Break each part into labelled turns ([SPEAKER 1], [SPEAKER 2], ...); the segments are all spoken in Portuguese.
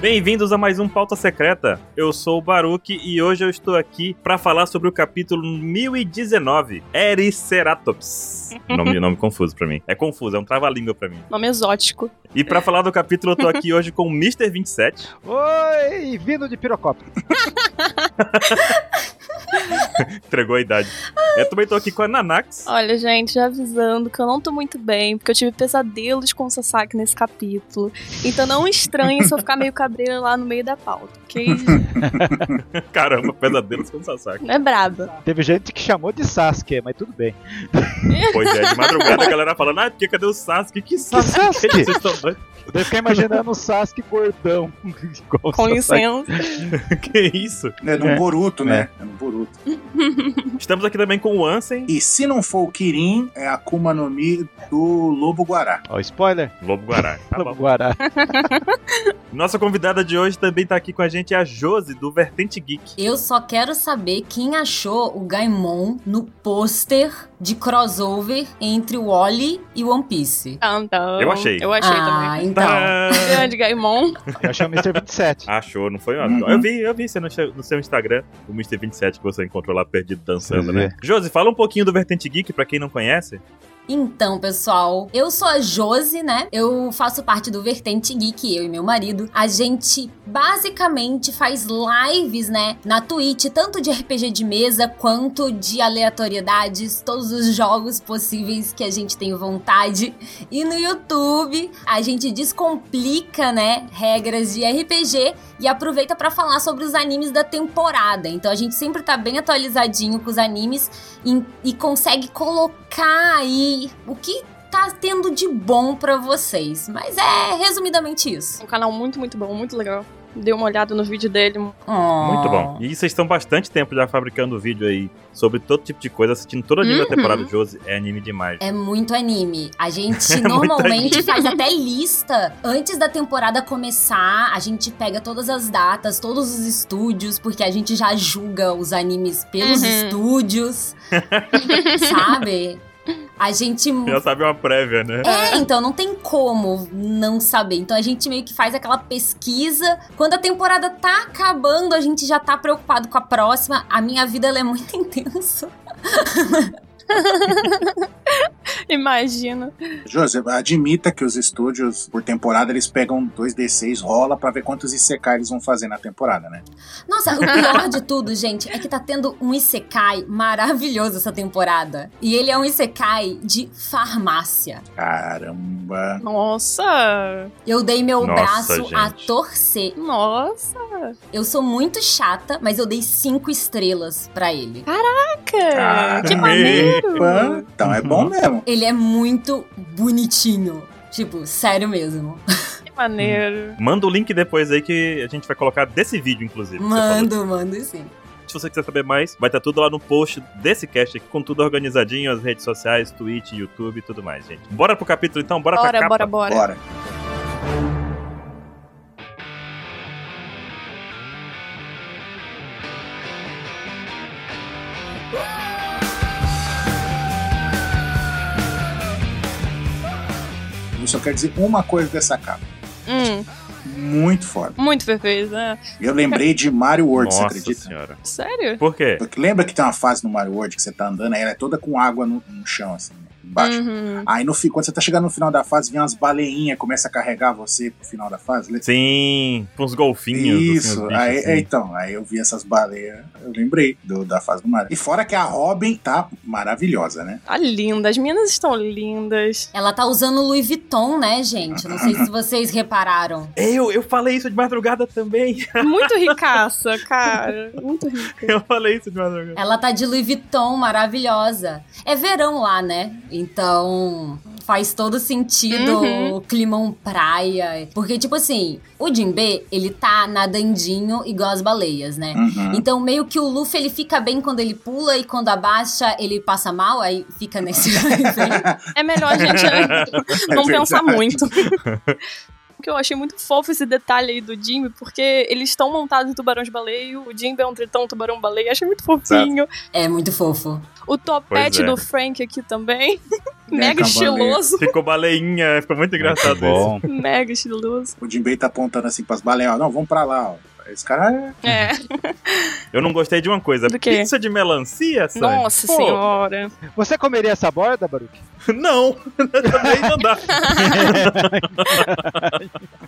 [SPEAKER 1] Bem-vindos a mais um Pauta Secreta. Eu sou o Baruque e hoje eu estou aqui para falar sobre o capítulo 1019, Ericeratops. nome, nome confuso para mim. É confuso, é um trava-língua para mim.
[SPEAKER 2] Nome exótico.
[SPEAKER 1] E para falar do capítulo, eu tô aqui hoje com o Mr. 27.
[SPEAKER 3] Oi, vindo de pirocópio.
[SPEAKER 1] Entregou a idade. Eu também tô aqui com a Nanax.
[SPEAKER 2] Olha, gente, já avisando que eu não tô muito bem, porque eu tive pesadelos com o Sasaki nesse capítulo. Então não estranhe se eu ficar meio cabreira lá no meio da pauta, ok?
[SPEAKER 1] Caramba, um pesadelos com o Sasaki.
[SPEAKER 2] Não é braba.
[SPEAKER 3] Teve gente que chamou de Sasuke, mas tudo bem.
[SPEAKER 1] Pois é, de madrugada a galera falando, ah, porque cadê o Sasuke? Que Sasuke?
[SPEAKER 3] Sasuke?
[SPEAKER 1] Vocês estão doidos?
[SPEAKER 3] Eu devo ficar imaginando o Sasuke gordão. Igual o
[SPEAKER 2] Com
[SPEAKER 3] Sasuke.
[SPEAKER 2] licença.
[SPEAKER 1] Que isso?
[SPEAKER 4] É do
[SPEAKER 3] É.
[SPEAKER 4] Boruto, né? É. do Boruto.
[SPEAKER 1] Estamos aqui também com o Ansem.
[SPEAKER 4] E se não for o Kirin, é a Akuma no Mi do Lobo Guará.
[SPEAKER 3] Ó, spoiler.
[SPEAKER 1] Lobo Guará. Tá bom.
[SPEAKER 3] Lobo Guará.
[SPEAKER 1] Nossa convidada de hoje também tá aqui com a gente, é a Josi, do Vertente Geek.
[SPEAKER 5] Eu só quero saber quem achou o Gaimon no pôster de crossover entre o Oli e One Piece.
[SPEAKER 2] Então, então,
[SPEAKER 1] Eu achei.
[SPEAKER 2] Eu achei
[SPEAKER 5] ah,
[SPEAKER 2] também.
[SPEAKER 1] É.
[SPEAKER 5] então.
[SPEAKER 2] Grande Gaimon.
[SPEAKER 3] Eu achei o Mr. 27.
[SPEAKER 1] Ah, Achou, não foi?
[SPEAKER 4] Uhum.
[SPEAKER 1] Eu vi, eu vi você no, seu- no seu Instagram, o Mr. 27 que você encontrou lá perdido dançando,
[SPEAKER 3] Pois é.
[SPEAKER 1] né? Josi, fala um pouquinho do Vertente Geek pra quem não conhece.
[SPEAKER 5] Então, pessoal, eu sou a Josi, né? Eu faço parte do Vertente Geek, eu e meu marido. A gente basicamente faz lives, né? Na Twitch, tanto de RPG de mesa quanto de aleatoriedades, todos os jogos possíveis que a gente tem vontade. E no YouTube, a gente descomplica, né? Regras de RPG e aproveita pra falar sobre os animes da temporada. Então, a gente sempre tá bem atualizadinho com os animes e, e consegue colocar aí o que tá tendo de bom pra vocês. Mas é resumidamente isso.
[SPEAKER 2] Um canal muito, muito bom, muito legal. Dei uma olhada no vídeo dele.
[SPEAKER 1] Muito bom. E vocês estão bastante tempo já fabricando vídeo aí sobre todo tipo de coisa, assistindo todo anime da
[SPEAKER 2] Uhum.
[SPEAKER 1] temporada de Josi. É anime demais.
[SPEAKER 5] É muito anime. A gente normalmente faz até lista antes da temporada começar. A gente pega todas as datas, todos os estúdios, porque a gente já julga os animes pelos
[SPEAKER 2] Uhum.
[SPEAKER 5] estúdios, sabe? A gente
[SPEAKER 1] Já sabe uma prévia, né?
[SPEAKER 5] É, então não tem como não saber. Então a gente meio que faz aquela pesquisa. Quando a temporada tá acabando, a gente já tá preocupado com a próxima. A minha vida ela é muito intensa.
[SPEAKER 2] Imagina.
[SPEAKER 4] José, admita que os estúdios, por temporada, eles pegam 2D6, rola pra ver quantos ICK eles vão fazer na temporada, né?
[SPEAKER 5] Nossa, o pior de tudo, gente, é que tá tendo um Isekai maravilhoso essa temporada. E ele é um Isekai de farmácia.
[SPEAKER 4] Caramba.
[SPEAKER 2] Nossa.
[SPEAKER 5] Eu dei meu
[SPEAKER 1] Nossa,
[SPEAKER 5] braço a
[SPEAKER 1] gente.
[SPEAKER 5] torcer.
[SPEAKER 2] Nossa.
[SPEAKER 5] Eu sou muito chata, mas eu dei cinco estrelas pra ele.
[SPEAKER 2] Cara, É, que
[SPEAKER 4] Caramba.
[SPEAKER 2] maneiro.
[SPEAKER 4] Então é bom mesmo.
[SPEAKER 5] Ele é muito bonitinho. Tipo, sério mesmo.
[SPEAKER 2] Que maneiro.
[SPEAKER 1] Manda o link depois aí que a gente vai colocar desse vídeo, inclusive. que você falou.
[SPEAKER 5] Mando, mando sim.
[SPEAKER 1] Se você quiser saber mais, vai estar tudo lá no post desse cast aqui, com tudo organizadinho, as redes sociais, Twitch, YouTube e tudo mais, gente. Bora pro capítulo então, bora, pra
[SPEAKER 2] Bora,
[SPEAKER 1] capa.
[SPEAKER 2] bora, bora.
[SPEAKER 4] Bora. Eu só quero dizer uma coisa dessa capa.
[SPEAKER 2] Hum,
[SPEAKER 4] Muito foda.
[SPEAKER 2] muito perfeito, né?
[SPEAKER 4] Eu lembrei de Mario World, você
[SPEAKER 1] Nossa
[SPEAKER 4] acredita?
[SPEAKER 1] senhora.
[SPEAKER 2] Sério?
[SPEAKER 1] Por quê?
[SPEAKER 4] Porque lembra que tem uma fase no Mario World que você tá andando, aí ela é toda com água no, no chão, assim, né? embaixo.
[SPEAKER 2] Uhum.
[SPEAKER 4] Aí no, fi- quando você tá chegando no final da fase, vem umas baleinhas, começa a carregar você pro final da fase. lembra?
[SPEAKER 1] Sim, com os golfinhos. assim,
[SPEAKER 4] Isso,
[SPEAKER 1] os bichos,
[SPEAKER 4] aí,
[SPEAKER 1] assim.
[SPEAKER 4] é, então, aí eu vi essas baleias, eu lembrei do- da fase do Mario. E fora que a Robin tá maravilhosa, né?
[SPEAKER 2] Tá linda. As meninas estão lindas.
[SPEAKER 5] Ela tá usando Louis Vuitton, né, gente? Não sei se vocês repararam.
[SPEAKER 1] Eu, eu falei isso de madrugada também.
[SPEAKER 2] Muito ricaça, cara. Muito rica.
[SPEAKER 1] Eu falei isso de madrugada.
[SPEAKER 5] Ela tá de Louis Vuitton, maravilhosa. É verão lá, né? Então faz todo sentido
[SPEAKER 2] Uhum.
[SPEAKER 5] o climão praia. Porque, tipo assim, o Jinbe, ele tá nadandinho igual as baleias, né?
[SPEAKER 4] Uhum.
[SPEAKER 5] Então, meio que o Luffy, ele fica bem quando ele pula e quando abaixa, ele passa mal, aí fica nesse...
[SPEAKER 2] É melhor a gente não
[SPEAKER 4] É
[SPEAKER 2] pensar
[SPEAKER 4] verdade.
[SPEAKER 2] muito. O que eu achei muito fofo esse detalhe aí do Jimmy, porque eles estão montados em tubarões-baleia, o Jimmy é um tritão tubarão-baleia, achei muito fofinho.
[SPEAKER 5] É muito fofo.
[SPEAKER 2] O topete
[SPEAKER 1] Pois é.
[SPEAKER 2] do Frank aqui também,
[SPEAKER 4] Tem
[SPEAKER 2] mega
[SPEAKER 4] aquela baleia.
[SPEAKER 2] estiloso,
[SPEAKER 1] Ficou baleinha, ficou muito engraçado isso.
[SPEAKER 3] Bom.
[SPEAKER 2] mega estiloso.
[SPEAKER 4] O Jimbei tá apontando assim pras baleias, ó, não, vamos pra lá, ó. Esse cara é...
[SPEAKER 2] É,
[SPEAKER 1] Eu não gostei de uma coisa.
[SPEAKER 2] Do quê?
[SPEAKER 1] Pizza de melancia, Sam?
[SPEAKER 2] nossa
[SPEAKER 1] Pô,
[SPEAKER 2] senhora.
[SPEAKER 3] Você comeria essa borda, Baruque?
[SPEAKER 1] Não, também não dá.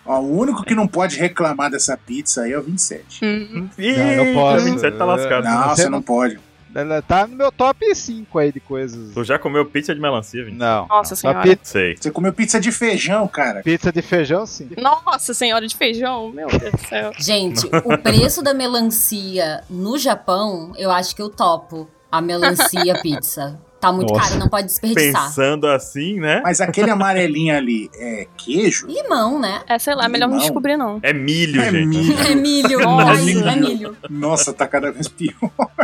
[SPEAKER 4] Ó, o único que não pode reclamar dessa pizza aí é o 27.
[SPEAKER 2] Hum.
[SPEAKER 1] Ih,
[SPEAKER 3] Não, eu posso.
[SPEAKER 1] 27 tá lascado.
[SPEAKER 4] Não,
[SPEAKER 3] você
[SPEAKER 4] você não pode.
[SPEAKER 3] Ela tá no meu top 5 aí de coisas.
[SPEAKER 1] Tu já comeu pizza de melancia, Vini?
[SPEAKER 3] Não.
[SPEAKER 2] Nossa
[SPEAKER 3] não.
[SPEAKER 2] senhora.
[SPEAKER 3] Só pi-
[SPEAKER 1] Sei.
[SPEAKER 4] Você comeu pizza de feijão, cara.
[SPEAKER 3] pizza de feijão, sim.
[SPEAKER 2] Nossa senhora de feijão, meu Deus do céu.
[SPEAKER 5] Gente, o preço da melancia no Japão, eu acho que eu topo a melancia pizza. Tá muito
[SPEAKER 3] Nossa.
[SPEAKER 5] caro, não pode
[SPEAKER 4] É
[SPEAKER 5] desperdiçar.
[SPEAKER 1] Pensando assim, né?
[SPEAKER 4] Mas aquele amarelinho ali é queijo?
[SPEAKER 5] Limão, né?
[SPEAKER 2] É, sei lá, melhor não
[SPEAKER 4] Não.
[SPEAKER 2] descobrir não.
[SPEAKER 1] É milho,
[SPEAKER 4] É
[SPEAKER 1] gente.
[SPEAKER 4] milho.
[SPEAKER 5] É milho,
[SPEAKER 2] Nossa.
[SPEAKER 5] ai, é milho.
[SPEAKER 4] Nossa, tá cada vez pior.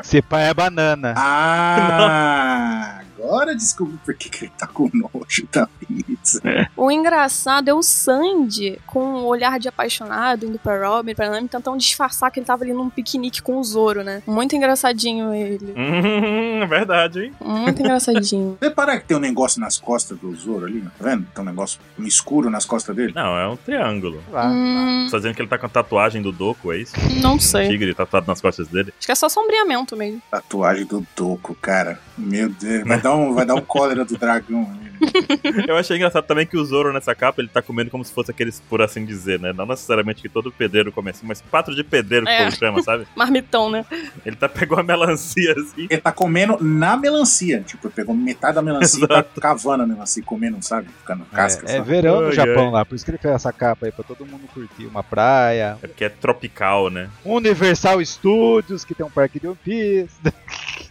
[SPEAKER 3] Se pá é banana.
[SPEAKER 4] Ah, agora descobri por que, que ele tá com nojo da pizza.
[SPEAKER 2] O engraçado é o Sandy, com o olhar de apaixonado, indo pra Robin, pra Nami, tentando disfarçar que ele tava ali num piquenique com o Zoro, né? Muito engraçadinho ele.
[SPEAKER 1] Hum, é verdade, hein?
[SPEAKER 2] Muito engraçadinho.
[SPEAKER 4] Reparar que tem um negócio nas costas do Zoro ali, tá vendo? Tem um negócio um escuro nas costas dele.
[SPEAKER 1] Não, é um triângulo.
[SPEAKER 3] Lá.
[SPEAKER 2] Hum,
[SPEAKER 1] Tá dizendo que ele tá com a tatuagem do Doku, é isso?
[SPEAKER 2] não sei.
[SPEAKER 1] Tigre tatuado nas costas dele.
[SPEAKER 2] Acho que é só sombreamento mesmo.
[SPEAKER 4] Tatuagem do Doco, cara. Meu Deus, vai dar um, vai dar um cólera do dragão. né?
[SPEAKER 1] Eu achei engraçado também que o Zoro nessa capa, ele tá comendo como se fosse aqueles, por assim dizer, né? Não necessariamente que todo pedreiro come assim, mas pato de pedreiro que
[SPEAKER 2] É.
[SPEAKER 1] o povo chama, sabe?
[SPEAKER 2] Marmitão, né?
[SPEAKER 1] Ele tá pegou a melancia assim.
[SPEAKER 4] Ele tá comendo na melancia. Tipo, ele pegou metade da melancia e tá cavando a melancia e comendo, sabe? Ficando casca.
[SPEAKER 3] É, é
[SPEAKER 4] sabe?
[SPEAKER 3] verão no
[SPEAKER 1] Ai,
[SPEAKER 3] Japão lá, por isso que ele fez essa capa aí, pra todo mundo curtir. Uma praia,
[SPEAKER 1] É porque é tropical, né?
[SPEAKER 3] Universal Studios, que tem um parque de One Piece.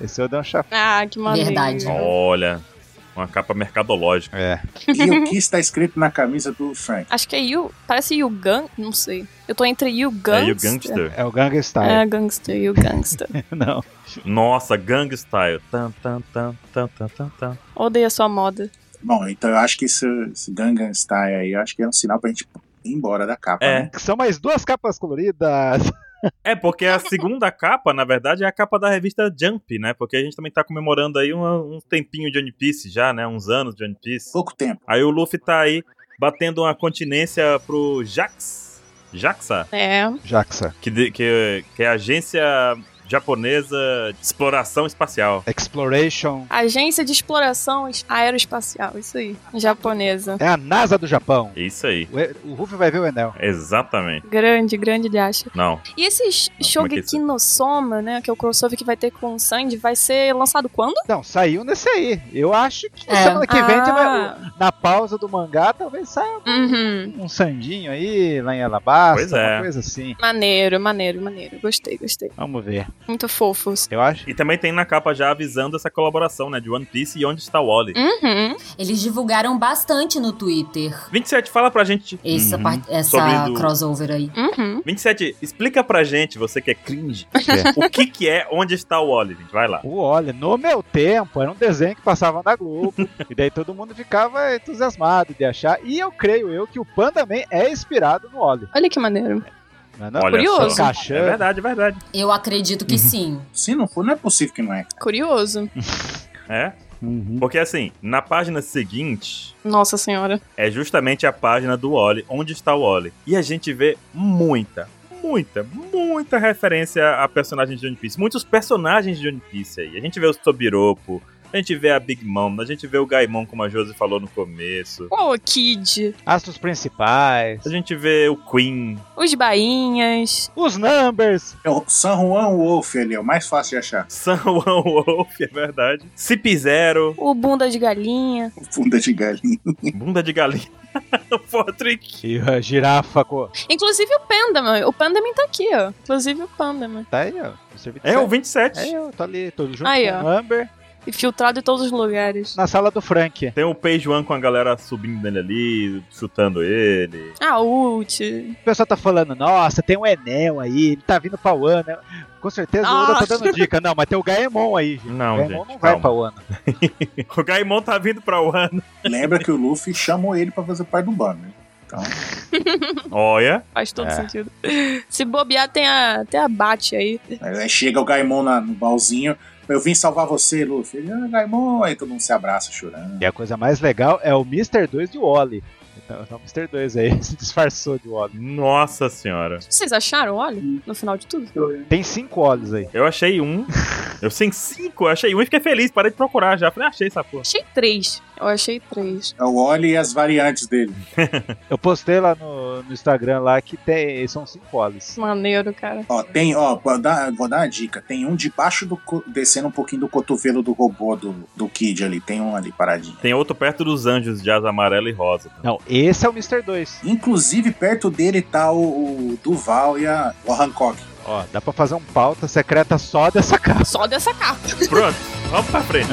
[SPEAKER 3] Esse eu dei um chapéu.
[SPEAKER 2] Ah, que maneiro.
[SPEAKER 5] Verdade.
[SPEAKER 1] Olha, uma capa mercadológica.
[SPEAKER 3] É.
[SPEAKER 4] E o que está escrito na camisa do Frank?
[SPEAKER 2] Acho que é Yu. Parece Yu Gun. Não sei. Eu tô entre Yu
[SPEAKER 1] É,
[SPEAKER 2] Gun.
[SPEAKER 1] e o Gangster. Tá.
[SPEAKER 3] É o Gangnam Style.
[SPEAKER 2] É, Gangster, Yu Gangster.
[SPEAKER 3] Não.
[SPEAKER 1] Nossa, Gang Style. Tan, tan, tan, tan, tan, tan, tan.
[SPEAKER 2] Odeio a sua moda.
[SPEAKER 4] Bom, então eu acho que esse, esse Gangnam Style aí, eu acho que é um sinal pra gente ir embora da capa,
[SPEAKER 1] É.
[SPEAKER 4] né?
[SPEAKER 3] São mais duas capas coloridas.
[SPEAKER 1] É, porque a segunda capa, na verdade, é a capa da revista Jump, né? Porque a gente também tá comemorando aí uma- um tempinho de One Piece já, né? Uns anos de One Piece.
[SPEAKER 4] Pouco tempo.
[SPEAKER 1] Aí o Luffy tá aí batendo uma continência pro Jax. Jaxa,
[SPEAKER 2] É.
[SPEAKER 3] Jaxa.
[SPEAKER 1] que, de- que, que é a agência japonesa de exploração espacial.
[SPEAKER 3] Exploration.
[SPEAKER 2] Agência de Exploração Es- Aeroespacial, isso aí. Japonesa.
[SPEAKER 3] É a NASA do Japão.
[SPEAKER 1] É Isso aí.
[SPEAKER 3] O, E- o Ruff vai ver o Enel.
[SPEAKER 1] Exatamente.
[SPEAKER 2] Grande, grande de acha.
[SPEAKER 1] Não.
[SPEAKER 2] E esse Sh-
[SPEAKER 1] Não, como é que é isso?
[SPEAKER 2] Shogeki no Soma, né, que é o crossover que vai ter com o Sandy, vai ser lançado quando?
[SPEAKER 3] Não, saiu nesse aí. Eu acho que
[SPEAKER 5] É.
[SPEAKER 3] semana que vem, a gente vai-
[SPEAKER 2] Ah,
[SPEAKER 3] na pausa do mangá, talvez saia
[SPEAKER 2] uhum.
[SPEAKER 3] um sandinho aí, lá em Alabasta,
[SPEAKER 1] Pois é.
[SPEAKER 3] uma coisa assim.
[SPEAKER 2] Maneiro, maneiro, maneiro. Gostei, gostei.
[SPEAKER 3] Vamos ver.
[SPEAKER 2] Muito fofos.
[SPEAKER 3] Eu acho.
[SPEAKER 1] E também tem na capa já avisando essa colaboração, né? De One Piece e Onde Está o Wally.
[SPEAKER 2] Uhum.
[SPEAKER 5] Eles divulgaram bastante no Twitter
[SPEAKER 1] 27, fala pra gente.
[SPEAKER 5] essa,
[SPEAKER 3] Uhum.
[SPEAKER 5] part- essa
[SPEAKER 1] Sobre do-
[SPEAKER 5] crossover aí.
[SPEAKER 2] Uhum.
[SPEAKER 1] 27, explica pra gente, você que é cringe, o que que é Onde Está o Wally, gente. Vai lá.
[SPEAKER 3] O Olha, no meu tempo, era um desenho que passava na Globo, e daí todo mundo ficava entusiasmado de achar, e eu creio eu que o Pandaman é inspirado no Ollie.
[SPEAKER 2] Olha que maneiro.
[SPEAKER 3] Não é não?
[SPEAKER 1] Olha
[SPEAKER 2] Curioso.
[SPEAKER 1] só. É
[SPEAKER 3] Cachando.
[SPEAKER 1] verdade, é verdade.
[SPEAKER 5] Eu acredito que
[SPEAKER 1] Uhum.
[SPEAKER 5] sim.
[SPEAKER 4] Se não for, não é possível que não é.
[SPEAKER 2] Curioso.
[SPEAKER 1] É.
[SPEAKER 3] Uhum.
[SPEAKER 1] Porque assim, na página seguinte,
[SPEAKER 2] Nossa senhora.
[SPEAKER 1] é justamente a página do Oli, onde está o Oli. E a gente vê muita, muita, muita referência a personagens de One Piece. Muitos personagens de One Piece aí. A gente vê o Tobiropo, a gente vê a Big Mom, a gente vê o Gaimon, como a Josi falou no começo.
[SPEAKER 2] Ô, Kid.
[SPEAKER 3] Astros principais.
[SPEAKER 1] A gente vê o Queen.
[SPEAKER 2] Os bainhas.
[SPEAKER 3] Os numbers.
[SPEAKER 4] É o San Juan Wolf ali, é o mais fácil de achar.
[SPEAKER 1] San Juan Wolf, é verdade. Cip Zero,
[SPEAKER 2] O bunda de galinha.
[SPEAKER 4] Funda de galinha.
[SPEAKER 1] Bunda de Galinha, o Patrick.
[SPEAKER 3] E a girafa. Co...
[SPEAKER 2] Inclusive o Pandaman. O Pandaman tá aqui, ó. Inclusive o Pandaman.
[SPEAKER 3] Tá aí, ó. o servidor.
[SPEAKER 1] É o 27.
[SPEAKER 3] É eu, tô ali, tô junto
[SPEAKER 2] Aí,
[SPEAKER 3] com o Amber,
[SPEAKER 2] E filtrado em todos os lugares.
[SPEAKER 3] na sala do Frank.
[SPEAKER 1] Tem o Peijuan com a galera subindo nele ali, chutando ele.
[SPEAKER 2] Ah, ult.
[SPEAKER 3] O pessoal tá falando, nossa, tem um Enel aí, ele tá vindo pra Wana. Com certeza o Oda tá dando dica. Não, mas tem o Gaemon aí, gente.
[SPEAKER 1] Não,
[SPEAKER 3] o Gaemon
[SPEAKER 1] gente,
[SPEAKER 3] não
[SPEAKER 1] calma.
[SPEAKER 3] vai pra Wana.
[SPEAKER 1] O Gaimon tá vindo pra Wano.
[SPEAKER 4] Lembra que o Luffy chamou ele pra fazer parte do bando, né? Então,
[SPEAKER 1] Olha.
[SPEAKER 2] Faz todo
[SPEAKER 3] É.
[SPEAKER 2] sentido. Se bobear, tem a, tem a Bate aí.
[SPEAKER 4] Aí chega o Gaimon na- no balzinho. Eu vim salvar você, Luffy. Ele, ah, Gaimon. Aí todo mundo se abraça chorando.
[SPEAKER 3] E a coisa mais legal é o Mr. 2 de Wally. Então, então o Mr. 2 aí se disfarçou de Wally.
[SPEAKER 1] Nossa senhora.
[SPEAKER 2] Vocês acharam, olha, no final de tudo?
[SPEAKER 3] Tem cinco Wallys aí.
[SPEAKER 1] Eu achei um. Eu sei cinco, eu achei um e fiquei feliz. Parei de procurar já. Falei, "Ah, achei essa porra.
[SPEAKER 2] Achei três. Eu achei três.
[SPEAKER 4] É o Oli e as variantes dele.
[SPEAKER 3] Eu postei lá no, no Instagram lá que tem, são cinco Wallys.
[SPEAKER 2] Maneiro, cara.
[SPEAKER 4] Ó, tem, ó, vou dar, vou dar uma dica. Tem um debaixo do. co- descendo um pouquinho do cotovelo do robô do, do Kid ali. Tem um ali paradinho.
[SPEAKER 1] Tem outro perto dos anjos de asa amarela e rosa.
[SPEAKER 3] Não, esse é o Mr. 2.
[SPEAKER 4] Inclusive, perto dele tá o, o Duval e a, o Hancock.
[SPEAKER 3] Ó, dá pra fazer um pauta secreta só dessa capa.
[SPEAKER 2] Só dessa capa.
[SPEAKER 1] Pronto, vamos pra frente.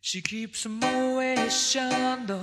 [SPEAKER 6] She keeps a Moet Chandon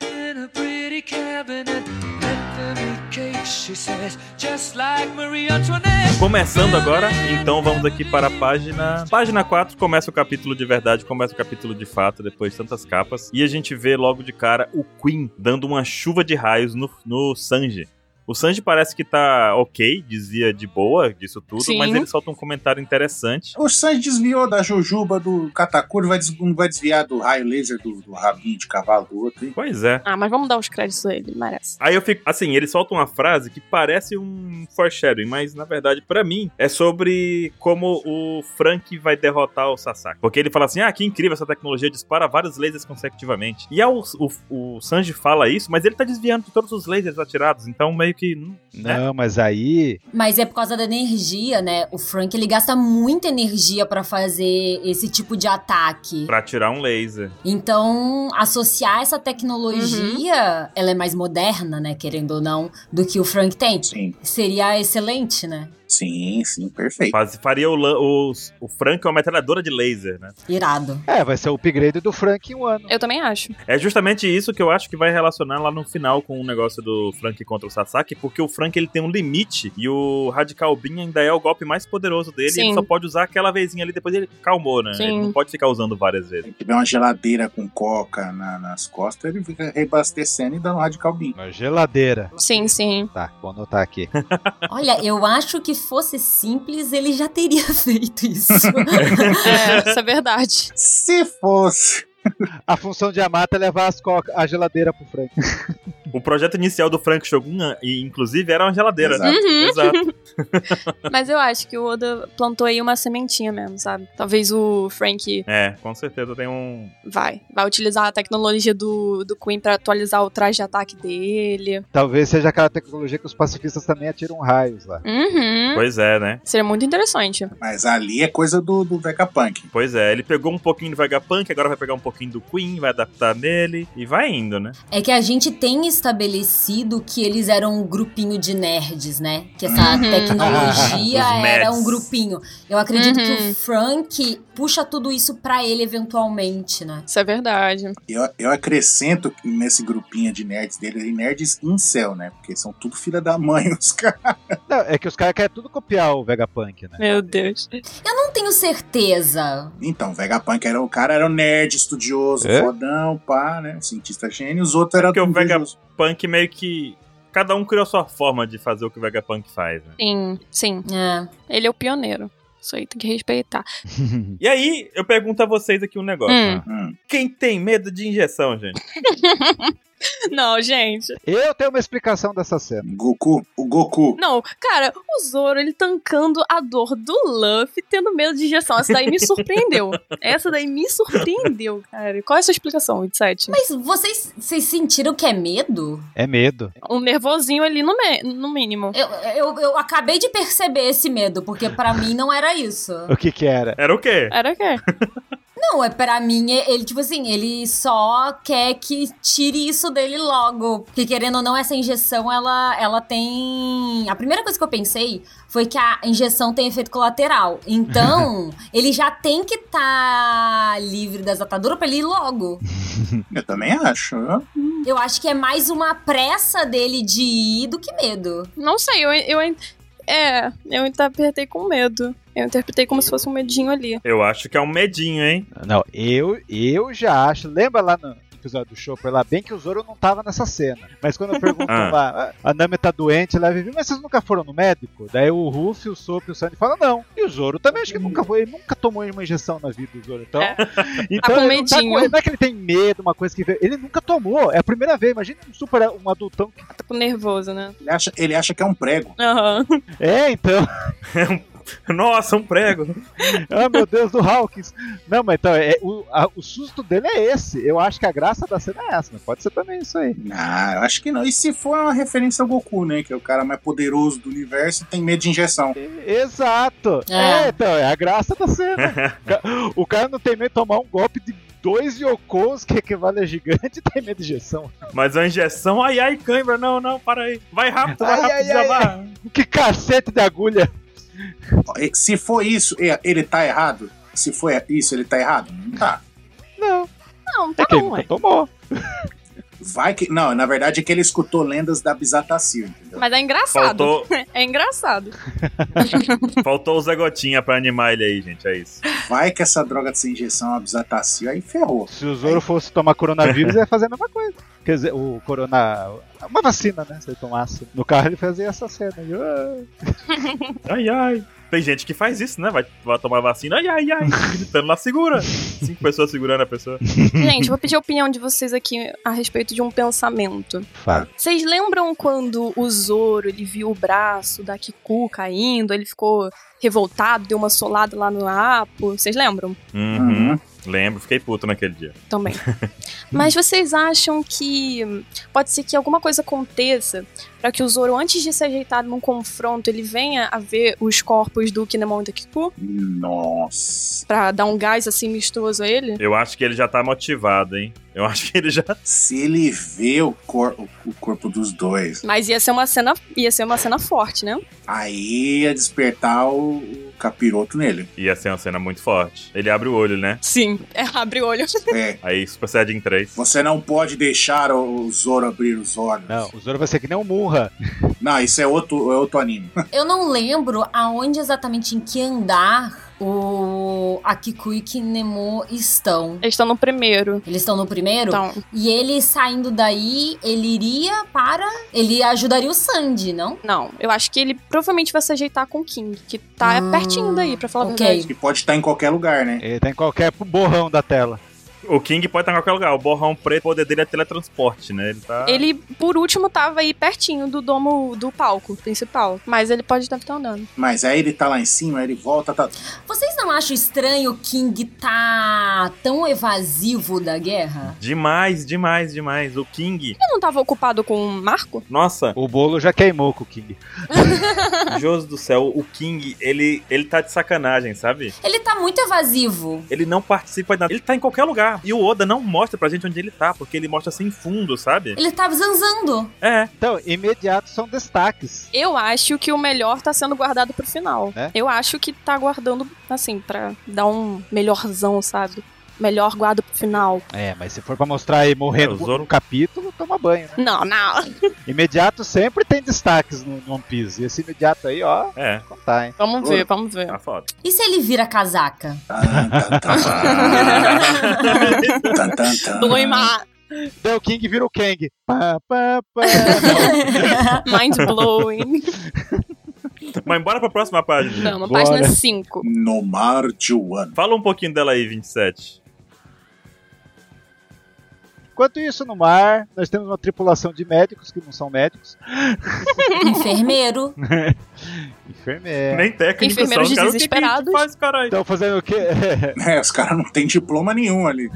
[SPEAKER 6] in a pretty cabinet. Let them eat cake, she says, just like Marie Antoinette.
[SPEAKER 1] Começando agora, então vamos aqui para a página. Página 4 começa o capítulo de verdade, começa o capítulo de fato, depois de tantas capas. E a gente vê logo de cara o Queen dando uma chuva de raios no, no Sanji. O Sanji parece que tá ok, dizia de boa disso tudo,
[SPEAKER 2] Sim.
[SPEAKER 1] mas ele solta um comentário interessante.
[SPEAKER 4] O Sanji desviou da Jujuba do Katakuri, vai, des- não vai desviar do raio laser do, do rabinho de cavalo do outro. hein?
[SPEAKER 1] Pois é.
[SPEAKER 2] Ah, mas vamos dar os créditos a ele, merece.
[SPEAKER 1] Aí eu fico. Assim, ele solta uma frase que parece um foreshadowing, mas na verdade, pra mim, é sobre como o Frank vai derrotar o Sasaki. Porque ele fala assim: ah, que incrível essa tecnologia, dispara vários lasers consecutivamente. E ao, o, o Sanji fala isso, mas ele tá desviando de todos os lasers atirados, então meio que. hum, Né?
[SPEAKER 3] Não, mas aí
[SPEAKER 5] Mas é por causa da energia, né? O Frank ele gasta muita energia pra fazer esse tipo de ataque.
[SPEAKER 1] Pra atirar um laser.
[SPEAKER 5] Então, associar essa tecnologia,
[SPEAKER 1] Uhum.
[SPEAKER 5] ela é mais moderna, né, querendo ou não, do que o Frank tem.
[SPEAKER 4] Sim,
[SPEAKER 5] Seria excelente, né?
[SPEAKER 4] sim, sim, perfeito.
[SPEAKER 1] Faz- faria o, lan- os- o Frank uma metralhadora de laser, né?
[SPEAKER 5] Irado.
[SPEAKER 3] É, vai ser o upgrade do Frank em um ano.
[SPEAKER 2] Eu também acho.
[SPEAKER 1] É justamente isso que eu acho que vai relacionar lá no final com o negócio do Frank contra o Sasaki, porque o Frank ele tem um limite e o Radical Bean ainda é o golpe mais poderoso dele,
[SPEAKER 2] Sim.
[SPEAKER 1] ele só pode usar aquela vezinha ali, depois ele calmou, né?
[SPEAKER 2] Sim.
[SPEAKER 1] Ele não pode ficar usando várias vezes.
[SPEAKER 4] Se tiver uma geladeira com coca na- nas costas, ele fica reabastecendo e dando um radical beam.
[SPEAKER 3] Na geladeira.
[SPEAKER 2] Sim, sim.
[SPEAKER 3] Tá, vou anotar aqui.
[SPEAKER 5] Olha, eu acho que fosse simples, ele já teria feito isso.
[SPEAKER 2] É, isso é verdade.
[SPEAKER 4] Se fosse.
[SPEAKER 3] A função de Amata é levar as coca, a geladeira pro Frank.
[SPEAKER 1] O projeto inicial do Frank Shogun, ah, e, inclusive, era uma geladeira.
[SPEAKER 4] Exato.
[SPEAKER 2] Uhum.
[SPEAKER 1] Exato.
[SPEAKER 2] Mas eu acho que o Oda plantou aí uma sementinha mesmo, sabe? Talvez o Frank
[SPEAKER 1] É, com certeza tem um.
[SPEAKER 2] vai. Vai utilizar a tecnologia do, do Queen pra atualizar o traje de ataque dele.
[SPEAKER 3] Talvez seja aquela tecnologia que os pacifistas também atiram raios lá.
[SPEAKER 2] Uhum.
[SPEAKER 1] Pois é, né?
[SPEAKER 2] Seria muito interessante.
[SPEAKER 4] Mas ali é coisa do, do Vegapunk.
[SPEAKER 1] Pois é, ele pegou um pouquinho do Vegapunk, agora vai pegar um pouquinho do Queen, vai adaptar nele e vai indo, né?
[SPEAKER 5] é que a gente tem estabelecido que eles eram um grupinho de nerds, né? Que essa
[SPEAKER 2] Uhum.
[SPEAKER 5] tecnologia
[SPEAKER 1] Os
[SPEAKER 5] era um
[SPEAKER 1] nerds.
[SPEAKER 5] grupinho. Eu acredito que
[SPEAKER 2] Uhum.
[SPEAKER 5] o Frank puxa tudo isso pra ele eventualmente, né?
[SPEAKER 2] Isso é verdade.
[SPEAKER 4] Eu, eu acrescento que nesse grupinho de nerds dele, e nerds incel, né? Porque são tudo filha da mãe, os caras.
[SPEAKER 3] Não, é que os caras querem tudo copiar o Vegapunk, né?
[SPEAKER 2] Meu Deus.
[SPEAKER 5] Eu não tenho certeza.
[SPEAKER 4] Então, o Vegapunk era o cara, era um nerd estudioso,
[SPEAKER 3] É?
[SPEAKER 4] fodão, pá, né? Cientista gênio, os outros eram
[SPEAKER 1] É Porque o
[SPEAKER 4] tudo
[SPEAKER 1] Vega-
[SPEAKER 4] invejoso.
[SPEAKER 1] Punk meio que. Cada um criou a sua forma de fazer o que o Vegapunk faz, né?
[SPEAKER 2] Sim, sim.
[SPEAKER 5] É.
[SPEAKER 2] Ele é o pioneiro. Isso aí tem que respeitar.
[SPEAKER 1] E aí, eu pergunto a vocês aqui um negócio.
[SPEAKER 2] Hum.
[SPEAKER 1] né?
[SPEAKER 4] Hum.
[SPEAKER 1] Quem tem medo de injeção, gente?
[SPEAKER 2] Não, gente.
[SPEAKER 3] Eu tenho uma explicação dessa cena.
[SPEAKER 4] Goku, o Goku.
[SPEAKER 2] Não, cara, o Zoro, ele tancando a dor do Luffy, tendo medo de injeção. Essa daí me surpreendeu. Essa daí me surpreendeu, cara. Qual é a sua explicação, 27?
[SPEAKER 5] Mas vocês, vocês sentiram que é medo?
[SPEAKER 3] É medo.
[SPEAKER 2] Um nervosinho ali no, me- no mínimo.
[SPEAKER 5] Eu, eu, eu acabei de perceber esse medo, porque pra mim não era isso.
[SPEAKER 3] O que que era?
[SPEAKER 1] Era o quê?
[SPEAKER 2] Era o quê?
[SPEAKER 5] Não, é pra mim, é- ele, tipo assim, ele só quer que tire isso dele logo. Porque querendo ou não, essa injeção, ela, ela tem. A primeira coisa que eu pensei foi que a injeção tem efeito colateral. Então, ele já tem que estar livre das ataduras pra ele ir logo.
[SPEAKER 4] Eu também acho. Eu-
[SPEAKER 5] Eu acho que é mais uma pressa dele de ir do que medo.
[SPEAKER 2] Não sei, eu, eu, É, eu interpretei com medo. Eu interpretei como se fosse um medinho ali.
[SPEAKER 1] Eu acho que é um medinho, hein?
[SPEAKER 3] Não, eu, eu já acho. Lembra lá no episódio do show, foi lá bem que o Zoro não tava nessa cena. Mas quando eu pergunto
[SPEAKER 1] Ah.
[SPEAKER 3] lá, "Ah, a Nami tá doente, ela vive, mas vocês nunca foram no médico? Daí o Ruff, o Sop e o Sandy falam não. E o Zoro também acho que nunca foi, ele nunca tomou uma injeção na vida, o Zoro. Então,
[SPEAKER 2] É.
[SPEAKER 3] então
[SPEAKER 2] com
[SPEAKER 3] ele não, tá
[SPEAKER 2] medinho.
[SPEAKER 3] com- não é que ele tem medo, uma coisa que veio- ele nunca tomou, é a primeira vez. Imagina um super um adultão que
[SPEAKER 2] Tá com nervoso, né?
[SPEAKER 4] Ele acha, ele acha que é um prego.
[SPEAKER 2] Aham.
[SPEAKER 3] é, então.
[SPEAKER 1] Nossa, um prego.
[SPEAKER 3] Ah, meu Deus, do Hawkins. Não, mas então, é, o, a- o susto dele é esse. Eu acho que a graça da cena é essa, mas pode ser também isso aí.
[SPEAKER 4] Ah, eu acho que não. E se for uma referência ao Goku, né? Que é o cara mais poderoso do universo e tem medo de injeção.
[SPEAKER 3] E- Exato! É.
[SPEAKER 5] É.
[SPEAKER 3] então, é a graça da cena. O ca- o cara não tem medo de tomar um golpe de dois Yokons, que equivale a gigante, e tem medo de injeção.
[SPEAKER 1] Mas a injeção, ai, ai, cãibra, não, não, para aí. Vai rápido, vai
[SPEAKER 3] Ai,
[SPEAKER 1] rápido,
[SPEAKER 3] ai,
[SPEAKER 1] desabar.
[SPEAKER 3] Que cacete de agulha!
[SPEAKER 4] Ó, e Se for isso, e- ele tá errado? Se for isso, ele tá errado? Não tá.
[SPEAKER 3] Não,
[SPEAKER 2] Não, tá
[SPEAKER 3] é que ele
[SPEAKER 2] bom,
[SPEAKER 3] nunca
[SPEAKER 2] ué.
[SPEAKER 3] tomou.
[SPEAKER 4] Vai que. Não, na verdade é que ele escutou lendas da Bisatacil, entendeu?
[SPEAKER 2] Mas é engraçado.
[SPEAKER 1] Faltou,
[SPEAKER 2] É engraçado.
[SPEAKER 1] faltou o Zé Gotinha pra animar ele aí, gente, é isso.
[SPEAKER 4] Vai que essa droga dessa injeção, a Bisatacil, aí ferrou.
[SPEAKER 3] Se o Zoro fosse tomar coronavírus, ia fazer a mesma coisa. Quer dizer, o corona. Uma vacina, né? Se ele tomasse. No carro, ele fazia essa cena. E, ah,
[SPEAKER 1] Ai, ai. Tem gente que faz isso, né? Vai, vai tomar vacina, ai, ai, ai, gritando lá, segura. Cinco pessoas segurando a pessoa.
[SPEAKER 2] Gente, vou pedir a opinião de vocês aqui a respeito de um pensamento.
[SPEAKER 3] Fala.
[SPEAKER 2] Vocês lembram quando o Zoro ele viu o braço da Kiku caindo, ele ficou revoltado, deu uma solada lá no Apo? Vocês lembram?
[SPEAKER 1] Uhum. Lembro, fiquei puto naquele dia.
[SPEAKER 2] Também. Mas vocês acham que hum, pode ser que alguma coisa aconteça pra que o Zoro, antes de ser ajeitado num confronto, ele venha a ver os corpos do Kinemon e da Kiku
[SPEAKER 4] Nossa.
[SPEAKER 2] pra dar um gás assim mistoso a ele?
[SPEAKER 1] Eu acho que ele já tá motivado, hein? Eu acho que ele já.
[SPEAKER 4] Se ele vê o, cor- o corpo dos dois,
[SPEAKER 2] Mas ia ser uma cena, ia ser uma cena forte, né?
[SPEAKER 4] aí ia despertar o, o capiroto nele.
[SPEAKER 1] Ia ser uma cena muito forte. Ele abre o olho, né?
[SPEAKER 2] Sim, é, abre o olho.
[SPEAKER 4] É.
[SPEAKER 1] Aí Super Saiyajin 3.
[SPEAKER 4] Você não pode deixar o o Zoro abrir os olhos.
[SPEAKER 3] Não, o Zoro vai ser que nem um Munra.
[SPEAKER 4] Não, isso é outro, é outro anime.
[SPEAKER 5] Eu não lembro aonde exatamente, em que andar o Akiku e Kinemo estão.
[SPEAKER 2] Eles estão no primeiro.
[SPEAKER 5] Eles estão no primeiro?
[SPEAKER 2] Então,
[SPEAKER 5] E ele saindo daí, ele iria para. Ele ajudaria o Sandy, não?
[SPEAKER 2] não, eu acho que ele provavelmente vai se ajeitar com o King, que tá
[SPEAKER 5] Hum,
[SPEAKER 2] pertinho daí, pra falar a
[SPEAKER 5] ok.
[SPEAKER 2] verdade.
[SPEAKER 4] Que pode estar em qualquer lugar, né?
[SPEAKER 3] Ele tá em qualquer borrão da tela.
[SPEAKER 1] O King pode estar em qualquer lugar. O borrão preto, o poder dele é teletransporte, né? Ele tá.
[SPEAKER 2] Ele, por último, tava aí pertinho do domo do palco principal. Mas ele pode estar andando.
[SPEAKER 4] Mas aí ele tá lá em cima, aí ele volta, tá.
[SPEAKER 5] Vocês não acham estranho o King tá tão evasivo da guerra?
[SPEAKER 1] Demais, demais, demais. O King.
[SPEAKER 2] Ele não tava ocupado com o Marco?
[SPEAKER 1] Nossa,
[SPEAKER 3] O bolo já queimou com o King.
[SPEAKER 1] Deus do céu, o King, ele, ele tá de sacanagem, sabe?
[SPEAKER 5] Ele tá muito evasivo.
[SPEAKER 1] Ele não participa de nada. Ele tá em qualquer lugar. E o Oda não mostra pra gente onde ele tá, porque ele mostra sem fundo, sabe?
[SPEAKER 5] Ele tá zanzando.
[SPEAKER 1] É.
[SPEAKER 3] Então, imediato são destaques.
[SPEAKER 2] Eu acho que o melhor tá sendo guardado pro final.
[SPEAKER 3] É?
[SPEAKER 2] Eu acho que tá guardando, assim, pra dar um melhorzão, sabe? Melhor guarda pro final.
[SPEAKER 3] É, mas se for pra mostrar aí morrendo
[SPEAKER 1] É, o
[SPEAKER 3] no
[SPEAKER 1] Zoro-
[SPEAKER 3] capítulo, toma banho, né?
[SPEAKER 2] Não, não.
[SPEAKER 3] Imediato sempre tem destaques no, no One Piece. E esse imediato aí, ó,
[SPEAKER 1] É.
[SPEAKER 3] contar, hein?
[SPEAKER 2] Vamos ver, vamos ver.
[SPEAKER 1] Tá foda.
[SPEAKER 5] E se ele vira casaca?
[SPEAKER 4] Tan, tan, tan. Tan, tan, tan.
[SPEAKER 2] Doima!
[SPEAKER 3] Daí Então, o King vira o Kang. Pá, pá, pá.
[SPEAKER 2] Mind blowing.
[SPEAKER 1] Mas bora pra próxima página.
[SPEAKER 2] Vamos,
[SPEAKER 3] Bora.
[SPEAKER 2] página 5.
[SPEAKER 4] No mar de Wano.
[SPEAKER 1] Fala um pouquinho dela aí, 27.
[SPEAKER 3] Enquanto isso, no mar, nós temos uma tripulação de médicos que não são médicos.
[SPEAKER 5] Enfermeiro.
[SPEAKER 3] Enfermeiro.
[SPEAKER 1] Nem técnico,
[SPEAKER 2] É. Enfermeiros
[SPEAKER 1] só. um Cara, o que que a gente
[SPEAKER 2] desesperados.
[SPEAKER 1] faz, caralho?
[SPEAKER 3] Estão fazendo o quê?
[SPEAKER 4] É, os caras não têm diploma nenhum ali.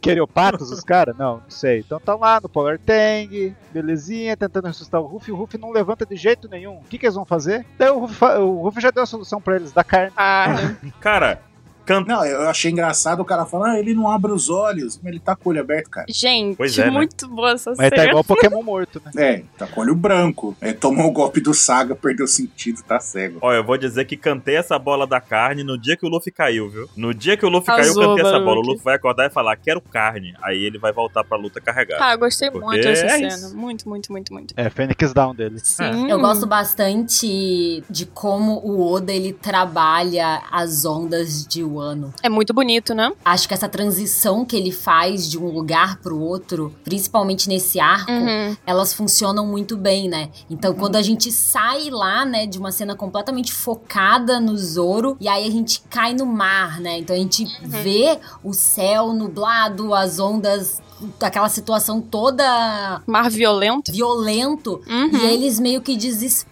[SPEAKER 3] Quereopatos, os caras? Não, não sei. Então tá lá no Power Tang, belezinha, tentando ressuscitar o Ruff. O Ruff não levanta de jeito nenhum. O que, que eles vão fazer? Daí o Ruff, fa- o Ruff já deu a solução pra eles, da carne.
[SPEAKER 2] Ah,
[SPEAKER 1] Cara, Canta.
[SPEAKER 4] Não, eu achei engraçado o cara falar, ah, ele não abre os olhos, mas ele tá com o olho aberto, cara.
[SPEAKER 2] Gente,
[SPEAKER 1] Pois é, né?
[SPEAKER 2] muito boa essa
[SPEAKER 3] Mas tá
[SPEAKER 2] cena.
[SPEAKER 3] igual Pokémon morto, né?
[SPEAKER 4] É, tá com o olho branco. É, tomou o golpe do Saga, perdeu o sentido, tá cego.
[SPEAKER 1] Ó, eu vou dizer que cantei essa bola da carne no dia que o Luffy caiu, viu? No dia que o Luffy caiu, eu
[SPEAKER 2] Arrasou,
[SPEAKER 1] cantei essa
[SPEAKER 2] Baruque.
[SPEAKER 1] bola. O Luffy vai acordar e falar, quero carne. Aí ele vai voltar pra luta carregado.
[SPEAKER 2] Ah, gostei
[SPEAKER 1] Porque
[SPEAKER 2] muito dessa
[SPEAKER 1] é
[SPEAKER 2] cena.
[SPEAKER 1] isso. É.
[SPEAKER 2] Muito, muito, muito, muito.
[SPEAKER 3] É, Fênix Down dele.
[SPEAKER 2] Sim.
[SPEAKER 5] Eu gosto bastante de como o Oda ele trabalha as ondas de Wano.
[SPEAKER 2] É muito bonito, né?
[SPEAKER 5] Acho que essa transição que ele faz de um lugar pro outro, principalmente nesse arco,
[SPEAKER 2] Uhum.
[SPEAKER 5] elas funcionam muito bem, né? Então, quando a gente sai lá, né, de uma cena completamente focada no Zoro, e aí a gente cai no mar, né? Então a gente vê o céu nublado, as ondas, aquela situação toda
[SPEAKER 2] Mar violento.
[SPEAKER 5] violento.
[SPEAKER 2] Uhum.
[SPEAKER 5] E eles meio que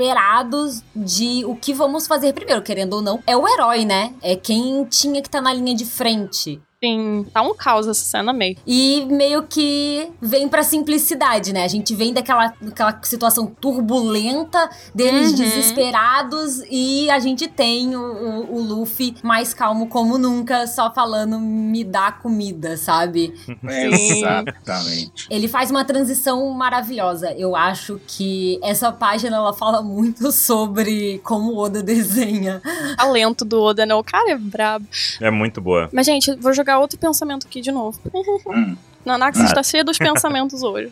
[SPEAKER 5] desesperados de o que vamos fazer primeiro, querendo ou não. É o herói, né? É quem tinha que estar na linha de frente.
[SPEAKER 2] Sim, tá um caos essa cena meio.
[SPEAKER 5] E meio que vem pra simplicidade, né? A gente vem daquela, daquela situação turbulenta, deles
[SPEAKER 2] Uhum.
[SPEAKER 5] desesperados, e a gente tem o, o- o Luffy mais calmo como nunca, só falando me dá comida, sabe?
[SPEAKER 4] É, Exatamente.
[SPEAKER 5] Ele faz uma transição maravilhosa. Eu acho que essa página ela fala muito sobre como o Oda desenha.
[SPEAKER 2] Talento do Oda, né? O cara é brabo.
[SPEAKER 1] É muito boa.
[SPEAKER 2] Mas, gente, vou jogar outro pensamento aqui de novo.
[SPEAKER 4] Hum,
[SPEAKER 2] Nanax
[SPEAKER 1] Ah.
[SPEAKER 2] está cheia dos pensamentos hoje.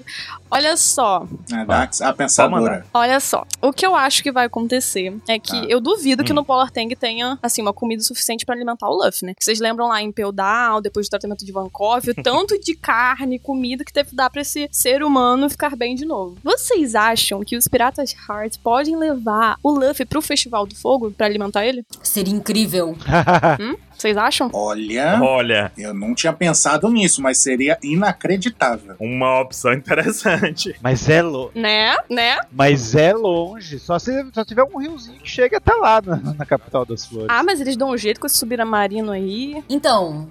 [SPEAKER 2] Olha só,
[SPEAKER 4] a Ah, Dax, a
[SPEAKER 1] Pode
[SPEAKER 4] pensadora.
[SPEAKER 2] olha só. O que eu acho que vai acontecer é que
[SPEAKER 4] Ah.
[SPEAKER 2] eu duvido que
[SPEAKER 1] Hum.
[SPEAKER 2] no Polar Tang tenha, assim, uma comida suficiente pra alimentar o Luffy, né? Que Vocês lembram lá em Impel Down, depois do tratamento de Vankov, o tanto de carne e comida que teve que dar pra esse ser humano ficar bem de novo. Vocês acham que os Piratas Heart podem levar o Luffy pro Festival do Fogo pra alimentar ele?
[SPEAKER 5] Seria incrível.
[SPEAKER 2] Vocês acham?
[SPEAKER 4] Olha,
[SPEAKER 1] Olha,
[SPEAKER 4] eu não tinha pensado nisso, mas seria inacreditável.
[SPEAKER 1] uma opção interessante.
[SPEAKER 3] mas, é lo...
[SPEAKER 2] Né? Né?
[SPEAKER 3] mas é longe. Só se só tiver um riozinho que chega até lá na, na capital das flores.
[SPEAKER 2] Ah, mas eles dão um jeito com esse submarino aí.
[SPEAKER 5] Então,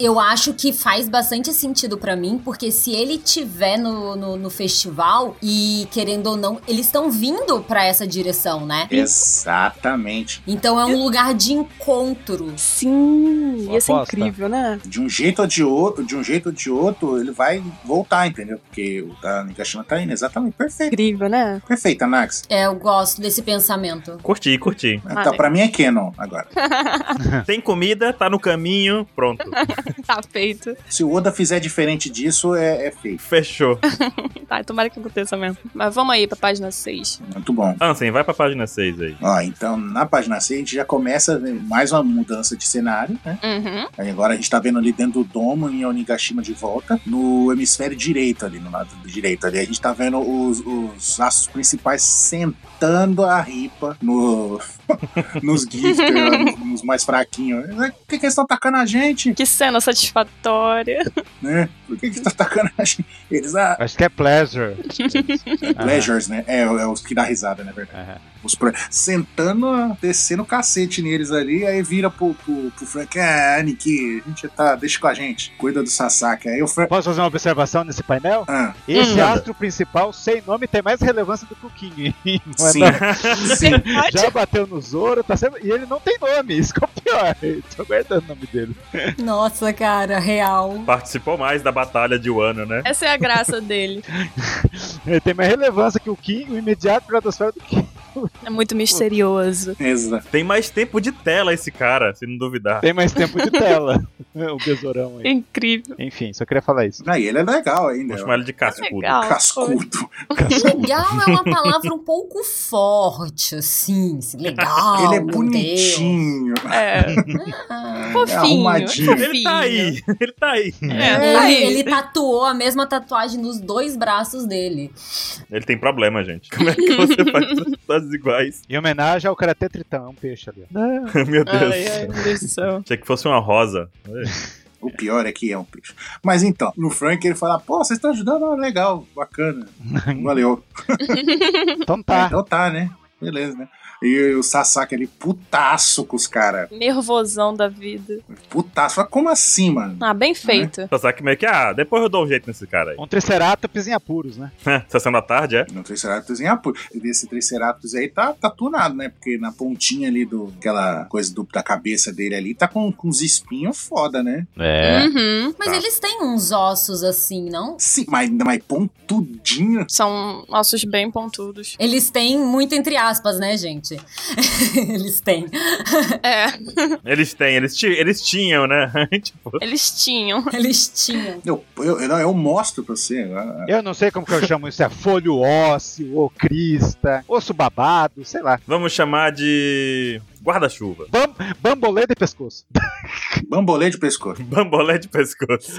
[SPEAKER 5] eu acho que faz bastante sentido pra mim, porque se ele tiver no, no, no festival e querendo ou não, eles estão vindo pra essa direção, né?
[SPEAKER 4] Exatamente.
[SPEAKER 5] Então é um lugar de encontro.
[SPEAKER 2] Sim,
[SPEAKER 3] Uma
[SPEAKER 2] ia ser
[SPEAKER 3] aposta.
[SPEAKER 2] incrível, né?
[SPEAKER 4] De um jeito ou de outro, de um jeito ou de outro, ele vai voltar, entendeu? Porque o da Nigashima tá indo exatamente perfeito.
[SPEAKER 2] Incrível, né?
[SPEAKER 4] Perfeito, Anax.
[SPEAKER 5] É, eu gosto desse pensamento.
[SPEAKER 1] Curti, curti.
[SPEAKER 2] Ah,
[SPEAKER 4] Tá,
[SPEAKER 2] né?
[SPEAKER 4] pra mim é Canon agora.
[SPEAKER 1] Tem comida, tá no caminho, pronto.
[SPEAKER 2] Tá feito.
[SPEAKER 4] Se o Oda fizer diferente disso, é, é feio.
[SPEAKER 1] Fechou.
[SPEAKER 2] Tá, tomara que aconteça mesmo. Mas vamos aí pra página 6.
[SPEAKER 4] Muito bom.
[SPEAKER 1] Ansem, vai pra página 6 aí.
[SPEAKER 4] Ó, então, na página 6, a gente já começa a ver mais uma mudança de cenário, né?
[SPEAKER 2] Uhum.
[SPEAKER 4] Aí agora a gente tá vendo ali dentro do domo, em Onigashima de volta, no hemisfério direito ali, no lado direito ali. A gente tá vendo os, os astros principais sentando a ripa no, nos gifters, lá, nos- nos mais fraquinhos. Por que, que eles estão atacando a gente?
[SPEAKER 2] Que cena satisfatória.
[SPEAKER 4] Né? Por que, que estão atacando a gente? Eles, ah,
[SPEAKER 3] Acho que é Pleasure. Ah,
[SPEAKER 4] Pleasures, né? É, é os que dá risada, na verdade.
[SPEAKER 3] Aham.
[SPEAKER 4] Os pro- Sentando, descendo o cacete neles ali, aí vira pro, pro, pro Frank, ah, Aniki, a gente tá, deixa com a gente, cuida do Sasaki. Aí o Frank,
[SPEAKER 3] Posso fazer uma observação nesse painel?
[SPEAKER 4] ah,
[SPEAKER 3] Esse
[SPEAKER 1] Manda.
[SPEAKER 3] astro principal sem nome tem mais relevância do que o King. Não é
[SPEAKER 4] sim,
[SPEAKER 3] não?
[SPEAKER 2] tá.
[SPEAKER 4] sim.
[SPEAKER 3] Já bateu no Zoro, tá sempre. E ele não tem nome, isso que é o pior. Eu tô guardando o nome dele.
[SPEAKER 5] Nossa, cara, real.
[SPEAKER 1] Participou mais da batalha de Wano, né?
[SPEAKER 2] Essa é a graça dele.
[SPEAKER 3] Ele tem mais relevância que o King, o imediato piratosfera do King.
[SPEAKER 2] É muito misterioso.
[SPEAKER 4] Exa-
[SPEAKER 1] Tem mais tempo de tela esse cara, se não duvidar.
[SPEAKER 3] Tem mais tempo de tela. o besourão aí.
[SPEAKER 2] Incrível.
[SPEAKER 3] Enfim, só queria falar isso.
[SPEAKER 4] Aí ele é legal ainda.
[SPEAKER 1] Vou chamar
[SPEAKER 4] ó.
[SPEAKER 1] ele de cascudo.
[SPEAKER 2] Legal.
[SPEAKER 4] Cascudo.
[SPEAKER 5] Legal é uma palavra um pouco forte, assim. Legal.
[SPEAKER 4] ele é
[SPEAKER 5] meu
[SPEAKER 4] bonitinho.
[SPEAKER 2] É,
[SPEAKER 5] Deus. Ah.
[SPEAKER 2] fofinho.
[SPEAKER 4] arrumadinho.
[SPEAKER 2] fofinho.
[SPEAKER 1] Ele tá aí, ele tá aí.
[SPEAKER 2] É, tá
[SPEAKER 5] Ele,
[SPEAKER 2] aí.
[SPEAKER 5] ele tatuou a mesma tatuagem nos dois braços dele.
[SPEAKER 1] Ele tem problema, gente. Como é que você faz todas iguais?
[SPEAKER 3] Em homenagem ao Karatê Tritão, é um peixe ali. Não.
[SPEAKER 1] Meu Deus.
[SPEAKER 2] Ai, ai, meu Deus do céu.
[SPEAKER 1] Achei que fosse uma rosa.
[SPEAKER 4] O pior é que é um peixe. Mas então, no Frank ele fala, pô, vocês estão ajudando, ah, legal, bacana, valeu.
[SPEAKER 3] Então
[SPEAKER 4] Ah,
[SPEAKER 3] tá.
[SPEAKER 4] então tá, né? beleza, né? E o Sasaki ali, putaço com os caras.
[SPEAKER 2] Nervosão da vida.
[SPEAKER 4] Putaço. Fala, Como assim, mano?
[SPEAKER 2] Ah, bem feito.
[SPEAKER 1] Sasaki meio que, ah, depois eu dou um jeito nesse cara aí.
[SPEAKER 3] Um triceratops em apuros, né?
[SPEAKER 1] Sessão da tarde, é?
[SPEAKER 4] No Triceratops em Apuro. Esse Triceratops aí tá, tá tunado, né? Porque na pontinha ali do aquela coisa do- da cabeça dele ali tá com, com uns espinhos foda, né?
[SPEAKER 7] É.
[SPEAKER 2] Uhum.
[SPEAKER 5] Mas
[SPEAKER 1] Tá.
[SPEAKER 5] eles têm uns ossos assim, não?
[SPEAKER 4] Sim, mas, mas pontudinho.
[SPEAKER 2] São ossos bem pontudos.
[SPEAKER 5] Eles têm muito entre aspas, né, gente? eles têm.
[SPEAKER 2] É,
[SPEAKER 1] Eles têm, eles, ti- eles tinham, né? tipo,
[SPEAKER 2] eles tinham.
[SPEAKER 5] Eles tinham.
[SPEAKER 4] Eu, eu, eu, não, eu mostro pra você. ah,
[SPEAKER 3] Eu não sei como que eu chamo isso, é folho ósseo, ou crista, osso babado, sei lá.
[SPEAKER 1] vamos chamar de guarda-chuva.
[SPEAKER 3] Bam bambolê de pescoço.
[SPEAKER 4] ah, Bambolê de pescoço.
[SPEAKER 1] Bambolé de pescoço.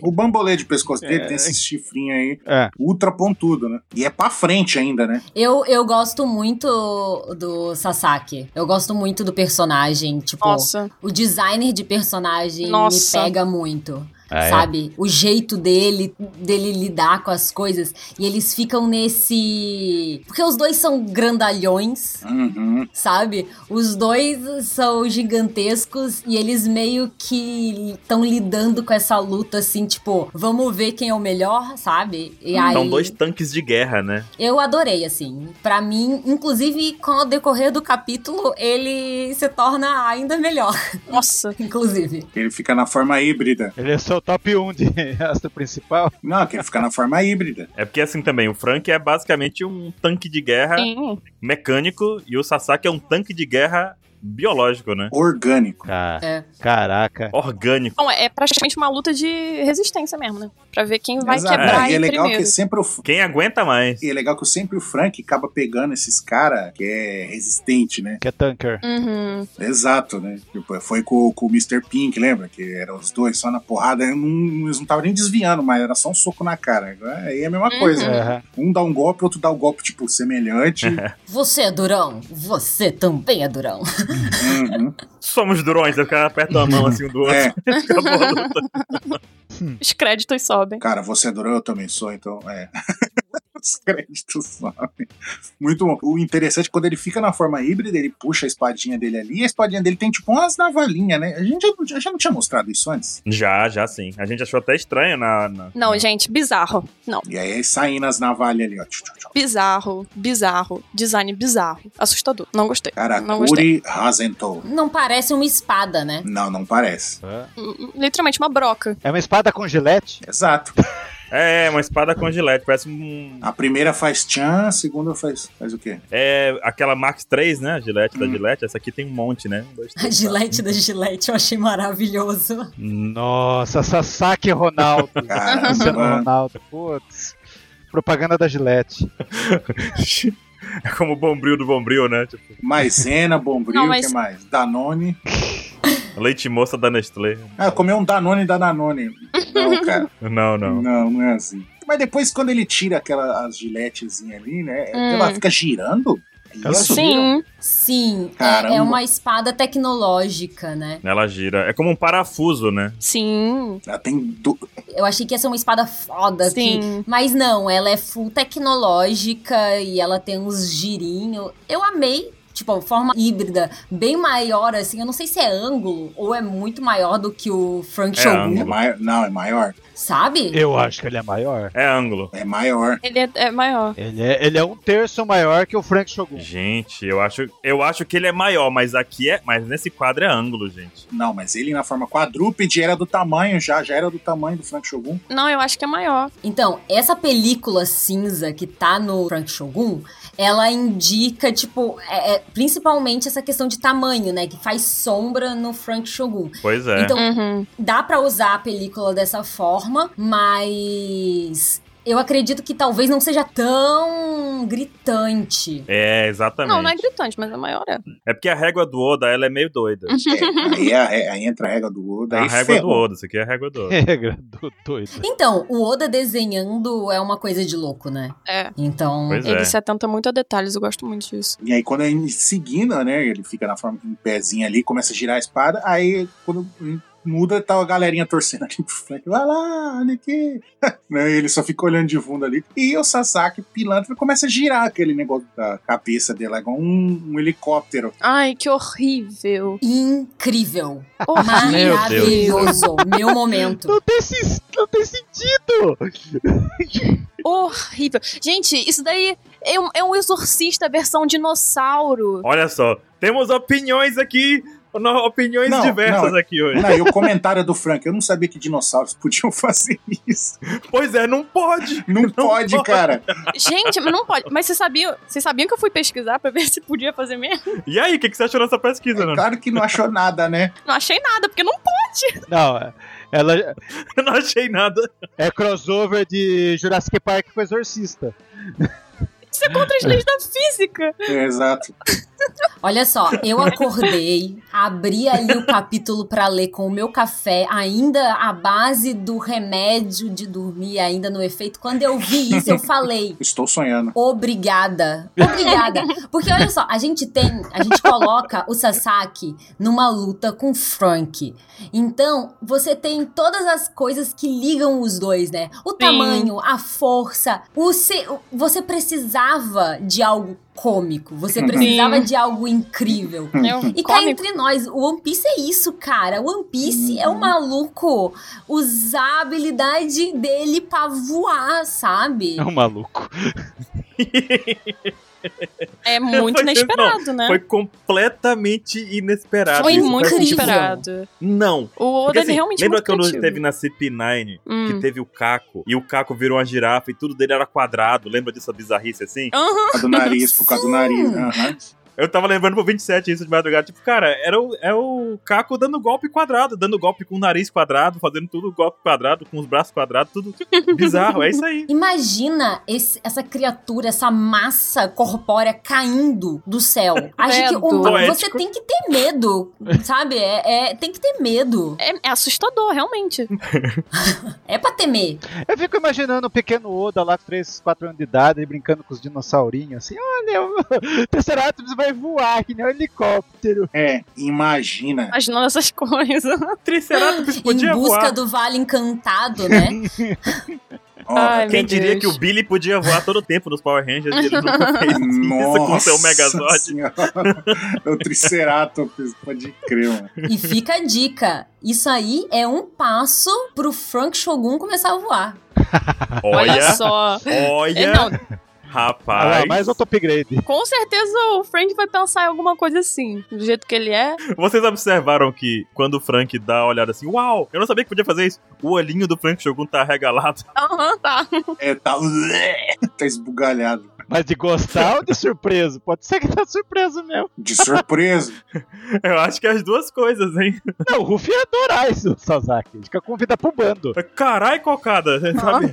[SPEAKER 4] O bambolê de pescoço dele
[SPEAKER 3] É.
[SPEAKER 4] tem esse chifrinho aí,
[SPEAKER 3] É.
[SPEAKER 4] ultra pontudo, né? E é pra frente ainda, né?
[SPEAKER 5] Eu, eu gosto muito do Sasaki. Eu gosto muito do personagem. Tipo,
[SPEAKER 2] Nossa.
[SPEAKER 5] o designer de personagem
[SPEAKER 2] Nossa.
[SPEAKER 5] me pega muito.
[SPEAKER 7] Ah, é?
[SPEAKER 5] sabe? O jeito dele, dele lidar com as coisas. E eles ficam nesse. Porque os dois são grandalhões,
[SPEAKER 4] Uhum.
[SPEAKER 5] sabe? Os dois são gigantescos e eles meio que estão lidando com essa luta assim, tipo, vamos ver quem é o melhor, sabe? E aí.
[SPEAKER 1] São Então, dois tanques de guerra, né?
[SPEAKER 5] Eu adorei, assim. Pra mim, inclusive, com o decorrer do capítulo, ele se torna ainda melhor,
[SPEAKER 2] Nossa.
[SPEAKER 5] inclusive.
[SPEAKER 4] Ele fica na forma híbrida.
[SPEAKER 3] Ele é só o top 1 de astro principal.
[SPEAKER 4] Não, que ele fica na forma híbrida.
[SPEAKER 1] É porque assim também, o Frank é basicamente um tanque de
[SPEAKER 4] É.
[SPEAKER 1] guerra
[SPEAKER 2] Sim.
[SPEAKER 1] mecânico e o Sasaki é um tanque de guerra biológico, né?
[SPEAKER 4] Orgânico.
[SPEAKER 7] Ca-
[SPEAKER 5] É.
[SPEAKER 3] Caraca.
[SPEAKER 1] Orgânico.
[SPEAKER 2] Bom, é praticamente uma luta de resistência mesmo, né? Pra ver quem vai
[SPEAKER 4] Exato.
[SPEAKER 2] quebrar
[SPEAKER 4] e é
[SPEAKER 2] ele
[SPEAKER 4] legal
[SPEAKER 2] primeiro.
[SPEAKER 4] que sempre o, F-
[SPEAKER 1] Quem aguenta mais?
[SPEAKER 4] e é legal que sempre o Frank acaba pegando esses caras que é resistente, né?
[SPEAKER 3] Que é tanker.
[SPEAKER 2] Uhum.
[SPEAKER 4] Exato, né? Tipo, foi com, com o Mr. Pink, lembra? Que eram os dois só na porrada, eu não- eles não estavam nem desviando, mas era só um soco na cara. Agora, Aí é a mesma
[SPEAKER 2] Uhum.
[SPEAKER 4] coisa. né?
[SPEAKER 3] Aham.
[SPEAKER 4] Um dá um golpe, outro dá um golpe, tipo, semelhante.
[SPEAKER 5] Você é durão, você também é durão.
[SPEAKER 4] Uhum.
[SPEAKER 1] Somos durões, o cara aperta a mão assim um do outro.
[SPEAKER 4] É,
[SPEAKER 1] Acabou a luta.
[SPEAKER 2] Os créditos sobem.
[SPEAKER 4] cara, você adorou, eu também sou, então é. Os créditos sobem. Muito bom. O interessante é que quando ele fica na forma híbrida, ele puxa a espadinha dele ali, e a espadinha dele tem tipo umas navalinhas, né? A gente já, não- já não tinha mostrado isso antes.
[SPEAKER 1] Já, já sim. A gente achou até estranho na. na-
[SPEAKER 2] Não, gente, bizarro. Não,
[SPEAKER 4] E aí saindo as navalhas ali, ó. Tchau, tchau, tchau.
[SPEAKER 2] bizarro, bizarro. Design bizarro. Assustador. Não gostei.
[SPEAKER 4] Cara,
[SPEAKER 2] não gostei.
[SPEAKER 4] Kuri Hazentou.
[SPEAKER 5] Não parece uma espada, né?
[SPEAKER 4] Não, não parece.
[SPEAKER 2] Hum, Literalmente uma broca.
[SPEAKER 3] É uma espada com gilete?
[SPEAKER 4] Exato.
[SPEAKER 1] É, uma espada com gilete. Parece um.
[SPEAKER 4] A primeira faz tchan, a segunda faz. Faz o quê?
[SPEAKER 1] É aquela Max 3, né? Gilete da
[SPEAKER 4] Hum.
[SPEAKER 1] Gillette. Essa aqui tem um monte, né? Um, dois,
[SPEAKER 5] A
[SPEAKER 1] três,
[SPEAKER 5] gilete da gilete eu achei maravilhoso.
[SPEAKER 3] Nossa, Sasaki Ronaldo. Luciano
[SPEAKER 4] Caramba.
[SPEAKER 3] Ronaldo. Putz. Propaganda da gilete.
[SPEAKER 1] quatro. É como o bombril do bombril, né? Tipo,
[SPEAKER 4] Maisena, bombril,
[SPEAKER 2] Não,
[SPEAKER 4] o
[SPEAKER 2] mas-
[SPEAKER 4] que mais? Danone.
[SPEAKER 1] leite moça da Nestlé.
[SPEAKER 4] Ah, comeu um Danone da Danone. Não, cara.
[SPEAKER 1] Não,
[SPEAKER 4] não.
[SPEAKER 1] não.
[SPEAKER 4] não, é assim. Mas depois, quando ele tira aquela as giletezinhas ali, né?
[SPEAKER 2] Hum.
[SPEAKER 4] Ela fica girando? É
[SPEAKER 3] Ela
[SPEAKER 1] assim.
[SPEAKER 4] Isso?
[SPEAKER 2] Sim.
[SPEAKER 5] Sim,
[SPEAKER 4] Caramba.
[SPEAKER 5] é, é uma espada tecnológica, né?
[SPEAKER 1] Ela gira. É como um parafuso, né?
[SPEAKER 2] Sim.
[SPEAKER 4] Ela tem. Du... é
[SPEAKER 5] Eu achei que ia ser uma espada foda, que-
[SPEAKER 2] Sim.
[SPEAKER 5] Mas não, ela é full tecnológica e ela tem uns girinhos. Eu amei, tipo, forma híbrida, bem maior, assim. Eu não sei se é ângulo ou é muito maior do que o Frank
[SPEAKER 1] É
[SPEAKER 4] É
[SPEAKER 1] ângulo.
[SPEAKER 5] Shogun,
[SPEAKER 4] maior... Não, é maior.
[SPEAKER 5] sabe?
[SPEAKER 3] Eu acho que ele é maior.
[SPEAKER 1] É ângulo.
[SPEAKER 4] É maior.
[SPEAKER 2] Ele é, é maior.
[SPEAKER 3] Ele é, ele é um terço maior que o Frank Shogun.
[SPEAKER 1] Gente, eu acho, eu acho que ele é maior, mas aqui é. Mas nesse quadro é ângulo, gente.
[SPEAKER 4] Não, mas ele na forma quadrúpede era do tamanho já, já era do tamanho do Frank Shogun.
[SPEAKER 2] Não, eu acho que é maior.
[SPEAKER 5] Então, essa película cinza que tá no Frank Shogun, ela indica, tipo, é- é principalmente essa questão de tamanho, né? Que faz sombra no Frank Shogun.
[SPEAKER 1] Pois é.
[SPEAKER 5] Então,
[SPEAKER 2] Uhum.
[SPEAKER 5] dá pra usar a película dessa forma, mas eu acredito que talvez não seja tão gritante.
[SPEAKER 1] É, exatamente.
[SPEAKER 2] Não, não é gritante, mas é maior, é.
[SPEAKER 1] É porque a régua do Oda, ela é meio doida.
[SPEAKER 4] É, aí, a- é- aí entra a régua do Oda.
[SPEAKER 1] a
[SPEAKER 4] aí
[SPEAKER 1] régua
[SPEAKER 4] ferrou.
[SPEAKER 1] do Oda, isso aqui é a régua do Oda.
[SPEAKER 3] Regra do doido.
[SPEAKER 5] Então, o Oda desenhando é uma coisa de louco, né?
[SPEAKER 2] É.
[SPEAKER 5] Então,
[SPEAKER 1] Pois
[SPEAKER 2] Ele
[SPEAKER 1] é.
[SPEAKER 2] se atenta muito a detalhes, eu gosto muito disso.
[SPEAKER 4] E aí, é quando a gente seguindo, né? Ele fica na forma em pezinho ali, começa a girar a espada. Aí, quando muda, tá a galerinha torcendo ali pro Frank. Vai lá, olha aqui. Né, Ele só fica olhando de fundo ali. E o Sasaki, pilantra, começa a girar aquele negócio da cabeça dele, lá, igual um, um helicóptero.
[SPEAKER 2] Ai, que horrível.
[SPEAKER 5] Incrível.
[SPEAKER 2] Horrível.
[SPEAKER 1] é. Meu Deus.
[SPEAKER 5] Maravilhoso. Meu momento.
[SPEAKER 3] Não tem, sis- não tem sentido!
[SPEAKER 2] horrível. Gente, isso daí é um, é um exorcista versão dinossauro.
[SPEAKER 1] Olha só, temos opiniões aqui, no- opiniões
[SPEAKER 4] Não,
[SPEAKER 1] diversas
[SPEAKER 4] não.
[SPEAKER 1] aqui hoje.
[SPEAKER 4] Não, e o comentário do Frank, eu não sabia que dinossauros podiam fazer isso.
[SPEAKER 1] Pois é, não pode.
[SPEAKER 4] Não, pode,
[SPEAKER 1] pode.
[SPEAKER 4] cara.
[SPEAKER 2] Gente, mas não pode. Mas vocês sabiam, vocês sabiam que eu fui pesquisar pra ver se podia fazer mesmo?
[SPEAKER 1] E aí, o que, que você achou dessa pesquisa, Nando?
[SPEAKER 4] Claro que não achou nada, né?
[SPEAKER 2] Não achei nada, porque não pode.
[SPEAKER 3] Não, é- ela
[SPEAKER 1] Eu não achei nada.
[SPEAKER 3] é crossover de Jurassic Park com Exorcista.
[SPEAKER 2] Isso é contra as leis da física.
[SPEAKER 4] É, exato.
[SPEAKER 5] Olha só, eu acordei, abri ali o capítulo pra ler com o meu café, ainda à base do remédio de dormir, ainda no efeito. Quando eu vi isso, eu falei.
[SPEAKER 4] Estou sonhando.
[SPEAKER 5] Obrigada. Obrigada. Porque olha só, a gente tem, a gente coloca o Sasaki numa luta com o Frank. Então, você tem todas as coisas que ligam os dois, né? O tamanho, a força, o se, o- você precisava de algo cômico, você
[SPEAKER 4] Sim.
[SPEAKER 5] precisava de algo incrível.
[SPEAKER 2] É um
[SPEAKER 5] E cá
[SPEAKER 2] Come-
[SPEAKER 5] entre nós, o One Piece é isso, cara. O One Piece é um maluco usar a habilidade dele pra voar, sabe?
[SPEAKER 3] É um maluco.
[SPEAKER 2] É muito
[SPEAKER 1] Foi- não,
[SPEAKER 2] inesperado, né?
[SPEAKER 1] Foi completamente inesperado.
[SPEAKER 2] Foi
[SPEAKER 1] isso
[SPEAKER 2] muito
[SPEAKER 1] pra mim.
[SPEAKER 5] incrível.
[SPEAKER 2] inesperado.
[SPEAKER 1] Não.
[SPEAKER 2] O
[SPEAKER 1] Porque,
[SPEAKER 2] Oda ele
[SPEAKER 1] assim,
[SPEAKER 2] realmente é
[SPEAKER 1] lembra
[SPEAKER 2] muito
[SPEAKER 1] quando
[SPEAKER 2] criativo.
[SPEAKER 1] teve na CP9
[SPEAKER 2] Hum.
[SPEAKER 1] que teve o Caco e o Caco virou uma girafa e tudo dele era quadrado? Lembra dessa bizarrice assim?
[SPEAKER 2] Aham.
[SPEAKER 4] A do nariz, por causa do nariz. aham.
[SPEAKER 1] Eu tava lembrando pro 27 isso de madrugada. Tipo, cara, era o, é o Caco dando golpe quadrado, dando golpe com o nariz quadrado, fazendo tudo golpe quadrado, com os braços quadrados, tudo bizarro. É isso aí.
[SPEAKER 5] Imagina esse- essa criatura, essa massa corpórea caindo do céu. Acho que o-
[SPEAKER 1] Poético.
[SPEAKER 5] você tem que ter medo, sabe? É, é- tem que ter medo.
[SPEAKER 2] É, é assustador, realmente.
[SPEAKER 5] É pra temer.
[SPEAKER 3] Eu fico imaginando o pequeno Oda lá, 3, 4 anos de idade, aí brincando com os dinossaurinhos, assim, olha, o Tesseratops vai voar que nem um helicóptero.
[SPEAKER 4] É, imagina.
[SPEAKER 2] Imaginando essas coisas.
[SPEAKER 1] Triceratops
[SPEAKER 5] em
[SPEAKER 1] tipo, podia
[SPEAKER 5] busca
[SPEAKER 1] voar.
[SPEAKER 5] do vale encantado, né?
[SPEAKER 4] Ó,
[SPEAKER 2] Ai,
[SPEAKER 1] Quem
[SPEAKER 2] meu
[SPEAKER 1] diria
[SPEAKER 2] Deus.
[SPEAKER 1] que o Billy podia voar todo o tempo nos Power Rangers e ele nunca fez isso com
[SPEAKER 4] Nossa
[SPEAKER 1] seu Megazord?
[SPEAKER 4] Senhora. É o Triceratops, pode crer, mano.
[SPEAKER 5] e fica a dica. Isso aí é um passo pro Frank Shogun começar a voar.
[SPEAKER 1] Olha,
[SPEAKER 2] Olha só. É,
[SPEAKER 1] olha,
[SPEAKER 2] não,
[SPEAKER 1] rapaz.
[SPEAKER 3] Ah, mais outro upgrade.
[SPEAKER 2] com certeza o Frank vai pensar em alguma coisa assim. Do jeito que ele é.
[SPEAKER 1] Vocês observaram que quando o Frank dá a olhada assim, uau, eu não sabia que podia fazer isso, o olhinho do Frank Shogun tá regalado.
[SPEAKER 2] Aham, tá.
[SPEAKER 4] É, tá, tá esbugalhado.
[SPEAKER 3] Mas de gostar ou de surpreso? Pode ser que tá surpreso mesmo.
[SPEAKER 4] De surpresa.
[SPEAKER 1] Eu acho que é as duas coisas, hein?
[SPEAKER 3] Não, o Ruff ia adorar isso, Sasaki. Fica convida pro bando.
[SPEAKER 1] Carai, cocada, sabe?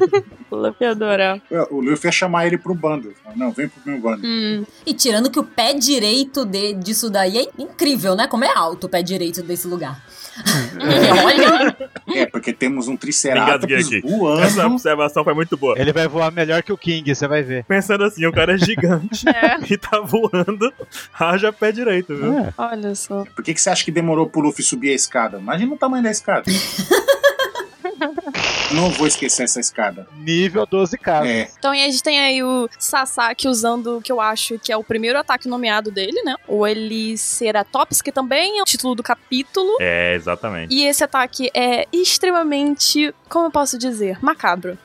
[SPEAKER 2] Lapiadora.
[SPEAKER 4] O Luffy ia chamar ele pro bando. Fala, Não, vem pro meu bando.
[SPEAKER 2] Hum.
[SPEAKER 5] E tirando que o pé direito de- disso daí é incrível, né? Como é alto o pé direito desse lugar. Olha,
[SPEAKER 4] É, porque temos um
[SPEAKER 1] Me
[SPEAKER 4] Triceratops
[SPEAKER 1] engasguei aqui. Essa
[SPEAKER 4] voando.
[SPEAKER 1] observação foi muito boa.
[SPEAKER 3] Ele vai voar melhor que o King, você vai ver.
[SPEAKER 1] Pensando assim, o cara é gigante
[SPEAKER 2] É,
[SPEAKER 1] e tá voando, raja pé direito, viu?
[SPEAKER 3] É.
[SPEAKER 2] olha só.
[SPEAKER 4] Por que, que você acha que demorou pro Luffy subir a escada? Imagina o tamanho da escada. Não vou esquecer essa escada.
[SPEAKER 3] Nível 12 casas.
[SPEAKER 4] É,
[SPEAKER 2] Então, e a gente tem aí o Sasaki usando o que eu acho que é o primeiro ataque nomeado dele, né? O Eliceratops, que também é o título do capítulo.
[SPEAKER 1] É, exatamente.
[SPEAKER 2] E esse ataque é extremamente, como eu posso dizer, macabro.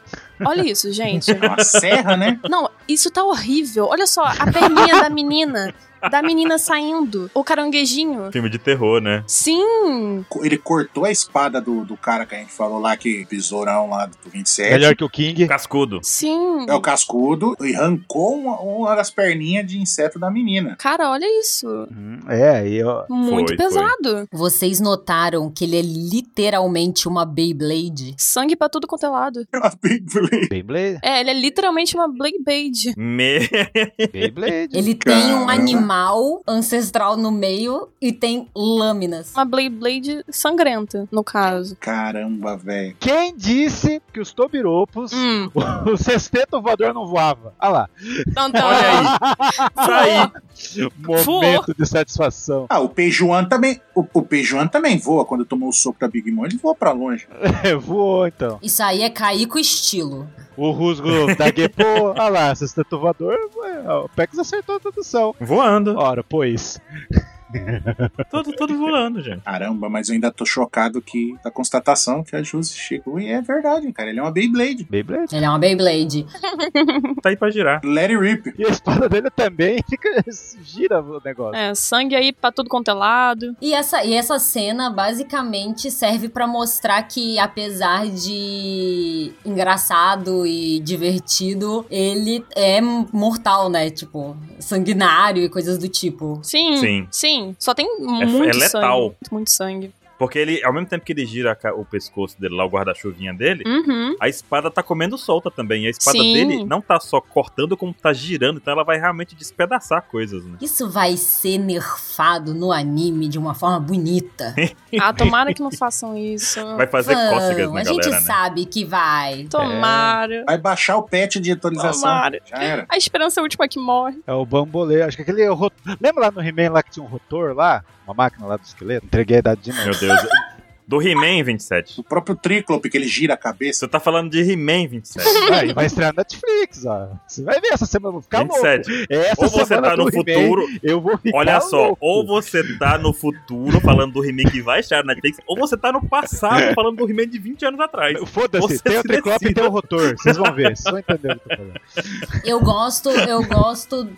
[SPEAKER 2] Olha isso, gente.
[SPEAKER 4] é uma serra, né?
[SPEAKER 2] Não, isso tá horrível. Olha só, a perninha da menina. Da menina saindo. O caranguejinho.
[SPEAKER 1] Filme de terror, né?
[SPEAKER 2] Sim!
[SPEAKER 4] Co- Ele cortou a espada do, do cara que a gente falou lá, que besourão lá do 27.
[SPEAKER 3] Melhor que o King.
[SPEAKER 1] Cascudo.
[SPEAKER 2] Sim!
[SPEAKER 4] É o cascudo e arrancou uma, uma das perninhas de inseto da menina.
[SPEAKER 2] Cara, olha isso.
[SPEAKER 3] Hum, É, aí, ó.
[SPEAKER 2] Muito
[SPEAKER 1] foi.
[SPEAKER 2] pesado.
[SPEAKER 5] Vocês notaram que ele é literalmente uma Beyblade?
[SPEAKER 2] Sangue pra tudo quanto é lado.
[SPEAKER 4] Ela bem-
[SPEAKER 3] Beyblade.
[SPEAKER 2] É, ele é literalmente uma Blade Blade.
[SPEAKER 1] Me...
[SPEAKER 3] Beyblade.
[SPEAKER 5] Ele tem um
[SPEAKER 4] Caramba.
[SPEAKER 5] normal, ancestral no meio e tem lâminas.
[SPEAKER 2] Uma Blade Blade sangrenta, no caso.
[SPEAKER 4] Caramba, velho.
[SPEAKER 3] Quem disse que os tobiropos,
[SPEAKER 2] Hum,
[SPEAKER 3] o sexteto voador não voava? Ah lá.
[SPEAKER 2] então, então,
[SPEAKER 1] Olha aí. Tá
[SPEAKER 3] Momento de satisfação.
[SPEAKER 4] Ah, o Pejuan também. O, o Pejuan também voa. Quando tomou o soco da Big Mom, ele voa pra longe.
[SPEAKER 3] É, voou então.
[SPEAKER 5] Isso aí é cair com estilo.
[SPEAKER 3] O rusgo da Gepo, ah lá, sexteto voador, é, o Pex acertou a tradução.
[SPEAKER 1] aí. Voando.
[SPEAKER 3] Ora, pois.
[SPEAKER 1] Todo, todo voando, gente.
[SPEAKER 4] Caramba, mas eu ainda tô chocado que da constatação que a Jus chegou. E é verdade, cara. Ele é uma Beyblade.
[SPEAKER 3] Beyblade.
[SPEAKER 5] Ele é uma Beyblade.
[SPEAKER 1] Tá aí pra girar.
[SPEAKER 4] Let it rip.
[SPEAKER 3] E a espada dele também fica. gira o negócio.
[SPEAKER 2] é, sangue aí pra tudo quanto é lado.
[SPEAKER 5] E essa, e essa cena basicamente serve pra mostrar que, apesar de engraçado e divertido, ele é mortal, né? Tipo, sanguinário e coisas do tipo.
[SPEAKER 2] Sim.
[SPEAKER 1] Sim.
[SPEAKER 2] Sim, só tem
[SPEAKER 1] É,
[SPEAKER 2] muito
[SPEAKER 1] é letal.
[SPEAKER 2] sangue. Muito sangue.
[SPEAKER 1] Porque ele, ao mesmo tempo que ele gira a ca- o pescoço dele lá, o guarda-chuvinha dele,
[SPEAKER 2] Uhum.
[SPEAKER 1] a espada tá comendo solta também. E a espada
[SPEAKER 2] Sim.
[SPEAKER 1] dele não tá só cortando, como tá girando. Então ela vai realmente despedaçar coisas, né?
[SPEAKER 5] Isso vai ser nerfado no anime de uma forma bonita.
[SPEAKER 2] Ah, tomara que não façam isso.
[SPEAKER 1] Vai fazer
[SPEAKER 5] Vão,
[SPEAKER 1] cócegas na
[SPEAKER 5] a gente
[SPEAKER 1] galera, né?
[SPEAKER 5] sabe que vai.
[SPEAKER 2] Tomara.
[SPEAKER 4] Vai baixar o patch de atualização.
[SPEAKER 2] Tomara.
[SPEAKER 4] Já era.
[SPEAKER 2] A esperança é a última que morre.
[SPEAKER 3] É o bambolê. Acho que aquele. rot- Lembra lá no He-Man lá que tinha um rotor lá? Uma máquina lá do esqueleto? Entreguei a idade de novo.
[SPEAKER 1] Meu Deus. Do He-Man 27.
[SPEAKER 4] O próprio Triclope que ele gira a cabeça.
[SPEAKER 1] Você tá falando de He-Man 27.
[SPEAKER 3] Aí vai estrear na Netflix, ó. Você vai ver essa semana, eu vou ficar louco. É
[SPEAKER 1] 27.
[SPEAKER 3] Essa
[SPEAKER 1] Ou você
[SPEAKER 3] semana
[SPEAKER 1] tá no
[SPEAKER 3] do He-Man,
[SPEAKER 1] futuro.
[SPEAKER 3] Eu vou ficar
[SPEAKER 1] Olha só,
[SPEAKER 3] louco.
[SPEAKER 1] ou você tá no futuro falando do He-Man que vai estar na Netflix, ou você tá no passado falando do He-Man de 20 anos atrás.
[SPEAKER 3] Foda-se,
[SPEAKER 1] Você
[SPEAKER 3] tem o
[SPEAKER 1] se
[SPEAKER 3] triclope e
[SPEAKER 1] decida.
[SPEAKER 3] tem o rotor. Vocês vão ver, vocês vão entender o que eu tô falando.
[SPEAKER 5] Eu gosto, eu gosto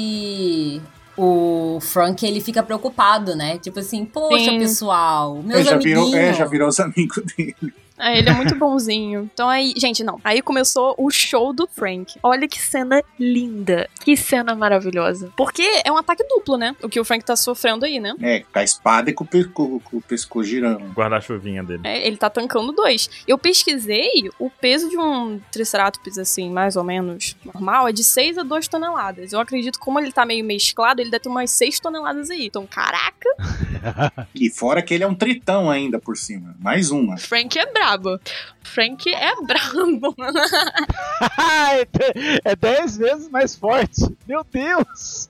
[SPEAKER 5] que o Frank ele fica preocupado, né? Tipo assim, poxa,
[SPEAKER 2] Sim.
[SPEAKER 5] pessoal, meus
[SPEAKER 4] Ele já
[SPEAKER 5] amiguinhos.
[SPEAKER 4] virou, é, já virou os amigos dele.
[SPEAKER 2] É, ele é muito bonzinho. Então aí, gente, não. Aí começou o show do Frank. Olha que cena linda. Que cena maravilhosa. Porque é um ataque duplo, né? O que o Frank tá sofrendo aí, né?
[SPEAKER 4] É, com a espada e com o, pe- com- com o pescoço girando.
[SPEAKER 1] Guarda-chuvinha dele.
[SPEAKER 2] É, ele tá tancando dois. Eu pesquisei, o peso de um Triceratops, assim, mais ou menos normal, é de 6 a 2 toneladas. Eu acredito que como ele tá meio mesclado, ele deve ter umas 6 toneladas aí. Então, caraca,
[SPEAKER 4] E fora que ele é um tritão ainda por cima. Mais uma.
[SPEAKER 2] Frank é brabo. Frank é brabo.
[SPEAKER 3] É de- é 10 vezes mais forte. Meu Deus!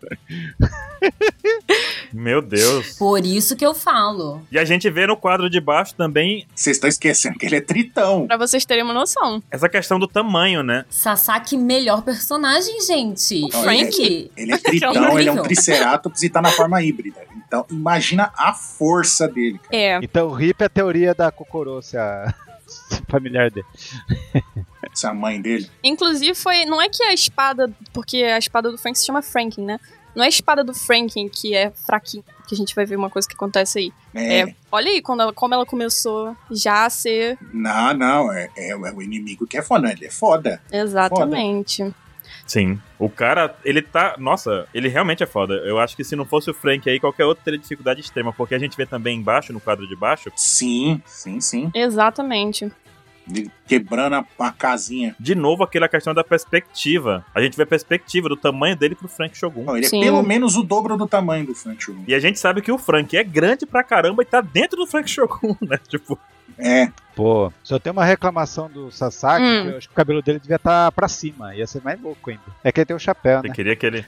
[SPEAKER 1] Meu Deus.
[SPEAKER 5] Por isso que eu falo.
[SPEAKER 1] E a gente vê no quadro de baixo também
[SPEAKER 4] Vocês estão esquecendo que ele é tritão.
[SPEAKER 2] pra vocês terem uma noção.
[SPEAKER 1] essa questão do tamanho, né?
[SPEAKER 5] Sasaki, melhor personagem, gente.
[SPEAKER 2] O
[SPEAKER 5] Frank.
[SPEAKER 4] Ele é tritão, ele é um triceratops e tá na forma híbrida. Então, imagina a força dele. cara.
[SPEAKER 2] É.
[SPEAKER 3] Então, RIP é a teoria da Kokoro, se a familiar dele.
[SPEAKER 4] Essa mãe dele.
[SPEAKER 2] Inclusive, foi. Não é que a espada. Porque a espada do Frank se chama Franken, né? Não é a espada do Franken que é fraquinha. Que a gente vai ver uma coisa que acontece aí.
[SPEAKER 4] É,
[SPEAKER 2] É. Olha aí quando ela- como ela começou já a ser.
[SPEAKER 4] Não, não. É, é- é o inimigo que é foda. Ele é foda.
[SPEAKER 2] Exatamente.
[SPEAKER 1] Sim. O cara, ele tá. Nossa, ele realmente é foda. Eu acho que se não fosse o Frank aí, qualquer outro teria dificuldade extrema. Porque a gente vê também embaixo, no quadro de baixo,
[SPEAKER 4] Sim, sim, sim.
[SPEAKER 2] Exatamente.
[SPEAKER 4] Ele quebrando a, a casinha.
[SPEAKER 1] de novo aquela questão da perspectiva. A gente vê a perspectiva do tamanho dele pro Frank Shogun.
[SPEAKER 4] Não, ele
[SPEAKER 2] Sim.
[SPEAKER 4] é pelo menos o dobro do tamanho do Frank Shogun.
[SPEAKER 1] E a gente sabe que o Frank é grande pra caramba e tá dentro do Frank Shogun, né? Tipo,
[SPEAKER 4] É,
[SPEAKER 3] Pô, só tem uma reclamação do Sasaki,
[SPEAKER 2] Hum.
[SPEAKER 3] que eu acho que o cabelo dele devia estar pra cima, ia ser mais louco ainda. É que ele tem o chapéu,
[SPEAKER 1] eu
[SPEAKER 3] né?
[SPEAKER 1] queria que ele.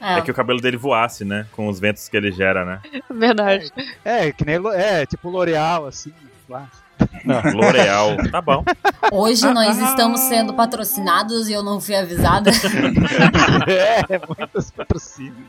[SPEAKER 5] É.
[SPEAKER 1] É que o cabelo dele voasse, né? Com os ventos que ele gera, né?
[SPEAKER 2] Verdade.
[SPEAKER 3] É, que nem, lo- é, tipo L'Oreal, assim, lá.
[SPEAKER 1] L'Oreal. Tá bom.
[SPEAKER 4] Ah,
[SPEAKER 5] Hoje nós estamos sendo patrocinados e eu não fui avisada.
[SPEAKER 3] é, muitos patrocínios.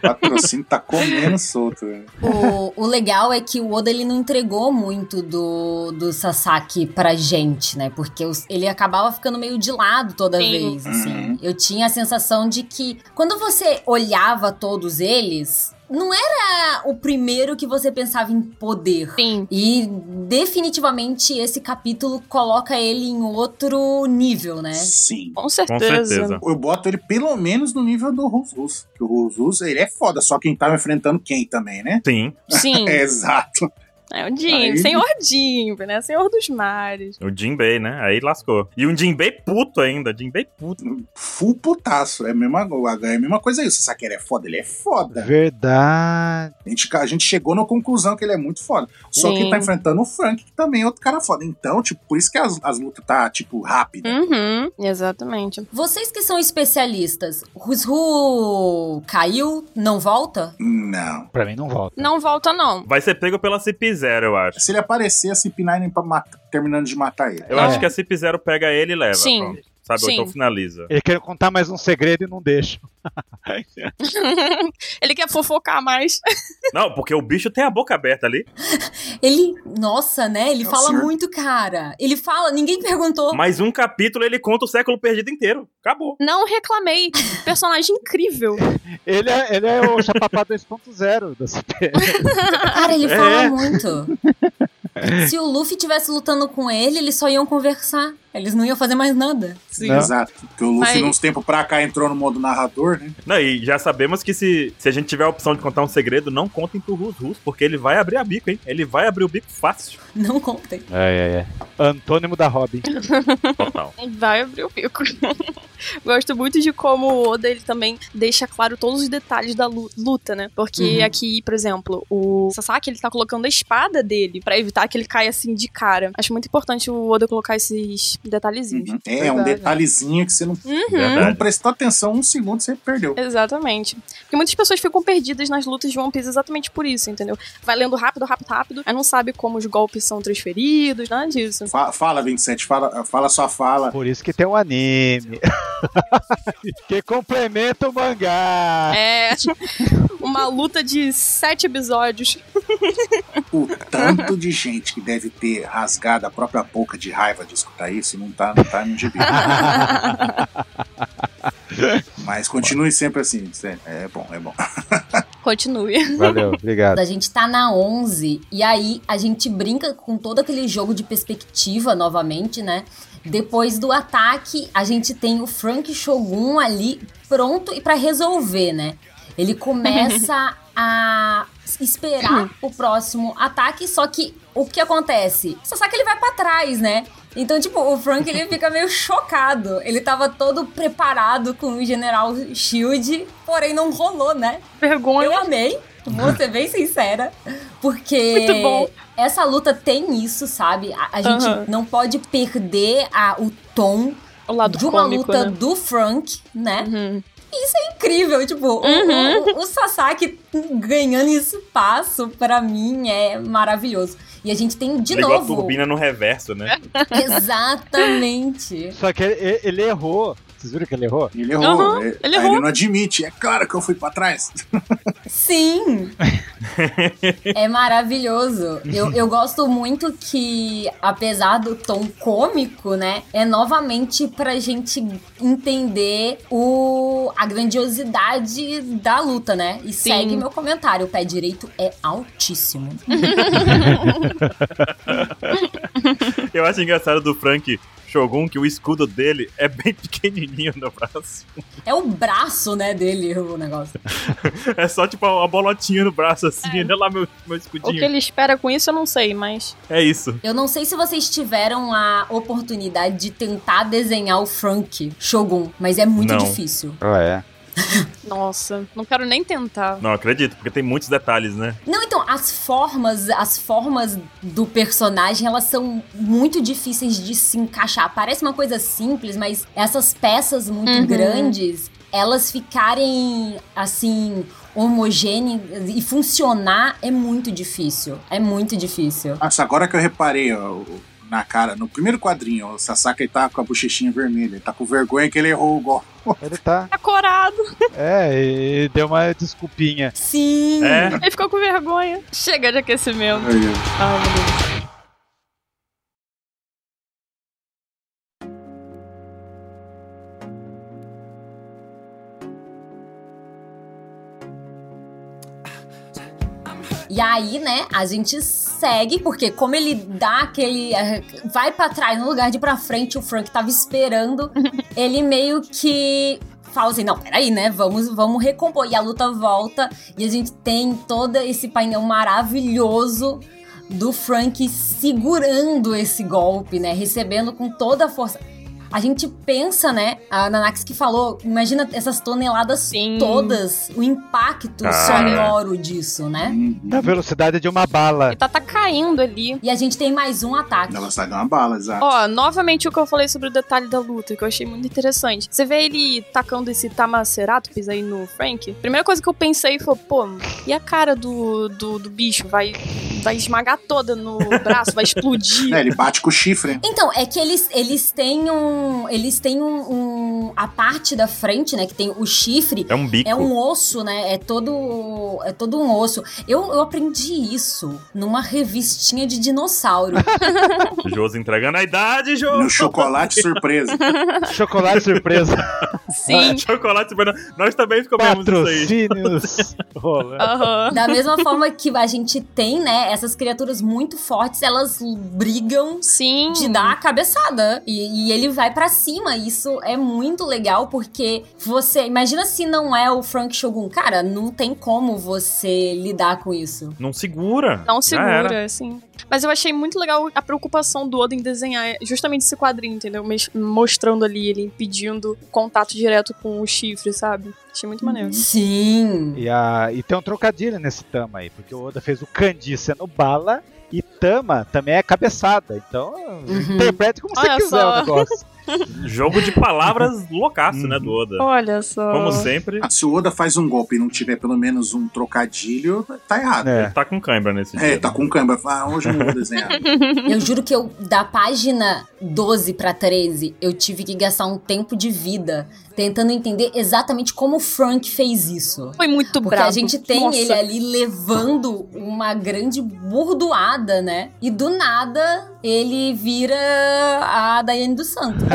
[SPEAKER 4] patrocínio tá comendo solto. velho.
[SPEAKER 5] O, o legal é que o Oda ele não entregou muito do, do Sasaki pra gente, né? Porque os- ele acabava ficando meio de lado toda
[SPEAKER 2] Sim.
[SPEAKER 5] vez, assim.
[SPEAKER 4] Uhum.
[SPEAKER 5] Eu tinha a sensação de que quando você olhava todos eles, não era o primeiro que você pensava em poder.
[SPEAKER 2] Sim.
[SPEAKER 5] E definitivamente esse capítulo coloca ele em outro nível,
[SPEAKER 4] É.
[SPEAKER 5] né?
[SPEAKER 4] Sim.
[SPEAKER 2] Com
[SPEAKER 1] Com
[SPEAKER 2] certeza.
[SPEAKER 1] certeza.
[SPEAKER 4] Eu boto ele pelo menos no nível do Rusus. Que o Rusus, ele é foda, só quem tava enfrentando quem também, né?
[SPEAKER 1] Sim.
[SPEAKER 2] Sim.
[SPEAKER 4] Exato.
[SPEAKER 2] É o Jim,
[SPEAKER 4] Aí-
[SPEAKER 2] senhor Jim, né? Senhor dos mares.
[SPEAKER 1] O Jinbei, né? Aí lascou. E um Jinbei puto ainda. Jinbei puto.
[SPEAKER 4] Full putaço. É a mesma, é a mesma coisa isso. O Saquera é foda, ele é foda.
[SPEAKER 3] Verdade.
[SPEAKER 4] A gente, a gente chegou na conclusão que ele é muito foda. Só
[SPEAKER 2] Sim.
[SPEAKER 4] que tá enfrentando o Frank, que também é outro cara foda. Então, tipo, por isso que as, as lutas tá, tipo, rápida.
[SPEAKER 2] Uhum, exatamente.
[SPEAKER 5] Vocês que são especialistas, Rusru caiu, não volta?
[SPEAKER 4] Não.
[SPEAKER 3] Pra mim não volta.
[SPEAKER 2] Não volta, não.
[SPEAKER 1] Vai ser pego pela CP0, eu acho.
[SPEAKER 4] Se ele aparecer, a Cip9 pra matar- terminando de matar ele.
[SPEAKER 1] Eu
[SPEAKER 3] É.
[SPEAKER 1] acho que a CP0 pega ele e leva.
[SPEAKER 2] Sim.
[SPEAKER 1] pronto. Sabe? Ou
[SPEAKER 2] Sim.
[SPEAKER 1] então finaliza.
[SPEAKER 3] Ele quer contar mais um segredo e não deixa.
[SPEAKER 2] Ele quer fofocar mais.
[SPEAKER 1] Não, porque o bicho tem a boca aberta ali.
[SPEAKER 5] Ele, nossa, né? Ele
[SPEAKER 4] É o
[SPEAKER 5] fala
[SPEAKER 4] senhor.
[SPEAKER 5] muito, cara. Ele fala, ninguém perguntou.
[SPEAKER 1] Mas um capítulo ele conta o século perdido inteiro. Acabou.
[SPEAKER 2] Não reclamei. Personagem incrível.
[SPEAKER 3] Ele é, ele é o Chapapá 2.0 da CP.
[SPEAKER 5] Cara, ele fala
[SPEAKER 1] É.
[SPEAKER 5] muito. Se o Luffy tivesse lutando com ele, eles só iam conversar. Eles não iam fazer mais nada.
[SPEAKER 3] Não.
[SPEAKER 4] Exato. Porque o Luffy,
[SPEAKER 2] Mas-
[SPEAKER 4] uns tempos pra cá, entrou no modo narrador, né?
[SPEAKER 1] Não, e já sabemos que se, se a gente tiver a opção de contar um segredo, não contem pro Rus Rus, porque ele vai abrir a bico, hein? Ele vai abrir o bico fácil.
[SPEAKER 5] Não contem.
[SPEAKER 3] É, é, é. Antônimo da Robin.
[SPEAKER 1] Total.
[SPEAKER 2] Vai abrir o bico. Gosto muito de como o Oda ele também deixa claro todos os detalhes da lu- luta, né? Porque
[SPEAKER 5] Uhum.
[SPEAKER 2] aqui, por exemplo, o Sasaki ele tá colocando a espada dele pra evitar que ele caia assim de cara. Acho muito importante o Oda colocar esses detalhezinhos.
[SPEAKER 4] Uhum. É, um
[SPEAKER 2] Verdade.
[SPEAKER 4] detalhezinho que você não,
[SPEAKER 2] Uhum.
[SPEAKER 1] Verdade.
[SPEAKER 4] não prestou atenção um segundo, você perdeu.
[SPEAKER 2] Exatamente. Porque muitas pessoas ficam perdidas nas lutas de One Piece exatamente por isso, entendeu? Vai lendo rápido, rápido, rápido, aí não sabe como os golpes são transferidos, nada disso.
[SPEAKER 4] Fa- Fala, 27, fala, fala sua fala.
[SPEAKER 3] Por isso que tem um anime. que complementa o mangá.
[SPEAKER 2] É uma luta de sete episódios.
[SPEAKER 4] O tanto de gente que deve ter rasgado a própria boca de raiva de escutar isso, não tá, não tá no gibi. Mas continue sempre assim, sério. é bom, é bom.
[SPEAKER 2] Continue.
[SPEAKER 3] Valeu, obrigado.
[SPEAKER 5] A gente tá na 11 e aí a gente brinca com todo aquele jogo de perspectiva novamente, né? Depois do ataque, a gente tem o Frank Shogun ali pronto e pra resolver, né? Ele começa a esperar o próximo ataque, só que o que acontece? Só sabe que ele vai pra trás, né? Então, tipo, o Frank ele fica meio chocado. Ele tava todo preparado com o General Shield, porém não rolou, né?
[SPEAKER 2] Vergonha.
[SPEAKER 5] Eu amei, vou ser bem sincera, porque
[SPEAKER 2] Muito bom.
[SPEAKER 5] essa luta tem isso, sabe? A, a gente
[SPEAKER 2] Aham.
[SPEAKER 5] não pode perder a- o tom
[SPEAKER 2] O lado
[SPEAKER 5] de uma
[SPEAKER 2] cômico,
[SPEAKER 5] luta
[SPEAKER 2] né?
[SPEAKER 5] do Frank, né?
[SPEAKER 2] Uhum.
[SPEAKER 5] Incrível, tipo, o-
[SPEAKER 2] Uhum.
[SPEAKER 5] o, o Sasaki ganhando espaço, pra mim, é maravilhoso. E a gente tem de
[SPEAKER 1] Ele é igual a
[SPEAKER 5] novo.
[SPEAKER 1] turbina no reverso, né?
[SPEAKER 5] Exatamente.
[SPEAKER 3] Só que ele, ele errou. Vocês viram que ele errou?
[SPEAKER 4] Ele errou,
[SPEAKER 2] Aham,
[SPEAKER 4] ele,
[SPEAKER 2] ele
[SPEAKER 4] aí
[SPEAKER 2] errou.
[SPEAKER 4] ele não admite. É claro que eu fui pra trás.
[SPEAKER 5] Sim! é maravilhoso. Eu, eu gosto muito que, apesar do tom cômico, né? É novamente pra gente entender o, a grandiosidade da luta, né? E
[SPEAKER 2] Sim.
[SPEAKER 5] segue meu comentário. O pé direito é altíssimo.
[SPEAKER 1] Eu acho engraçado do Frank Shogun que o escudo dele é bem pequenininho no braço.
[SPEAKER 5] É o braço, né, dele o negócio.
[SPEAKER 1] É só tipo uma bolotinha no braço assim,
[SPEAKER 5] É.
[SPEAKER 1] olha lá meu, meu
[SPEAKER 2] O que
[SPEAKER 1] escudinho.
[SPEAKER 2] ele espera com isso, eu não sei, mas.
[SPEAKER 1] É isso.
[SPEAKER 5] Eu não sei se vocês tiveram a oportunidade de tentar desenhar o Frank Shogun, mas é muito
[SPEAKER 1] Não.
[SPEAKER 5] difícil.
[SPEAKER 3] é.
[SPEAKER 2] Nossa, não quero nem tentar.
[SPEAKER 1] Não acredito, porque tem muitos detalhes, né?
[SPEAKER 5] Não, então, as formas, as formas do personagem, elas são muito difíceis de se encaixar. Parece uma coisa simples, mas essas peças muito
[SPEAKER 2] Uhum.
[SPEAKER 5] grandes, elas ficarem assim homogêneas e funcionar é muito difícil. É muito difícil.
[SPEAKER 4] Nossa, agora que eu reparei, ó, o- na cara, no primeiro quadrinho, o Sasaka ele tá com a bochechinha vermelha. Ele tá com vergonha que ele errou o gol.
[SPEAKER 3] Ele tá.
[SPEAKER 2] Tá corado.
[SPEAKER 3] É, e deu uma desculpinha.
[SPEAKER 5] Sim.
[SPEAKER 1] É.
[SPEAKER 2] Ele ficou com vergonha. Chega de aquecimento. Ah, meu Deus.
[SPEAKER 5] E aí, né, a gente segue, porque como ele dá aquele. eh, Vai pra trás no lugar de ir pra frente, o Frank tava esperando. ele meio que. Fala assim, não, peraí, né? Vamos, vamos recompor. E a luta volta. E a gente tem todo esse painel maravilhoso do Frank segurando esse golpe, né? Recebendo com toda a força. A gente pensa, né? A Nanax que falou, imagina essas toneladas
[SPEAKER 2] Sim.
[SPEAKER 5] todas, o impacto
[SPEAKER 1] Ah.
[SPEAKER 5] sonoro disso, né?
[SPEAKER 4] Uhum.
[SPEAKER 3] Na velocidade de uma bala.
[SPEAKER 2] E tá, tá caindo ali.
[SPEAKER 5] E a gente tem mais um ataque.
[SPEAKER 4] Ela sai de uma bala, exato.
[SPEAKER 2] Ó, novamente o que eu falei sobre o detalhe da luta, que eu achei muito interessante. Você vê ele tacando esse Tamaceratops aí no Frank. Primeira coisa que eu pensei foi, pô, e a cara do, do, do bicho? Vai, vai esmagar toda no braço, vai explodir.
[SPEAKER 4] É, ele bate com o chifre. né?
[SPEAKER 5] Então, é que eles, eles têm um. Eles têm um, um- A parte da frente, né? Que tem o chifre.
[SPEAKER 1] É um bico.
[SPEAKER 5] É um osso, né? É todo. É todo um osso. Eu, eu aprendi isso numa revistinha de dinossauro.
[SPEAKER 1] Josi entregando a idade, Josi.
[SPEAKER 4] No chocolate surpresa.
[SPEAKER 3] Chocolate surpresa.
[SPEAKER 2] Sim.
[SPEAKER 1] Chocolate banana. Nós também comemos isso aí.
[SPEAKER 3] Patrocínios. rolando.
[SPEAKER 2] Aham.
[SPEAKER 5] da mesma forma que a gente tem, né? Essas criaturas muito fortes, elas brigam
[SPEAKER 2] Sim.
[SPEAKER 5] de dar a cabeçada. E, e ele vai pra cima. Isso é muito legal, porque você. Imagina se não é o Frank Shogun. Cara, não tem como você lidar com isso.
[SPEAKER 1] Não segura.
[SPEAKER 2] Não
[SPEAKER 1] Já era.
[SPEAKER 2] segura, assim. Mas eu achei muito legal a preocupação do Oda em desenhar justamente esse quadrinho, entendeu? Mes- Mostrando ali, ele impedindo o contato direto com o chifre, sabe? Achei muito maneiro.
[SPEAKER 1] Uhum.
[SPEAKER 5] Sim.
[SPEAKER 3] E, a- e tem um trocadilho nesse Tama aí, porque o Oda fez o Kandi sendo bala e Tama também é cabeçada. Então, interprete como você
[SPEAKER 2] Uhum. Olha
[SPEAKER 3] quiser
[SPEAKER 2] só.
[SPEAKER 3] o negócio.
[SPEAKER 1] Jogo de palavras loucaço, né, do Oda.
[SPEAKER 2] Olha só.
[SPEAKER 1] Como sempre,
[SPEAKER 4] Ah, Se o Oda faz um golpe e não tiver pelo menos um trocadilho, tá errado.
[SPEAKER 3] É.
[SPEAKER 1] tá com cãibra nesse
[SPEAKER 4] É,
[SPEAKER 1] dia.
[SPEAKER 4] tá com câmera. Ah, hoje eu não vou desenhar.
[SPEAKER 5] Eu juro que eu, da página 12 pra 13, eu tive que gastar um tempo de vida tentando entender exatamente como o Frank fez isso.
[SPEAKER 2] Foi muito
[SPEAKER 5] Porque
[SPEAKER 2] bravo.
[SPEAKER 5] a gente tem
[SPEAKER 2] Nossa.
[SPEAKER 5] ele ali levando uma grande burdoada, né? E do nada ele vira a Daiane do Santo.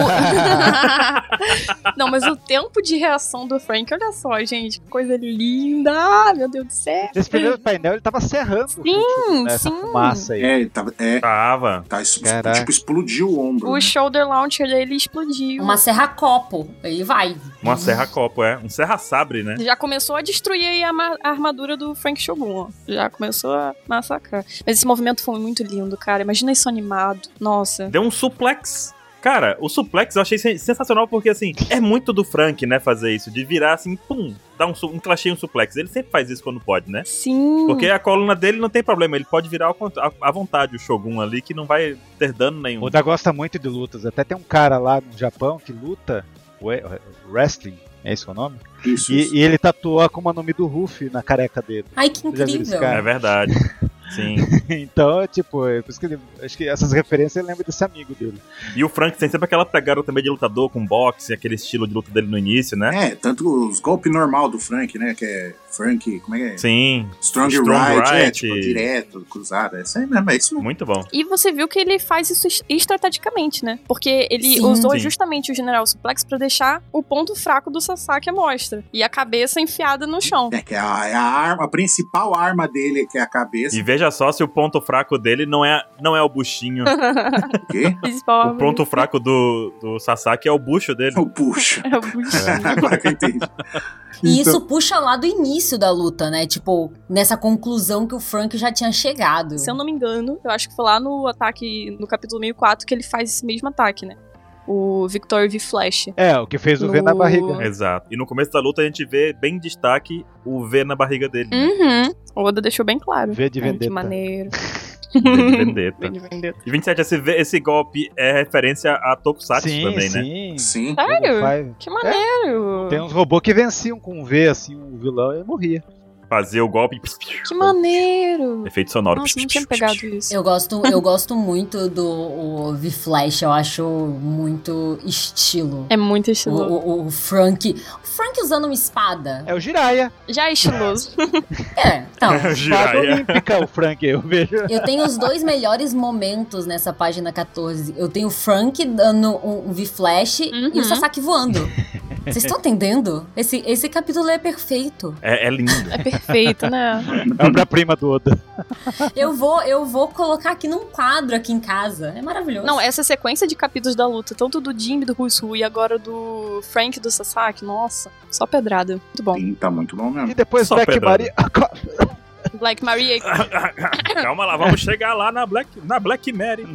[SPEAKER 2] Não, mas o tempo de reação do Frank, olha só, gente. Que coisa linda. Ah, Meu Deus do céu.
[SPEAKER 3] Nesse primeiro painel ele tava serrando o
[SPEAKER 2] Sim,
[SPEAKER 5] Hum,
[SPEAKER 3] Fuchu, né, essa
[SPEAKER 2] sim.
[SPEAKER 3] fumaça aí.
[SPEAKER 4] É, tá, é,
[SPEAKER 1] Tava.
[SPEAKER 4] tá es-
[SPEAKER 3] Caraca.
[SPEAKER 4] tipo, explodiu o ombro.
[SPEAKER 2] O
[SPEAKER 4] né?
[SPEAKER 2] shoulder launcher dele explodiu.
[SPEAKER 5] uma serra-copo. Ele vai.
[SPEAKER 1] Uma serra-copo, é. Um serra-sabre, né?
[SPEAKER 2] Já começou a destruir aí a, ma- a armadura do Frank Shogun, ó. Já começou a massacrar. Mas esse movimento foi muito lindo, cara. Imagina isso animado. Nossa.
[SPEAKER 1] Deu um suplex. Cara, o suplex eu achei sen- sensacional porque, assim, é muito do Frank, né, fazer isso. De virar, assim, pum, dar um, su- um clashei, um suplex. Ele sempre faz isso quando pode, né?
[SPEAKER 2] Sim.
[SPEAKER 1] Porque a coluna dele não tem problema. Ele pode virar ao cont- à à vontade o Shogun ali, que não vai ter dano nenhum.
[SPEAKER 3] O Oda gosta muito de lutas. Até tem um cara lá no Japão que luta ue- wrestling, é esse que é o nome?
[SPEAKER 4] Isso, isso.
[SPEAKER 3] E, e ele tatuou a Akuma no Mi do Ruffy na careca dele.
[SPEAKER 5] Ai, que
[SPEAKER 3] Eu já vi esse
[SPEAKER 5] incrível.
[SPEAKER 3] cara.
[SPEAKER 1] É verdade. Sim.
[SPEAKER 3] Então, é tipo, é por isso que ele, acho que essas referências ele lembra desse amigo dele.
[SPEAKER 1] E o Frank tem sempre aquela pegada também de lutador com boxe, aquele estilo de luta dele no início, né?
[SPEAKER 4] É, tanto os golpes normal do Frank, né? Que é Frank, como é que é?
[SPEAKER 1] Sim,
[SPEAKER 4] Strong,
[SPEAKER 1] Strong
[SPEAKER 4] right, é,
[SPEAKER 1] right.
[SPEAKER 4] tipo, direto, cruzada. É isso aí mesmo, é isso mesmo.
[SPEAKER 1] muito bom.
[SPEAKER 2] E você viu que ele faz isso es- estrategicamente, né? Porque ele
[SPEAKER 5] Sim.
[SPEAKER 2] usou
[SPEAKER 1] Sim.
[SPEAKER 2] justamente o General Suplex pra deixar o ponto fraco do Sasaki à mostra. E a cabeça enfiada no chão.
[SPEAKER 4] É que é a, é a arma, a principal arma dele, que é a cabeça.
[SPEAKER 1] E veja só se o ponto fraco dele não é, não é o buchinho.
[SPEAKER 4] quê?
[SPEAKER 2] Principal.
[SPEAKER 1] o ponto fraco do, do Sasaki é o bucho dele.
[SPEAKER 4] Eu puxo.
[SPEAKER 2] É o buchinho.
[SPEAKER 4] Agora que eu entendi.
[SPEAKER 5] E
[SPEAKER 4] Então,
[SPEAKER 5] isso puxa lá do início da luta, né? Tipo, nessa conclusão que o Frank já tinha chegado.
[SPEAKER 2] Se eu não me engano, eu acho que foi lá no ataque, no capítulo 64, que ele faz esse mesmo ataque, né? O Victor V Flash.
[SPEAKER 3] É, o que fez o V na
[SPEAKER 2] No-
[SPEAKER 3] barriga.
[SPEAKER 1] Exato. E no começo da luta a gente vê bem em destaque o V na barriga dele.
[SPEAKER 2] Uhum. O Oda deixou bem claro.
[SPEAKER 3] V de
[SPEAKER 2] Ai, que
[SPEAKER 3] vendetta.
[SPEAKER 2] maneiro.
[SPEAKER 1] V de vendetta.
[SPEAKER 2] Vende vendetta.
[SPEAKER 1] E 27, esse, V- esse golpe é referência a Tokusatsu
[SPEAKER 3] sim,
[SPEAKER 1] também, né?
[SPEAKER 3] sim.
[SPEAKER 4] Sim.
[SPEAKER 2] Sério?
[SPEAKER 3] Faz- É.
[SPEAKER 2] Que maneiro.
[SPEAKER 3] Tem uns robôs que venciam com um V, assim, o vilão e morria.
[SPEAKER 1] Fazer o golpe.
[SPEAKER 2] Que maneiro.
[SPEAKER 1] Efeito sonoro.
[SPEAKER 2] Nossa, não tinha pegado isso.
[SPEAKER 5] Eu gosto, eu gosto muito do o V-Flash, eu acho muito estilo.
[SPEAKER 2] É muito
[SPEAKER 5] O,
[SPEAKER 2] estiloso.
[SPEAKER 5] o- o Frank. O Frank usando uma espada.
[SPEAKER 3] É o Jiraiya.
[SPEAKER 2] Já é estiloso.
[SPEAKER 5] É, então.
[SPEAKER 3] Espada
[SPEAKER 1] Jiraiya.
[SPEAKER 3] olímpica, o Frank, eu vejo. É
[SPEAKER 5] Eu tenho os dois melhores momentos nessa página 14. Eu tenho o Frank dando um, um V-Flash e
[SPEAKER 2] Uhum.
[SPEAKER 5] o Sasaki voando. Vocês estão entendendo? Esse, esse capítulo é perfeito.
[SPEAKER 1] É, é lindo.
[SPEAKER 2] É perfeito, né?
[SPEAKER 3] É a obra-prima do Oda.
[SPEAKER 5] Eu vou, eu vou colocar aqui num quadro aqui em casa. É maravilhoso.
[SPEAKER 2] Não, essa sequência de capítulos da luta, tanto do Jimmy, do Russo e agora do Frank, do Sasaki, nossa, só pedrada. Muito bom.
[SPEAKER 4] Sim, tá muito bom mesmo.
[SPEAKER 3] E depois
[SPEAKER 1] Só
[SPEAKER 3] Black
[SPEAKER 1] pedrada.
[SPEAKER 3] Maria.
[SPEAKER 2] Black Maria.
[SPEAKER 1] Calma lá, vamos chegar lá na Black, na Black Mary.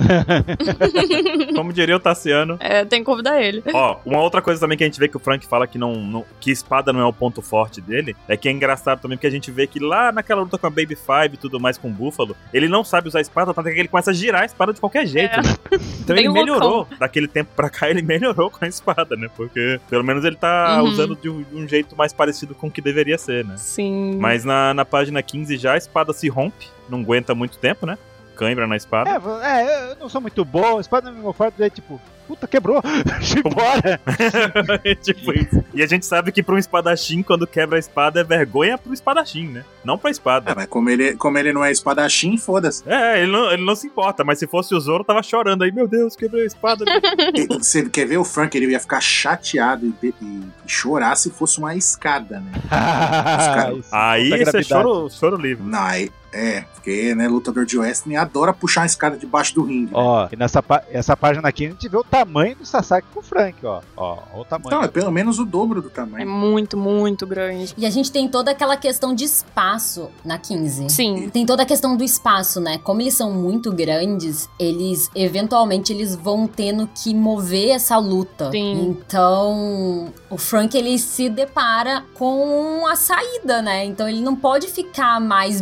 [SPEAKER 1] Como diria o Tassiano.
[SPEAKER 2] É, tem que convidar ele.
[SPEAKER 1] Ó, uma outra coisa também que a gente vê que o Frank fala que não, não- que espada não é o ponto forte dele, é que é engraçado também porque a gente vê que lá naquela luta com a Baby Five e tudo mais com o Búfalo, ele não sabe usar a espada, tanto é que ele começa a girar a espada de qualquer jeito.
[SPEAKER 2] É.
[SPEAKER 1] né? Então
[SPEAKER 2] Bem
[SPEAKER 1] ele
[SPEAKER 2] loucão.
[SPEAKER 1] melhorou. Daquele tempo pra cá ele melhorou com a espada, né? Porque pelo menos ele tá
[SPEAKER 2] Uhum.
[SPEAKER 1] usando de um, de um jeito mais parecido com o que deveria ser, né?
[SPEAKER 2] Sim.
[SPEAKER 1] Mas na, na página 15 já a espada se rompe, não aguenta muito tempo, né? Cãibra na espada.
[SPEAKER 3] É, vo- é, eu não sou muito bom, espada não é meu forte, daí tipo, puta, quebrou, deixa eu ir embora.
[SPEAKER 1] É tipo isso. E a gente sabe que pra um espadachim, quando quebra a espada, é vergonha pro espadachim, né? Não pra
[SPEAKER 4] É,
[SPEAKER 1] espada.
[SPEAKER 4] mas como ele, como ele não é espadachim, foda-se.
[SPEAKER 1] É, ele não, ele não se importa, mas se fosse o Zoro, tava chorando aí, meu Deus, quebrei a espada.
[SPEAKER 4] E- Você quer ver o Frank? Ele ia ficar chateado e, de- e- e chorar se fosse uma escada, né? caras-
[SPEAKER 3] Isso,
[SPEAKER 1] aí
[SPEAKER 3] puta
[SPEAKER 1] você
[SPEAKER 3] gravidade.
[SPEAKER 1] choro, choro livre.
[SPEAKER 4] Não, aí- é, porque, né, lutador de Western adora puxar a escada debaixo do ringue. né?
[SPEAKER 3] Ó, e nessa pá- essa página aqui a gente vê o tamanho do Sasaki com o Frank, ó. Ó, ó o tamanho.
[SPEAKER 4] Então, é pelo menos o dobro do
[SPEAKER 2] É
[SPEAKER 4] tamanho.
[SPEAKER 2] muito, muito grande.
[SPEAKER 5] E a gente tem toda aquela questão de espaço na 15.
[SPEAKER 2] Sim.
[SPEAKER 5] Tem toda a questão do espaço, né? Como eles são muito grandes, eles eventualmente eles vão tendo que mover essa luta.
[SPEAKER 2] Sim.
[SPEAKER 5] Então, o Frank ele se depara com a saída, né? Então ele não pode ficar mais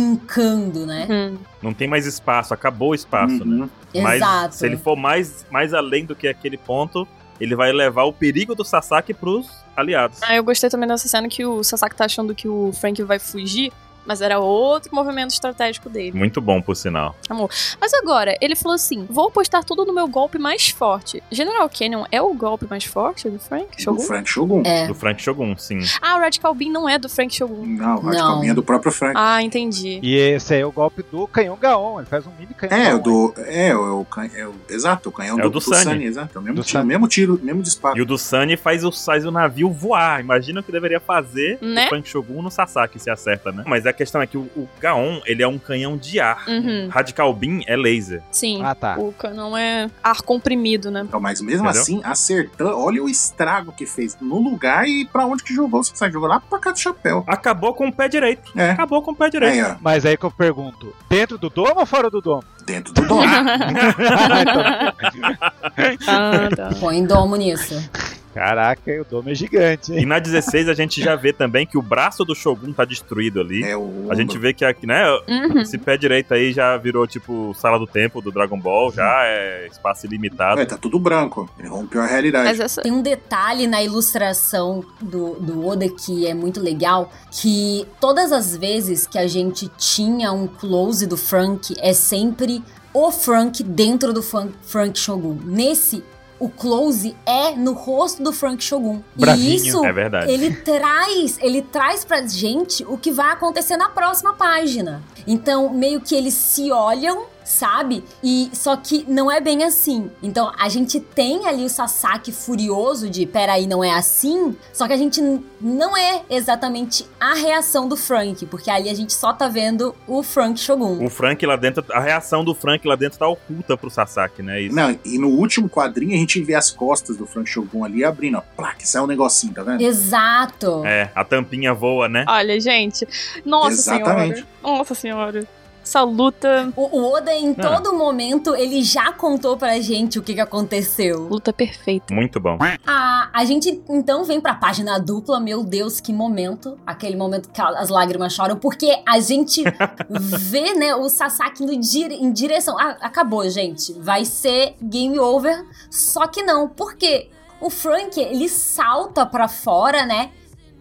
[SPEAKER 5] brincando, né?
[SPEAKER 2] Hum.
[SPEAKER 1] Não tem mais espaço, acabou o espaço, né?
[SPEAKER 4] Uhum.
[SPEAKER 1] Mas
[SPEAKER 5] Exato.
[SPEAKER 1] se ele for mais, mais além do que aquele ponto, ele vai levar o perigo do Sasaki pros aliados.
[SPEAKER 2] Ah, eu gostei também dessa cena que o Sasaki tá achando que o Frank vai fugir, mas era outro movimento estratégico dele.
[SPEAKER 1] Muito bom, por sinal.
[SPEAKER 2] Mas agora, ele falou assim: vou apostar tudo no meu golpe mais forte. General Canyon é o golpe mais forte do Frank
[SPEAKER 4] O
[SPEAKER 2] Shogun?
[SPEAKER 4] Frank Shogun.
[SPEAKER 5] É.
[SPEAKER 1] Do Frank Shogun, sim.
[SPEAKER 2] Ah, o Radical Bean não é do Frank Shogun.
[SPEAKER 4] Não, acho
[SPEAKER 5] Não.
[SPEAKER 4] que é do próprio Frank.
[SPEAKER 2] Ah, entendi.
[SPEAKER 3] E esse aí é o golpe do canhão Gaon, ele faz um mini canhão
[SPEAKER 4] É,
[SPEAKER 3] Gaon.
[SPEAKER 4] o do. É, o, can- é o- exato, o canhão
[SPEAKER 1] É o
[SPEAKER 4] do,
[SPEAKER 1] do
[SPEAKER 4] do
[SPEAKER 1] Sunny.
[SPEAKER 4] Sunny, exato. É o mesmo
[SPEAKER 3] Do
[SPEAKER 4] tiro,
[SPEAKER 3] Sunny.
[SPEAKER 4] mesmo tiro, mesmo disparo.
[SPEAKER 1] E o do Sunny faz o, faz o navio voar. Imagina o que deveria fazer
[SPEAKER 2] Né?
[SPEAKER 1] o Frank Shogun no Sasaki se acerta, né? Mas a questão é que o, o Gaon, ele é um canhão de ar.
[SPEAKER 2] Uhum.
[SPEAKER 1] Radical Beam é laser.
[SPEAKER 2] Sim.
[SPEAKER 3] Ah, tá.
[SPEAKER 2] O canão é ar comprimido, né?
[SPEAKER 4] Então, mas mesmo
[SPEAKER 1] Entendeu?
[SPEAKER 4] assim, acertando, olha o estrago que fez no lugar e pra onde que jogou. Você sabe, jogou lá pra cá do chapéu.
[SPEAKER 1] Acabou com o pé direito.
[SPEAKER 4] É.
[SPEAKER 1] Acabou com o pé direito.
[SPEAKER 4] Aí, ó,
[SPEAKER 3] Mas aí que eu pergunto, dentro do domo ou fora do domo? Então,
[SPEAKER 4] dentro do dom.
[SPEAKER 2] Ah, tá.
[SPEAKER 5] Põe domo nisso.
[SPEAKER 3] Caraca, o domo é gigante, hein?
[SPEAKER 1] E na 16 a gente já vê também que o braço do Shogun tá destruído ali.
[SPEAKER 4] é o
[SPEAKER 1] A gente vê que aqui, né,
[SPEAKER 2] Uhum.
[SPEAKER 1] esse pé direito aí já virou tipo sala do tempo do Dragon Ball, já é espaço ilimitado.
[SPEAKER 4] Uhum. É, tá tudo branco. Ele rompeu a realidade.
[SPEAKER 2] Mas é essa.
[SPEAKER 5] Tem um detalhe na ilustração do, do Oda que é muito legal, que todas as vezes que a gente tinha um close do Frank, é sempre o Frank dentro do Fran- Frank Shogun. Nesse, o close é no rosto do Frank Shogun.
[SPEAKER 3] Bravinho.
[SPEAKER 5] e isso
[SPEAKER 1] É verdade.
[SPEAKER 5] ele traz, ele traz pra gente o que vai acontecer na próxima página. Então, meio que eles se olham, sabe? E só que não é bem assim. Então, a gente tem ali o Sasaki furioso de, peraí, não é assim? Só que a gente n- não é exatamente a reação do Frank, porque ali a gente só tá vendo o Frank Shogun.
[SPEAKER 2] É.
[SPEAKER 1] O Frank lá dentro, a reação do Frank lá dentro tá oculta pro Sasaki, né? Isso.
[SPEAKER 4] Não, e no último quadrinho a gente vê as costas do Frank Shogun ali abrindo, ó. Plá, que sai um negocinho, tá vendo?
[SPEAKER 5] Exato.
[SPEAKER 1] É, a tampinha voa, né?
[SPEAKER 2] Olha, gente. Nossa
[SPEAKER 4] Exatamente.
[SPEAKER 2] senhora. Nossa senhora. Essa luta.
[SPEAKER 5] O, o Oda, em
[SPEAKER 1] Ah.
[SPEAKER 5] todo momento, ele já contou pra gente o que, que aconteceu.
[SPEAKER 2] Luta perfeita.
[SPEAKER 1] Muito bom.
[SPEAKER 5] A, a gente então vem pra página dupla, meu Deus, que momento. Aquele momento que as lágrimas choram, porque a gente vê, né, o Sasaki no dire- em direção. Ah, acabou, gente. Vai ser game over. Só que não, porque o Frank, ele salta pra fora, né?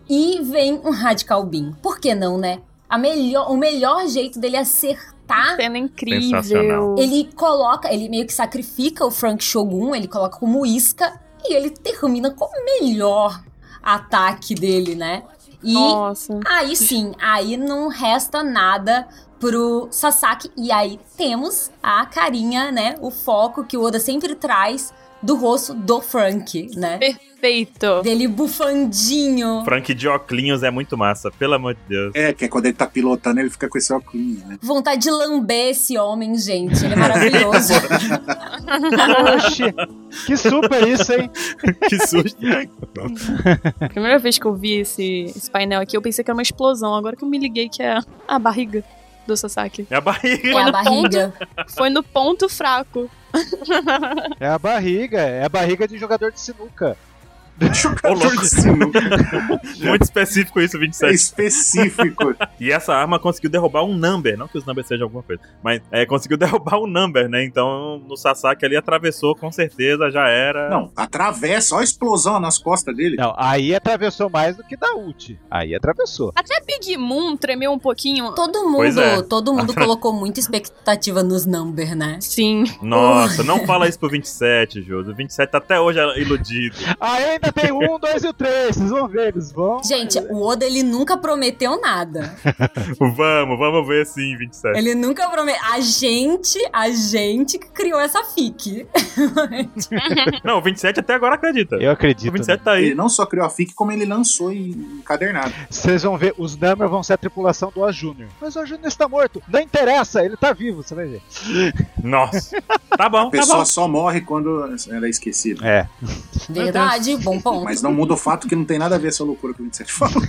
[SPEAKER 5] E vem um Radical Bean. Por que não, né? A melhor, o melhor jeito dele acertar
[SPEAKER 2] Cena é incrível.
[SPEAKER 1] Sensacional.
[SPEAKER 5] ele coloca, ele meio que sacrifica o Frank Shogun, ele coloca como isca e ele termina com o melhor ataque dele, né? E
[SPEAKER 2] Nossa.
[SPEAKER 5] aí sim, aí não resta nada pro Sasaki. E aí temos a carinha, né? O foco que o Oda sempre traz do rosto do Frank, né?
[SPEAKER 2] perfeito.
[SPEAKER 5] Dele bufandinho.
[SPEAKER 1] Frank de Oclinhos é muito massa, pelo amor de Deus.
[SPEAKER 4] É, que é quando ele tá pilotando, ele fica com esse óculos, né?
[SPEAKER 5] Vontade de lamber esse homem, gente. Ele é maravilhoso.
[SPEAKER 3] Oxi, que super isso, hein?
[SPEAKER 1] Que susto.
[SPEAKER 2] Primeira vez que eu vi esse, esse painel aqui, eu pensei que era uma explosão. Agora que eu me liguei que é a barriga do Sasaki.
[SPEAKER 1] É a barriga.
[SPEAKER 5] é a barriga.
[SPEAKER 2] Foi no ponto fraco.
[SPEAKER 3] É a barriga, é a barriga de jogador de sinuca.
[SPEAKER 1] Ô,
[SPEAKER 4] Jogador
[SPEAKER 1] louco.
[SPEAKER 4] de sinuca.
[SPEAKER 1] Muito específico isso,
[SPEAKER 4] É
[SPEAKER 1] 27.
[SPEAKER 4] específico.
[SPEAKER 1] E essa arma conseguiu derrubar um number. Não que os numbers sejam alguma coisa, mas é, conseguiu derrubar um number, né? Então no Sasaki ali atravessou, com certeza, já era.
[SPEAKER 4] Não, atravessa, ó a explosão nas costas dele.
[SPEAKER 3] Não, aí atravessou mais do que da ult. Aí atravessou.
[SPEAKER 2] Até a É Big Moon tremeu um pouquinho.
[SPEAKER 5] Todo
[SPEAKER 1] Pois
[SPEAKER 5] mundo,
[SPEAKER 1] é.
[SPEAKER 5] todo mundo colocou muita expectativa nos number, né?
[SPEAKER 2] Sim.
[SPEAKER 1] Nossa, não fala isso pro 27, Júlio. O 27 tá até hoje iludido.
[SPEAKER 3] Aí ainda tem um, dois e o três. Vocês vão ver, eles vão.
[SPEAKER 5] Gente, o Oda ele nunca prometeu nada.
[SPEAKER 1] vamos, vamos ver sim, 27.
[SPEAKER 5] Ele nunca prometeu. A gente, a gente que criou essa fic.
[SPEAKER 1] Não, o 27 até agora acredita.
[SPEAKER 3] Eu
[SPEAKER 1] O
[SPEAKER 3] acredito. né?
[SPEAKER 1] 27 tá aí.
[SPEAKER 4] Ele não só criou a FIC, como ele lançou em encadernado.
[SPEAKER 3] Vocês vão ver, os Number vão ser a tripulação do Ajúnior. Mas o Ajúnior está morto. Não interessa, ele tá vivo, você vai ver.
[SPEAKER 1] Nossa. Tá
[SPEAKER 4] A
[SPEAKER 1] bom, tá
[SPEAKER 4] pessoa
[SPEAKER 1] bom.
[SPEAKER 4] só morre quando ela é esquecida.
[SPEAKER 3] É.
[SPEAKER 5] Verdade, bom ponto.
[SPEAKER 4] Mas não muda o fato que não tem nada a ver essa loucura que o 27 falou.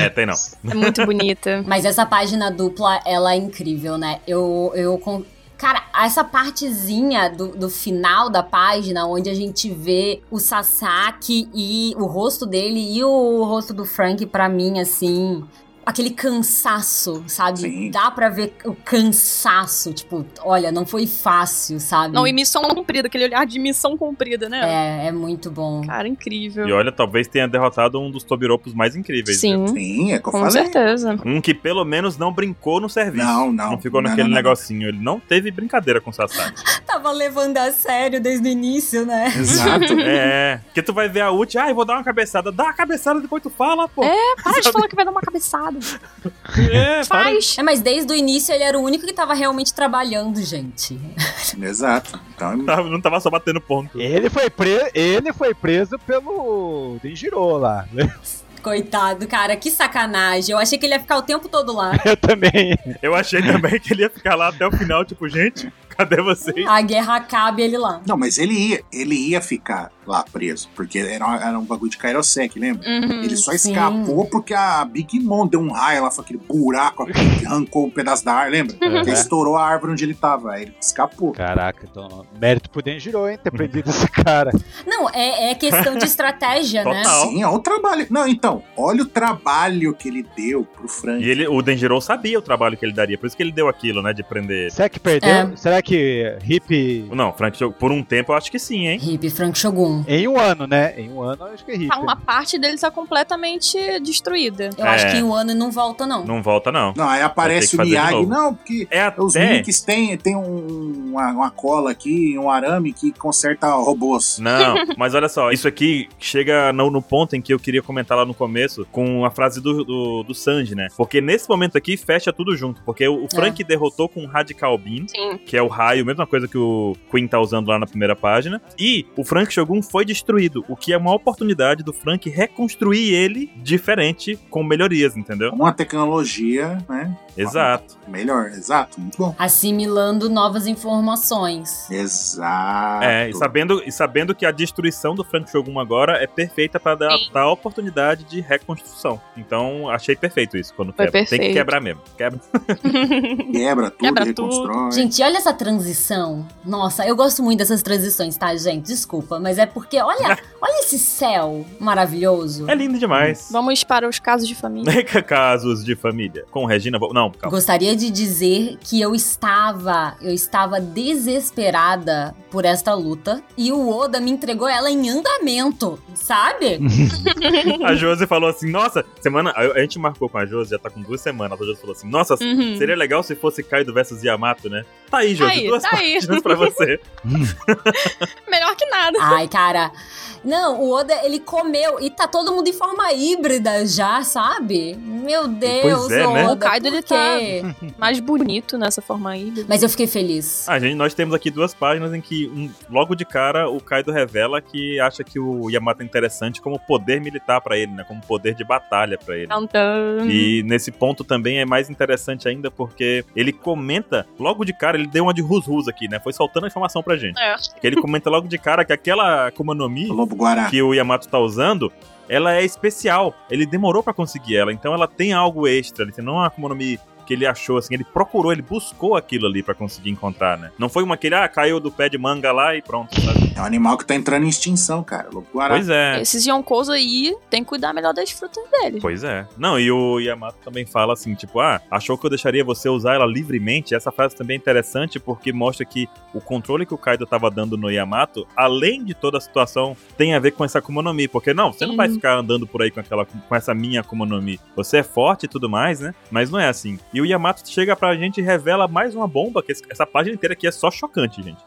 [SPEAKER 1] É, tem não.
[SPEAKER 2] É muito bonita.
[SPEAKER 5] Mas essa página dupla, ela é incrível, né? Eu. eu con- Cara, essa partezinha do, do final da página, onde a gente vê o Sasaki e o rosto dele e o rosto do Frank, pra mim, assim. Aquele cansaço, sabe?
[SPEAKER 4] Sim.
[SPEAKER 5] Dá pra ver o cansaço. Tipo, olha, não foi fácil, sabe?
[SPEAKER 2] Não, e missão cumprida, aquele olhar de missão cumprida, né?
[SPEAKER 5] É, é muito bom.
[SPEAKER 2] Cara, incrível.
[SPEAKER 1] E olha, talvez tenha derrotado um dos Tobiropos mais incríveis. né?
[SPEAKER 2] Sim,
[SPEAKER 4] Sim, é que eu
[SPEAKER 2] Uhum. com
[SPEAKER 4] falei.
[SPEAKER 2] certeza.
[SPEAKER 1] Um que pelo menos não brincou no serviço.
[SPEAKER 4] Não, não.
[SPEAKER 1] Não ficou naquele negocinho. Ele não teve brincadeira com o Sasaki.
[SPEAKER 5] Tava levando a sério desde o início, né?
[SPEAKER 4] Exato.
[SPEAKER 1] é. Porque tu vai ver a ult, ah, eu vou dar uma cabeçada. Dá a cabeçada, depois tu fala, pô.
[SPEAKER 2] É. Para de falar que vai dar uma cabeçada.
[SPEAKER 1] É, para.
[SPEAKER 2] Faz.
[SPEAKER 5] É, mas desde o início ele era o único que tava realmente trabalhando, gente.
[SPEAKER 4] Exato. Então,
[SPEAKER 1] Tava- Não tava só batendo ponto.
[SPEAKER 3] Ele foi, pre... ele foi preso pelo Denjiro lá.
[SPEAKER 5] Coitado, cara, que sacanagem. Eu achei que ele ia ficar o tempo todo lá.
[SPEAKER 3] Eu também.
[SPEAKER 1] Eu achei também que ele ia ficar lá até o final, tipo, gente, cadê vocês?
[SPEAKER 5] A guerra acaba e ele lá.
[SPEAKER 4] não, mas ele ia, ele ia ficar lá preso, porque era, era um bagulho de Kairosek, lembra?
[SPEAKER 2] Uhum.
[SPEAKER 4] Ele só
[SPEAKER 5] sim.
[SPEAKER 4] escapou porque a Big Mom deu um raio lá, foi aquele buraco que arrancou um pedaço da árvore, lembra?
[SPEAKER 3] Uhum.
[SPEAKER 4] Que estourou a árvore onde ele tava, aí ele escapou.
[SPEAKER 3] Caraca, então, mérito pro Denjiro, hein, ter prendido esse cara.
[SPEAKER 5] Não, é, é questão de estratégia, né?
[SPEAKER 1] Total.
[SPEAKER 4] Sim, olha o trabalho. Não, então, olha o trabalho que ele deu pro Frank.
[SPEAKER 1] E ele, o Denjiro sabia o trabalho que ele daria, por isso que ele deu aquilo, né, de prender ele.
[SPEAKER 3] Será que perdeu? Será que Hip.
[SPEAKER 1] Não, Frank, Shogun, por um tempo eu acho que sim, hein?
[SPEAKER 5] Hip Frank Shogun.
[SPEAKER 3] Em um ano, né? Em um ano, eu acho que é Hip.
[SPEAKER 2] Tá, uma parte dele tá completamente destruída.
[SPEAKER 5] Eu
[SPEAKER 1] É.
[SPEAKER 5] acho que o ano não volta, não.
[SPEAKER 1] Não volta, não.
[SPEAKER 4] Não, aí aparece
[SPEAKER 1] que
[SPEAKER 4] o
[SPEAKER 1] fazer de
[SPEAKER 4] Miyagi.
[SPEAKER 1] novo.
[SPEAKER 4] Não, porque
[SPEAKER 1] É
[SPEAKER 4] os
[SPEAKER 1] até.
[SPEAKER 4] Minks têm tem um- uma, uma cola aqui, um arame que conserta robôs.
[SPEAKER 1] Não, mas olha só, isso aqui chega no, no ponto em que eu queria comentar lá no começo com a frase do, do, do Sanji, né? Porque nesse momento aqui fecha tudo junto. Porque o, o Frank derrotou com o Radical Beam,
[SPEAKER 2] Sim.
[SPEAKER 1] que é o raio, mesma coisa que o Queen tá usando lá na primeira página. E o Frank Shogun foi destruído, o que é uma oportunidade do Frank reconstruir ele diferente, com melhorias, entendeu?
[SPEAKER 4] Uma tecnologia, né?
[SPEAKER 1] Exato.
[SPEAKER 4] Melhor, exato, muito bom.
[SPEAKER 5] Assimilando novas informações.
[SPEAKER 4] Exato.
[SPEAKER 1] É, e sabendo, e sabendo que a destruição do Frank Shogun agora é perfeita pra dar,
[SPEAKER 2] Sim.
[SPEAKER 1] dar oportunidade de reconstrução. Então, achei perfeito isso quando
[SPEAKER 2] Foi
[SPEAKER 1] quebra. Tem que
[SPEAKER 2] perfeito.
[SPEAKER 1] quebrar mesmo. Quebra.
[SPEAKER 4] Quebra tudo,
[SPEAKER 2] Quebra
[SPEAKER 4] reconstrói.
[SPEAKER 5] Gente, olha essa transição. Nossa, eu gosto muito dessas transições, tá, gente? Desculpa, mas é porque, olha, olha esse céu maravilhoso.
[SPEAKER 1] É lindo demais.
[SPEAKER 2] Vamos para os casos de família.
[SPEAKER 1] Casos de família. Com Regina. Vo- Não, calma.
[SPEAKER 5] Gostaria de dizer que eu estava, eu estava desesperada por esta luta e o Oda me entregou ela em andamento, sabe?
[SPEAKER 1] A Josi falou assim: Nossa, semana. A a gente marcou com a Josi, já tá com duas semanas. A Josi falou assim: Nossa,
[SPEAKER 2] Uhum.
[SPEAKER 1] seria legal se fosse Kaido versus Yamato, né? Tá aí, Josi.
[SPEAKER 2] aí,
[SPEAKER 1] duas né?
[SPEAKER 2] tá aí.
[SPEAKER 1] páginas pra você.
[SPEAKER 2] Melhor que nada.
[SPEAKER 5] Ai, cara. Não, o Oda, ele comeu e tá todo mundo em forma híbrida já, sabe? Meu Deus,
[SPEAKER 1] é, né?
[SPEAKER 5] Oda.
[SPEAKER 2] O Kaido,
[SPEAKER 5] por
[SPEAKER 2] ele tá
[SPEAKER 5] porque.
[SPEAKER 2] mais bonito nessa forma aí.
[SPEAKER 5] Mas eu fiquei feliz.
[SPEAKER 1] A gente, nós temos aqui duas páginas em que, um- logo de cara, o Kaido revela que acha que o Yamato é interessante como poder militar pra ele, né? Como poder de batalha pra ele.
[SPEAKER 2] Então,
[SPEAKER 1] E nesse ponto também é mais interessante ainda porque ele comenta logo de cara, ele deu uma de rus-rus aqui, né? Foi soltando a informação pra gente.
[SPEAKER 2] É.
[SPEAKER 1] Que ele comenta logo de cara que aquela Akuma no Mi
[SPEAKER 4] O Lobo Guará.
[SPEAKER 1] que o Yamato tá usando, ela é especial. Ele demorou pra conseguir ela, então ela tem algo extra. Ele tem não é uma Akuma no Mi que ele achou, assim, ele procurou, ele buscou aquilo ali pra conseguir encontrar, né? Não foi uma que ele, ah, caiu do pé de manga lá e pronto, sabe?
[SPEAKER 4] É um animal que tá entrando em extinção, cara. O Lobo Guará.
[SPEAKER 1] Pois é.
[SPEAKER 2] esses Yonkous aí tem que cuidar melhor das frutas deles.
[SPEAKER 1] Pois é. Não, e o Yamato também fala assim, tipo, ah, achou que eu deixaria você usar ela livremente? Essa frase também é interessante porque mostra que o controle que o Kaido tava dando no Yamato, além de toda a situação, tem a ver com essa Akuma no Mi, porque não, você não
[SPEAKER 2] Sim.
[SPEAKER 1] vai ficar andando por aí com aquela com essa minha Akuma no Mi. Você é forte e tudo mais, né? Mas não é assim. E o Yamato chega pra gente e revela mais uma bomba, que esse- essa página inteira aqui é só chocante, gente.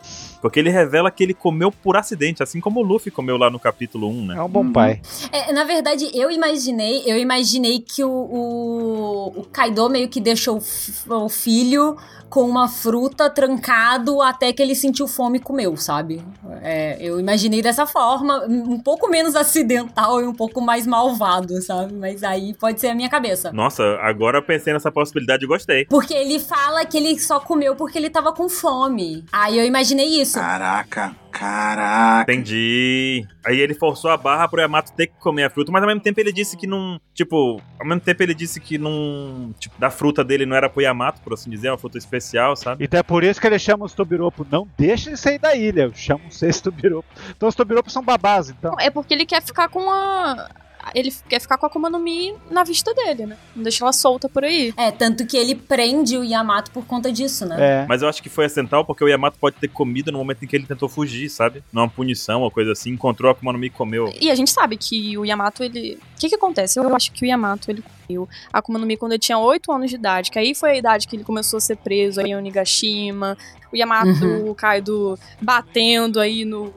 [SPEAKER 1] Porque ele revela que ele comeu por acidente, assim como o Luffy comeu lá no capítulo 1, né?
[SPEAKER 3] É um bom
[SPEAKER 4] Uhum.
[SPEAKER 3] pai.
[SPEAKER 5] É, na verdade, eu imaginei, eu imaginei que o, o, o Kaido meio que deixou o fi- o filho com uma fruta trancado até que ele sentiu fome e comeu, sabe? É, eu imaginei dessa forma, um um pouco menos acidental e um pouco mais malvado, sabe? Mas aí pode ser a minha cabeça.
[SPEAKER 1] Nossa, agora eu pensei nessa possibilidade e gostei.
[SPEAKER 5] Porque ele fala que ele só comeu porque ele tava com fome. Aí eu imaginei
[SPEAKER 1] é.
[SPEAKER 5] isso.
[SPEAKER 4] Ah. Caraca, caraca.
[SPEAKER 1] Entendi. Aí ele forçou a barra pro Yamato ter que comer a fruta, mas ao mesmo tempo ele disse que não. Tipo, ao mesmo tempo ele disse que não. Tipo, da fruta dele não era pro Yamato, por assim dizer, é uma fruta especial, sabe?
[SPEAKER 3] Então é por isso que ele chama os Tobiropo. Não deixa de sair da ilha. Eu chamo vocês Tobiropo. Então os Tobiropo são babás, então.
[SPEAKER 2] É porque ele quer ficar com a. Ele quer ficar com a Akuma no Mi na vista dele, né? Não deixar ela solta por aí.
[SPEAKER 5] É, tanto que ele prende o Yamato por conta disso, né?
[SPEAKER 3] É.
[SPEAKER 1] Mas eu acho que foi acidental porque o Yamato pode ter comido no momento em que ele tentou fugir, sabe? Numa punição ou coisa assim, encontrou a Akuma no Mi e comeu.
[SPEAKER 2] E a gente sabe que o Yamato, ele. O que que acontece? Eu acho que o Yamato, ele comeu a Akuma no Mi quando ele tinha 8 anos de idade, que aí foi a idade que ele começou a ser preso aí em Onigashima. O Yamato,
[SPEAKER 5] Uhum.
[SPEAKER 2] o Kaido batendo aí no.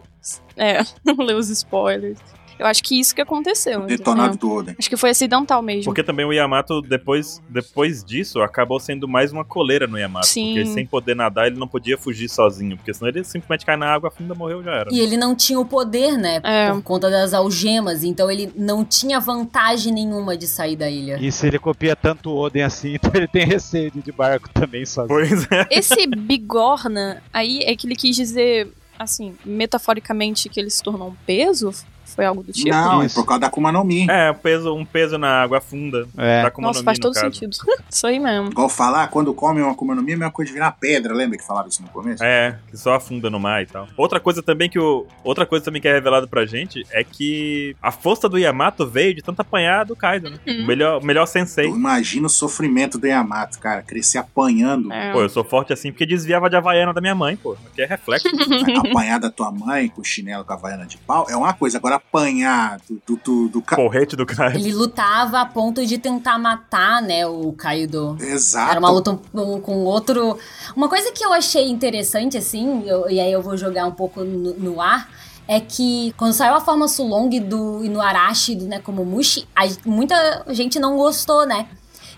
[SPEAKER 2] É, leu os spoilers. Eu acho que isso que aconteceu. entendeu?
[SPEAKER 4] Detonado do Oden.
[SPEAKER 2] Acho que foi acidental mesmo.
[SPEAKER 1] Porque também o Yamato, depois, depois disso, acabou sendo mais uma coleira no Yamato.
[SPEAKER 2] Sim.
[SPEAKER 1] Porque sem poder nadar, ele não podia fugir sozinho. Porque senão ele simplesmente cai na água, afunda, morreu já era.
[SPEAKER 5] E ele não tinha o poder, né?
[SPEAKER 2] É.
[SPEAKER 5] Por conta das algemas. Então ele não tinha vantagem nenhuma de sair da ilha.
[SPEAKER 3] E se ele copia tanto o Oden assim, então ele tem receio de ir de barco também sozinho.
[SPEAKER 1] Pois é.
[SPEAKER 2] Esse bigorna aí é que ele quis dizer, assim, metaforicamente que ele se tornou um peso? Foi algo do tipo?
[SPEAKER 4] Não,
[SPEAKER 3] isso.
[SPEAKER 4] é por causa da Akuma no Mi.
[SPEAKER 1] É, um peso, um peso na água afunda.
[SPEAKER 3] É.
[SPEAKER 1] Tá com
[SPEAKER 2] Nossa,
[SPEAKER 1] Monomi,
[SPEAKER 2] faz
[SPEAKER 1] no
[SPEAKER 2] todo
[SPEAKER 1] caso.
[SPEAKER 2] sentido. Isso aí mesmo.
[SPEAKER 4] Igual falar, quando come uma Akuma no Mi, é a mesma coisa de virar pedra. Lembra que falaram isso no começo?
[SPEAKER 1] É, que só afunda no mar e tal. Outra coisa também que o outra coisa também que é revelado pra gente é que a força do Yamato veio de tanto apanhar do Kaido, né?
[SPEAKER 2] Uhum.
[SPEAKER 1] O melhor, o melhor
[SPEAKER 4] Eu
[SPEAKER 1] sensei.
[SPEAKER 4] imagino o sofrimento do Yamato, cara. Crescer apanhando.
[SPEAKER 2] É.
[SPEAKER 1] Pô, eu sou forte assim porque desviava de Havaiana da minha mãe, pô. Que é reflexo.
[SPEAKER 4] Apanhar da tua mãe com chinelo com a vaiana de pau é uma coisa. Agora apanhar do, do, do, do ca-
[SPEAKER 1] Porrete do Kaido.
[SPEAKER 5] Ele lutava a ponto de tentar matar, né, o Kaido.
[SPEAKER 4] Exato.
[SPEAKER 5] Era uma luta um- com outro. Uma coisa que eu achei interessante, assim, eu- e aí eu vou jogar um pouco no, no ar, é que quando saiu a forma Sulong do Inuarashi do Nekomomushi, a gen- muita gente não gostou, né?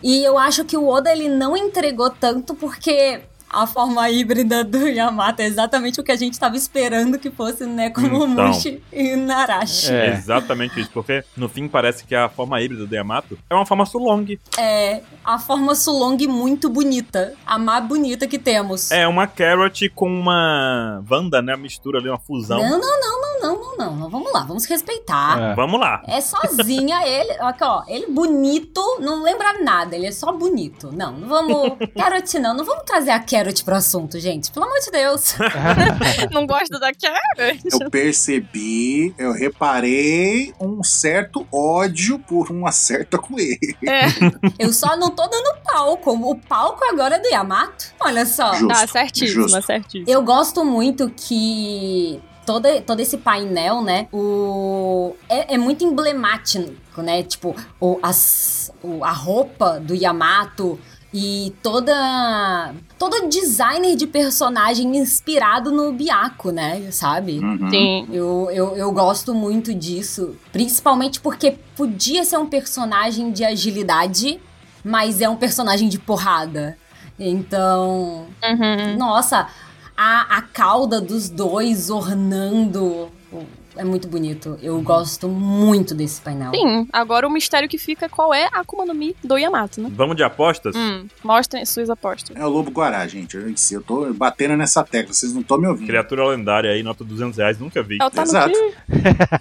[SPEAKER 5] E eu acho que o Oda ele não entregou tanto porque a forma híbrida do Yamato é exatamente o que a gente estava esperando que fosse no Nekomomushi e Inuarashi.
[SPEAKER 3] É.
[SPEAKER 1] Exatamente isso, porque no fim parece que a forma híbrida do Yamato é uma forma Sulong.
[SPEAKER 5] É a forma Sulong muito bonita, a mais bonita que temos.
[SPEAKER 1] É uma Carrot com uma Wanda, né? Uma mistura ali, uma fusão.
[SPEAKER 5] Não, não, não, não, não, não, não, não. Vamos lá, vamos respeitar.
[SPEAKER 3] É.
[SPEAKER 1] Vamos lá.
[SPEAKER 5] É sozinha ele, aqui ó, ele bonito, não lembra nada, ele é só bonito. Não, não vamos. Carrot não, não vamos trazer a Carrot pro assunto, gente, pelo amor de Deus.
[SPEAKER 2] Não gosta da Carrot?
[SPEAKER 4] Eu percebi, eu reparei um certo ódio por um uma certa coelha.
[SPEAKER 2] É,
[SPEAKER 5] Eu só não tô dando palco, o palco agora é do Yamato. Olha só.
[SPEAKER 4] Justo,
[SPEAKER 2] tá certíssimo,
[SPEAKER 4] justo.
[SPEAKER 2] certíssimo.
[SPEAKER 5] Eu gosto muito que todo, todo esse painel, né? O, é, é muito emblemático, né? Tipo, o, as, o- a roupa do Yamato e toda. Todo designer de personagem inspirado no Biako, né? Sabe?
[SPEAKER 4] Uhum.
[SPEAKER 2] Sim.
[SPEAKER 5] Eu, eu, eu gosto muito disso, principalmente porque podia ser um personagem de agilidade mas é um personagem de porrada. Então,
[SPEAKER 2] uhum.
[SPEAKER 5] nossa, a, a cauda dos dois ornando é muito bonito. Eu gosto muito desse painel.
[SPEAKER 2] Sim, agora o mistério que fica é qual é a Akuma no Mi do Yamato, né?
[SPEAKER 1] Vamos de apostas?
[SPEAKER 2] Hum, mostrem suas apostas.
[SPEAKER 4] É o Lobo Guará, gente. Eu, disse, eu tô batendo nessa tecla, vocês não estão me ouvindo.
[SPEAKER 1] Criatura lendária aí, nota 200 reais, nunca vi.
[SPEAKER 2] É o
[SPEAKER 4] Exato.
[SPEAKER 2] Tanuki.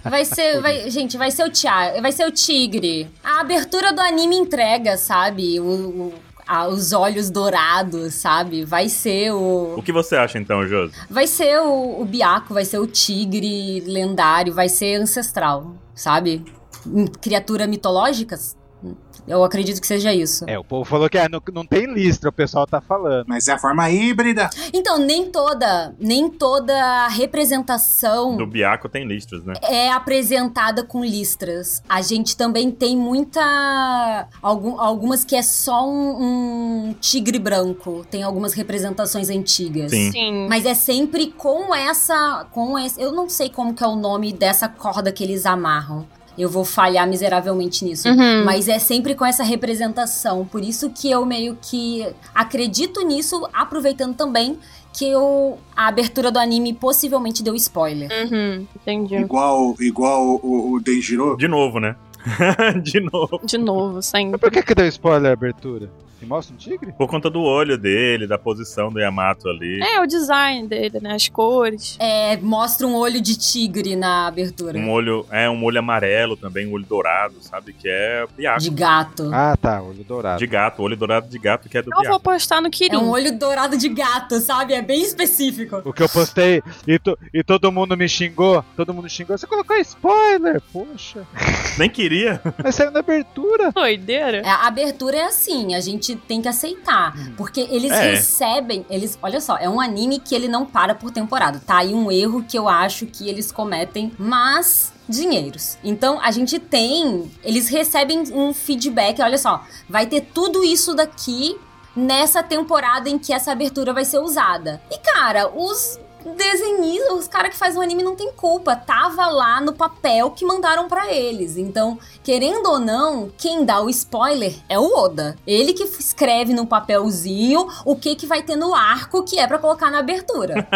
[SPEAKER 5] Vai ser, vai- gente, vai ser o tia, vai ser o tigre. A abertura do anime entrega, sabe? O- o- a- os olhos dourados, sabe? Vai ser
[SPEAKER 1] O
[SPEAKER 5] o,
[SPEAKER 1] que você acha então, Josi?
[SPEAKER 5] vai ser o, o biaco, vai ser o tigre lendário, vai ser ancestral, sabe? Hum, Criatura mitológica. Eu acredito que seja isso.
[SPEAKER 3] É, o povo falou que ah, não, não tem listra, o pessoal tá falando.
[SPEAKER 4] Mas é a forma híbrida.
[SPEAKER 5] Então nem toda, nem toda a
[SPEAKER 2] Hum.
[SPEAKER 5] representação
[SPEAKER 1] Do Biaco tem listras, né?
[SPEAKER 5] é apresentada com listras. A gente também tem muita. algum- algumas que é só um, um tigre branco. Tem algumas representações antigas.
[SPEAKER 1] Sim.
[SPEAKER 2] Sim.
[SPEAKER 5] Mas é sempre com essa. com esse, Eu não sei como que é o nome dessa corda que eles amarram. Eu vou falhar miseravelmente nisso.
[SPEAKER 2] Uhum.
[SPEAKER 5] Mas é sempre com essa representação. Por isso que eu meio que acredito nisso, aproveitando também que eu, a abertura do anime possivelmente deu spoiler.
[SPEAKER 2] Uhum, entendi.
[SPEAKER 4] Igual, igual o, o Denjiro.
[SPEAKER 1] De novo, né? de novo.
[SPEAKER 2] De novo,
[SPEAKER 4] É
[SPEAKER 3] Mas
[SPEAKER 2] sempre.
[SPEAKER 3] por que que deu spoiler a abertura? Que mostra um tigre?
[SPEAKER 1] Por conta do olho dele, da posição do Yamato ali.
[SPEAKER 2] É, o design dele, né? As cores.
[SPEAKER 5] É, mostra um olho de tigre na abertura.
[SPEAKER 1] Um olho, é um olho amarelo também, um olho dourado, sabe? Que é Biaco.
[SPEAKER 5] De gato.
[SPEAKER 3] Ah, tá, olho dourado.
[SPEAKER 1] De gato, olho dourado de gato, que é do
[SPEAKER 2] Eu vou
[SPEAKER 1] Biaco.
[SPEAKER 2] apostar no
[SPEAKER 5] É
[SPEAKER 2] Kirin.
[SPEAKER 5] um olho dourado de gato, sabe? É bem específico.
[SPEAKER 3] O que eu postei e, to- e todo mundo me xingou. Todo mundo xingou. Você colocou spoiler, poxa.
[SPEAKER 1] Nem queria.
[SPEAKER 3] Mas saiu na abertura.
[SPEAKER 2] Doideira.
[SPEAKER 5] É, A abertura é assim, a gente tem que aceitar. Porque eles
[SPEAKER 1] É.
[SPEAKER 5] recebem. Eles. Olha só, é um anime que ele não para por temporada. Tá aí um erro que eu acho que eles cometem, mas. Dinheiros. Então a gente tem. Eles recebem um feedback. Olha só, vai ter tudo isso daqui nessa temporada em que essa abertura vai ser usada. E, cara, os desenhistas, os caras que fazem o anime não tem culpa. Tava lá no papel que mandaram pra eles. Então, querendo ou não, quem dá o spoiler é o Oda. Ele que escreve no papelzinho o que que vai ter no arco que é pra colocar na abertura.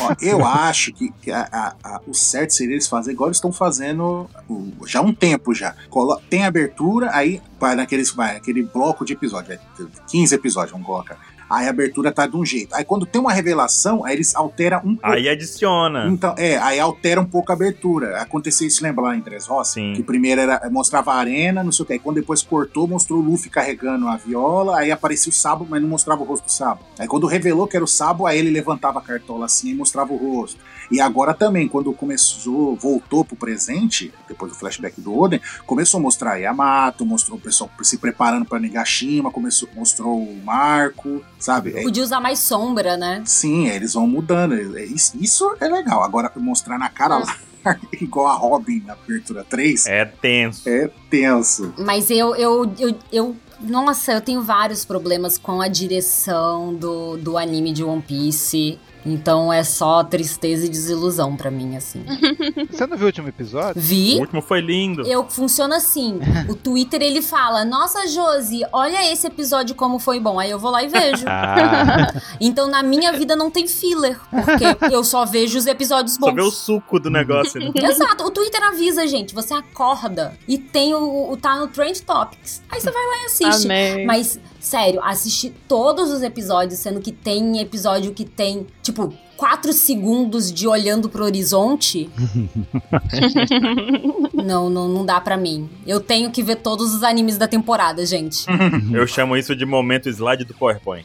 [SPEAKER 4] Ó, eu acho que que a- a- a- o certo seria eles fazerem igual eles estão fazendo o- já há um tempo já. Colo- tem abertura, aí vai, naqueles, vai naquele bloco de episódio, é 15 episódios, vamos colocar. Aí a abertura tá de um jeito. Aí quando tem uma revelação, aí eles alteram um pouco.
[SPEAKER 1] Aí adiciona.
[SPEAKER 4] Então, é, aí altera um pouco a abertura. Aconteceu isso, lembra lá em Três Roças?
[SPEAKER 1] Sim.
[SPEAKER 4] Que primeiro era, mostrava a arena, não sei o que. Aí quando depois cortou, mostrou o Luffy carregando a viola. Aí aparecia o Sabo, mas não mostrava o rosto do Sabo. Aí quando revelou que era o Sabo, aí ele levantava a cartola assim e mostrava o rosto. E agora também, quando começou, voltou pro presente, depois do flashback do Oden, começou a mostrar Yamato, mostrou o pessoal se preparando pra Nigashima, começou, mostrou o Marco, sabe? É,
[SPEAKER 5] Podia usar mais sombra, né?
[SPEAKER 4] Sim, eles vão mudando. É, é, Isso, isso é legal. Agora, mostrar na cara lá, igual a Robin na abertura 3, é,
[SPEAKER 1] É tenso.
[SPEAKER 4] tenso.
[SPEAKER 5] Mas eu, eu, eu, eu. Nossa, eu tenho vários problemas com a direção do, do anime de One Piece. Então é só tristeza e desilusão pra mim, assim.
[SPEAKER 3] Você não viu o último episódio?
[SPEAKER 1] O
[SPEAKER 5] Vi.
[SPEAKER 1] último foi lindo.
[SPEAKER 2] é
[SPEAKER 5] Eu funciona assim. O Twitter ele fala: "Nossa, Josi, olha esse episódio como foi bom". Aí eu vou lá e vejo.
[SPEAKER 3] Ah,
[SPEAKER 5] Então na minha vida não tem filler, porque eu só vejo os episódios
[SPEAKER 1] Só vê o
[SPEAKER 5] bons.
[SPEAKER 1] suco do negócio. né?
[SPEAKER 5] Exato, o Twitter avisa, gente. Você acorda e tem o, o tá no Trend Topics. Aí você vai lá e assiste.
[SPEAKER 2] Amém.
[SPEAKER 5] Mas, sério, assisti todos os episódios, sendo que tem episódio que tem, tipo, 4 segundos de olhando pro horizonte. não, não, não dá pra mim. Eu tenho que ver todos os animes da temporada, gente.
[SPEAKER 1] Eu chamo isso de momento slide do PowerPoint.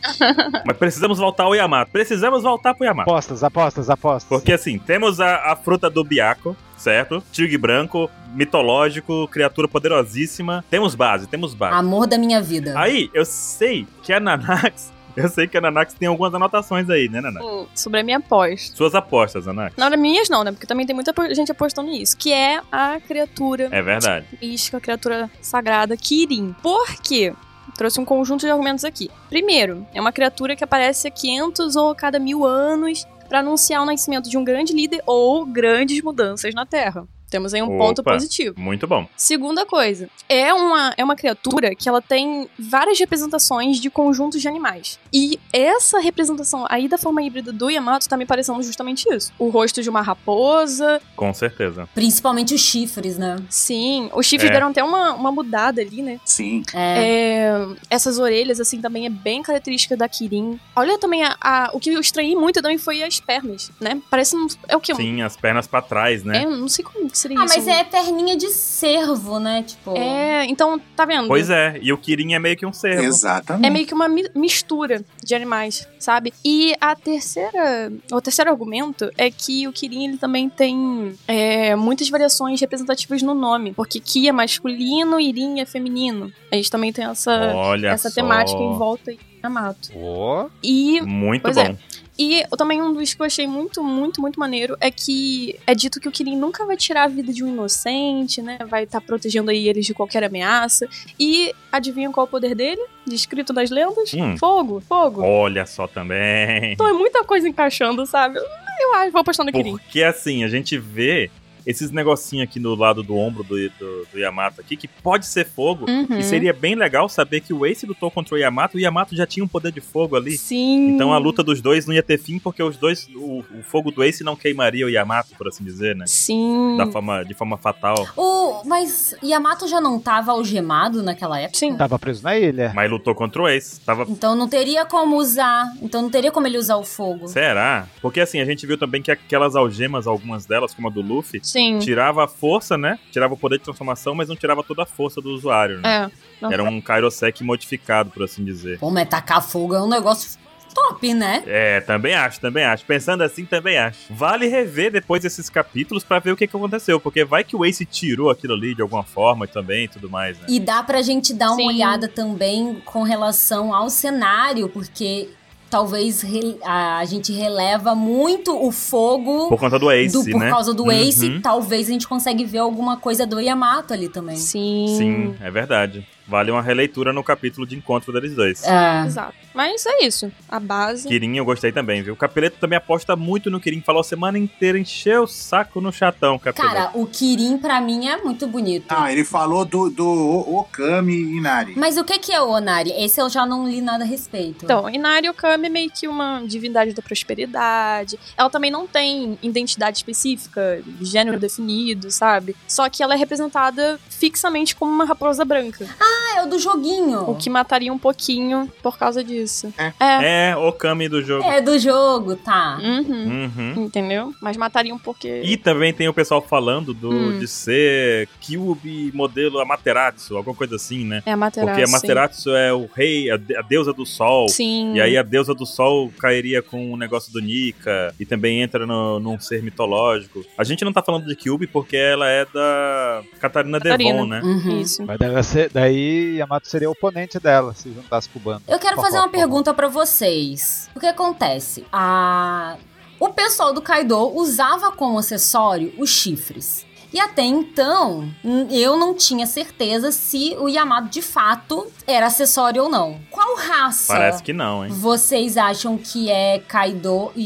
[SPEAKER 1] Mas precisamos voltar ao Yamato. Precisamos voltar pro Yamato.
[SPEAKER 3] apostas, apostas, apostas.
[SPEAKER 1] Porque assim, temos a, a fruta do Biaco, certo? Tigre branco, mitológico, criatura poderosíssima. Temos base, temos base.
[SPEAKER 5] Amor da minha vida.
[SPEAKER 1] Aí, eu sei que a Nanax. Eu sei que a Nanax tem algumas anotações aí, né, Nanax?
[SPEAKER 2] Hum, Sobre a minha aposta.
[SPEAKER 1] Suas apostas, Nanax.
[SPEAKER 2] Não, minhas não, né? Porque também tem muita po- gente apostando nisso. Que é a criatura
[SPEAKER 1] É verdade.
[SPEAKER 2] mística, a criatura sagrada, Kirin. Por quê? Trouxe um conjunto de argumentos aqui. Primeiro, é uma criatura que aparece a 500 ou a cada mil anos pra anunciar o nascimento de um grande líder ou grandes mudanças na Terra. Temos aí um
[SPEAKER 1] Opa.
[SPEAKER 2] ponto positivo.
[SPEAKER 1] Muito bom.
[SPEAKER 2] Segunda coisa, é uma, é uma criatura que ela tem várias representações de conjuntos de animais. E essa representação aí da forma híbrida do Yamato tá me parecendo justamente isso. O rosto de uma raposa,
[SPEAKER 1] Com certeza.
[SPEAKER 5] Principalmente os chifres, né?
[SPEAKER 2] sim. Os chifres
[SPEAKER 1] É.
[SPEAKER 2] deram até uma, uma mudada ali, né?
[SPEAKER 4] Sim.
[SPEAKER 5] É.
[SPEAKER 2] É, essas orelhas, assim, também é bem característica da Kirin. Olha também, a, a- o que eu estranhei muito também foi as pernas, né? Parece um... É o quê? Um-
[SPEAKER 1] Sim, as pernas pra trás, né?
[SPEAKER 2] É, eu não sei como que seria
[SPEAKER 5] Ah,
[SPEAKER 2] isso.
[SPEAKER 5] mas é perninha de cervo, né? Tipo.
[SPEAKER 2] É, então, tá vendo?
[SPEAKER 1] Pois é, e o Kirin é meio que um cervo.
[SPEAKER 4] Exatamente.
[SPEAKER 2] É meio que uma mi- mistura de animais, sabe? E a terceira, o terceiro argumento é que o Kirin ele também tem é, muitas variações representativas no nome, porque Ki é masculino, Irin é feminino. A gente também tem essa
[SPEAKER 1] Olha
[SPEAKER 2] essa
[SPEAKER 1] só.
[SPEAKER 2] temática em volta de Yamato.
[SPEAKER 3] Ó,
[SPEAKER 2] E
[SPEAKER 1] Muito
[SPEAKER 2] Pois é.
[SPEAKER 1] bom.
[SPEAKER 2] e eu também um dos que eu achei muito, muito, muito maneiro é que é dito que o Kirin nunca vai tirar a vida de um inocente, né? Vai estar protegendo aí eles de qualquer ameaça. E adivinha qual é o poder dele? Descrito nas lendas?
[SPEAKER 1] Hum.
[SPEAKER 2] Fogo, fogo.
[SPEAKER 1] Olha só também.
[SPEAKER 2] Então é muita coisa encaixando, sabe? Eu acho, vou apostar no Kirin.
[SPEAKER 1] Porque assim, a gente vê esses negocinhos aqui no lado do ombro do, do, do Yamato aqui, que pode ser fogo.
[SPEAKER 2] Uhum.
[SPEAKER 1] E seria bem legal saber que o Ace lutou contra o Yamato, o Yamato já tinha um poder de fogo ali.
[SPEAKER 2] Sim.
[SPEAKER 1] Então a luta dos dois não ia ter fim, porque os dois. O, o fogo do Ace não queimaria o Yamato, por assim dizer, né?
[SPEAKER 2] Sim.
[SPEAKER 1] Da forma, de forma fatal.
[SPEAKER 5] O... Mas Yamato já não tava algemado naquela época?
[SPEAKER 2] Sim.
[SPEAKER 3] tava preso na ilha.
[SPEAKER 1] Mas lutou contra o Ace. Tava.
[SPEAKER 5] Então não teria como usar. Então não teria como ele usar o fogo.
[SPEAKER 1] Será? Porque assim, a gente viu também que aquelas algemas, algumas delas, como a do Luffy,
[SPEAKER 2] Sim.
[SPEAKER 1] tirava a força, né? Tirava o poder de transformação, mas não tirava toda a força do usuário, né?
[SPEAKER 2] É. não.
[SPEAKER 1] Era um Kairosek modificado, por assim dizer.
[SPEAKER 5] Pô, mas tacar fogo é um negócio top, né?
[SPEAKER 1] É, também acho, também acho. Pensando assim, também acho. Vale rever depois esses capítulos pra ver o que, que aconteceu, porque vai que o Ace tirou aquilo ali de alguma forma também e tudo mais, né?
[SPEAKER 5] E dá pra gente dar
[SPEAKER 2] Sim.
[SPEAKER 5] uma olhada também com relação ao cenário, porque talvez re- a gente releva muito o fogo
[SPEAKER 1] Por conta do Ace,
[SPEAKER 5] do- por
[SPEAKER 1] né?
[SPEAKER 5] causa do
[SPEAKER 1] Uhum.
[SPEAKER 5] Ace. Talvez a gente consegue ver alguma coisa do Yamato ali também.
[SPEAKER 2] Sim.
[SPEAKER 1] Sim, é verdade. Vale uma releitura no capítulo de encontro deles dois.
[SPEAKER 5] É.
[SPEAKER 2] Exato. Mas é isso. A base.
[SPEAKER 1] Kirin eu gostei também, viu? O Capeleto também aposta muito no Kirin. Falou a semana inteira, encheu o saco no chatão, Capeleto.
[SPEAKER 5] Cara, o Kirin pra mim é muito bonito.
[SPEAKER 4] Ah, ele falou do, do O- Okami Inari.
[SPEAKER 5] Mas o que que é o Onari? Esse eu já não li nada a respeito.
[SPEAKER 2] Então, Inari Okami é meio que uma divindade da prosperidade. Ela também não tem identidade específica, gênero definido, sabe? Só que ela é representada fixamente como uma raposa branca.
[SPEAKER 5] Ah, é o do joguinho.
[SPEAKER 2] O que mataria um pouquinho por causa disso. É.
[SPEAKER 1] É, o Kami do jogo.
[SPEAKER 5] É do jogo, tá.
[SPEAKER 2] Uhum.
[SPEAKER 1] Uhum.
[SPEAKER 2] Entendeu? Mas matariam porque.
[SPEAKER 1] E também tem o pessoal falando do,
[SPEAKER 2] Hum.
[SPEAKER 1] de ser Kyubi modelo Amaterasu, alguma coisa assim, né?
[SPEAKER 2] É a Materaço.
[SPEAKER 1] Porque Amaterasu é o rei, a, de- a deusa do sol.
[SPEAKER 2] Sim.
[SPEAKER 1] E aí é- a deusa do sol cairia com o negócio do Nika e também entra no, num ser mitológico. A gente não tá falando de Kyubi porque ela é da Catarina,
[SPEAKER 2] Catarina.
[SPEAKER 1] Devon, né?
[SPEAKER 5] Uhum.
[SPEAKER 2] Isso.
[SPEAKER 3] Mas deve ser- daí Yamato seria o oponente dela, se juntasse pro bando.
[SPEAKER 5] Eu quero
[SPEAKER 3] Pó,
[SPEAKER 5] fazer
[SPEAKER 3] pó, pó,
[SPEAKER 5] uma
[SPEAKER 3] pó.
[SPEAKER 5] pergunta pra vocês. O que acontece? A... O pessoal do Kaido usava como acessório os chifres. E até então, hum, eu não tinha certeza se o Yamato de fato era acessório ou não. Qual raça
[SPEAKER 1] Parece que não, hein?
[SPEAKER 5] vocês acham que é Kaido e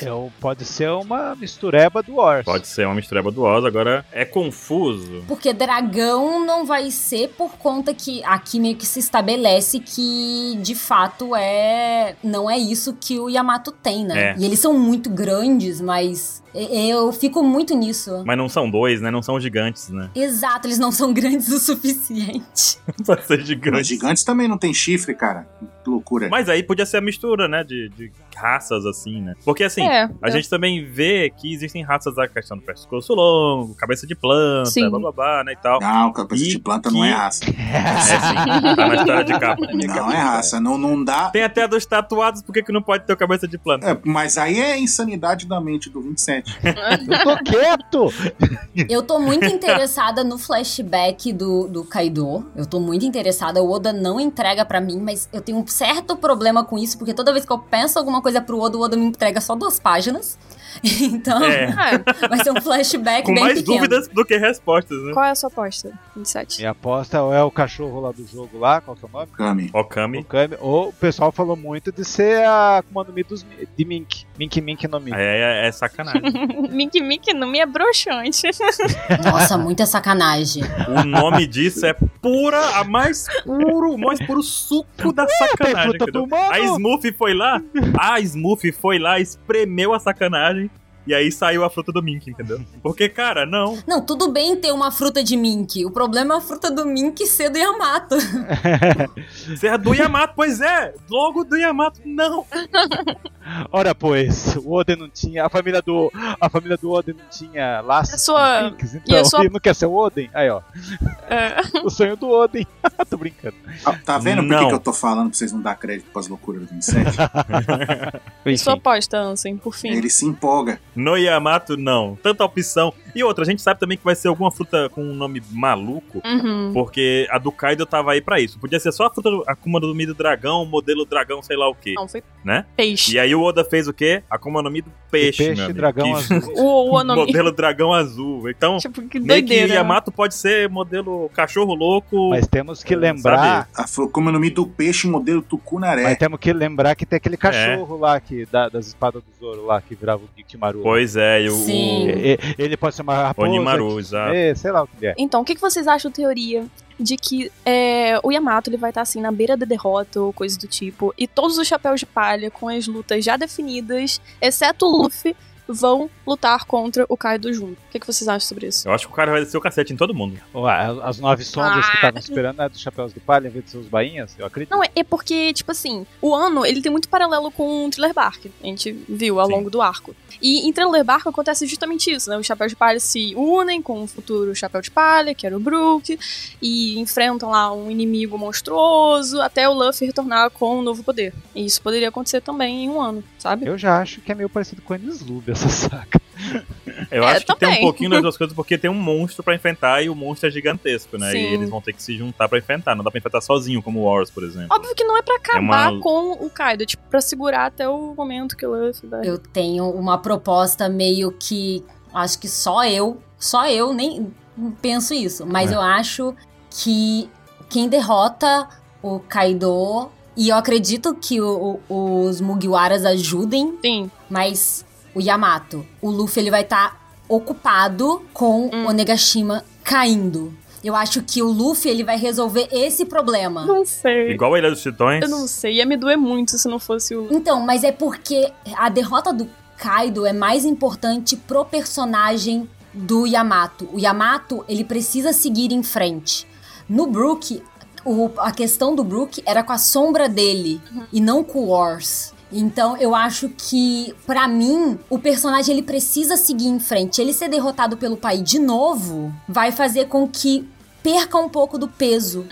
[SPEAKER 3] Eu- Então, pode ser uma mistureba do Ors.
[SPEAKER 1] Pode ser uma mistureba do Oz, agora é confuso.
[SPEAKER 5] Porque dragão não vai ser por conta que aqui meio que se estabelece que de fato é. Não é isso que o Yamato tem, né?
[SPEAKER 1] É.
[SPEAKER 5] E eles são muito grandes, mas e- eu fico muito nisso.
[SPEAKER 1] Mas não são dois, né? Não são gigantes, né?
[SPEAKER 5] Exato, eles não são grandes o suficiente.
[SPEAKER 1] pra ser
[SPEAKER 4] Mas
[SPEAKER 1] gigantes.
[SPEAKER 4] gigantes também não tem chifre, cara. Que loucura.
[SPEAKER 1] Mas aí podia ser a mistura, né? De, de raças, assim, né? Porque assim,
[SPEAKER 2] é,
[SPEAKER 1] a gente também vê que existem raças da questão do pescoço longo, cabeça de planta,
[SPEAKER 2] Sim.
[SPEAKER 1] blá blá blá, né? E tal.
[SPEAKER 4] Não, cabeça de
[SPEAKER 1] E
[SPEAKER 4] planta
[SPEAKER 1] que-
[SPEAKER 4] não é raça.
[SPEAKER 1] É sim, tá na história de capa.
[SPEAKER 4] Não é raça.
[SPEAKER 1] né,
[SPEAKER 4] Não, não dá.
[SPEAKER 1] Tem até a dos tatuados, por que, que não pode ter o cabeça de planta?
[SPEAKER 4] É, mas aí é a insanidade da mente do 27.
[SPEAKER 3] Eu tô quieto!
[SPEAKER 5] Eu tô muito interessada no flashback do, do Kaido. Eu tô muito interessada. O Oda não entrega pra mim, mas eu tenho um certo problema com isso, porque toda vez que eu penso alguma coisa coisa pro Oda, o Oda me entrega só duas páginas. Então,
[SPEAKER 1] É,
[SPEAKER 2] É,
[SPEAKER 5] vai ser um flashback
[SPEAKER 1] com
[SPEAKER 5] bem
[SPEAKER 1] mais
[SPEAKER 5] pequeno.
[SPEAKER 1] dúvidas do que respostas, né?
[SPEAKER 2] qual é a sua aposta? 27.
[SPEAKER 3] Minha aposta é o cachorro lá do jogo lá, qual que é o nome?
[SPEAKER 4] Kami.
[SPEAKER 1] Okami.
[SPEAKER 3] O Kami. Ou o pessoal falou muito de ser a Akuma no Mi dos, Mi- de Mink. Mink Mink no Mi.
[SPEAKER 1] É, é, é sacanagem.
[SPEAKER 2] Mink Mink não me é broxante.
[SPEAKER 5] Nossa, muita sacanagem.
[SPEAKER 1] o nome disso é pura, a mais puro, o mais puro suco da
[SPEAKER 3] Tem
[SPEAKER 1] é sacanagem.
[SPEAKER 3] fruta
[SPEAKER 1] entendeu?
[SPEAKER 3] do mano!
[SPEAKER 1] A Smurf foi lá, a Smurf foi lá, espremeu a sacanagem. E aí saiu a fruta do Mink, entendeu? Porque, cara, não.
[SPEAKER 5] Não, tudo bem ter uma fruta de mink. O problema é a fruta do mink ser do Yamato.
[SPEAKER 1] Serra do Yamato, pois é! Logo do Yamato, não!
[SPEAKER 3] Ora, pois, o Oden não tinha. A família do. A família do Oden não tinha laços.
[SPEAKER 2] A sua-
[SPEAKER 3] com Minks, então,
[SPEAKER 2] sua-
[SPEAKER 3] ele não quer ser o Oden? Aí, ó.
[SPEAKER 2] É.
[SPEAKER 3] O sonho do Oden. Tô brincando.
[SPEAKER 4] Tá, tá vendo por que
[SPEAKER 1] Não.
[SPEAKER 4] que eu tô falando pra vocês não dar crédito pras loucuras do 27?
[SPEAKER 2] E sua aposta, Ansem, por fim.
[SPEAKER 4] Ele se empolga.
[SPEAKER 1] No Yamato, não. Tanta opção. E outra, a gente sabe também que vai ser alguma fruta com um nome maluco.
[SPEAKER 2] Uhum.
[SPEAKER 1] Porque a do Kaido tava aí pra isso. Podia ser só a fruta do- Akuma no Mi do dragão, modelo dragão, sei lá o quê.
[SPEAKER 2] Não, foi
[SPEAKER 1] Né?
[SPEAKER 2] peixe.
[SPEAKER 1] E aí o Oda fez o quê? Akuma no Mi do peixe,
[SPEAKER 3] Peixe,
[SPEAKER 1] meu amigo.
[SPEAKER 3] dragão
[SPEAKER 1] Que-
[SPEAKER 3] azul.
[SPEAKER 2] O, o Onomi.
[SPEAKER 1] modelo dragão azul. Então,
[SPEAKER 2] Tipo, que
[SPEAKER 1] meio que
[SPEAKER 2] doideira.
[SPEAKER 1] Yamato pode ser modelo cachorro louco.
[SPEAKER 3] Mas temos que
[SPEAKER 1] Sabe?
[SPEAKER 3] lembrar.
[SPEAKER 4] A Fukuma no Mi do peixe modelo
[SPEAKER 3] Mas
[SPEAKER 4] Tucunaré.
[SPEAKER 3] temos que lembrar que tem
[SPEAKER 1] É.
[SPEAKER 3] aquele cachorro lá que, da- das espadas do Zoro lá que virava o Gikimaru.
[SPEAKER 1] Pois é, e o,
[SPEAKER 5] Sim.
[SPEAKER 1] o-
[SPEAKER 3] E- e- Ele pode ser uma raposa.
[SPEAKER 1] Onimaru,
[SPEAKER 3] que-
[SPEAKER 1] exato.
[SPEAKER 3] é, sei lá o que ele é.
[SPEAKER 2] Então, o que, que vocês acham da teoria de que é, o Yamato ele vai estar assim na beira da derrota ou coisa do tipo, e todos os chapéus de palha com as lutas já definidas, exceto o Luffy, vão lutar contra o Kaido junto. O que, que vocês acham sobre isso?
[SPEAKER 1] Eu acho que o cara vai descer o cacete em todo mundo.
[SPEAKER 3] Ó, As as nove sombras que
[SPEAKER 2] Ah.
[SPEAKER 3] estavam esperando é dos Chapéus de Palha em vez de seus bainhas, eu acredito.
[SPEAKER 2] Não, é, é porque, tipo assim, o ano ele tem muito paralelo com o Thriller Bark, a gente viu ao
[SPEAKER 1] Sim.
[SPEAKER 2] longo do arco. E em Thriller Bark acontece justamente isso, né? Os chapéus de palha se unem com o futuro chapéu de palha, que era o Brook, e enfrentam lá um inimigo monstruoso até o Luffy retornar com um novo poder. E isso poderia acontecer também em um ano, sabe?
[SPEAKER 3] Eu já acho que é meio parecido com o Enislub essa saca.
[SPEAKER 1] Eu
[SPEAKER 2] É,
[SPEAKER 1] acho que tem um
[SPEAKER 2] também.
[SPEAKER 1] pouquinho das duas coisas, porque tem um monstro pra enfrentar e o monstro é gigantesco, né?
[SPEAKER 2] Sim.
[SPEAKER 1] E eles vão ter que se juntar pra enfrentar. Não dá pra enfrentar sozinho, como o Wars, por exemplo.
[SPEAKER 2] Óbvio que não é pra acabar
[SPEAKER 1] uma-
[SPEAKER 2] com o Kaido, tipo, pra segurar até o momento que o Luffy vai.
[SPEAKER 5] Eu tenho uma proposta meio que. Acho que só eu. Só eu nem penso isso. Mas
[SPEAKER 3] É.
[SPEAKER 5] eu acho que quem derrota o Kaido. E eu acredito que o- o- os Mugiwaras ajudem,
[SPEAKER 2] Sim,
[SPEAKER 5] mas o Yamato, o Luffy, ele vai estar ocupado com
[SPEAKER 2] Hum.
[SPEAKER 5] o Negashima caindo. Eu acho que o Luffy, ele vai resolver esse problema.
[SPEAKER 2] não sei.
[SPEAKER 1] Igual a Ilha dos Titões.
[SPEAKER 2] Eu não sei, ia me doer muito se não fosse o
[SPEAKER 5] Então, mas é porque a derrota do Kaido é mais importante pro personagem do Yamato. O Yamato, ele precisa seguir em frente. No Brook, o- a questão do Brook era com a sombra dele e não com o Ors. Então, eu acho que, pra mim, o personagem ele precisa seguir em frente. Ele ser derrotado pelo pai de novo vai fazer com que perca um pouco do peso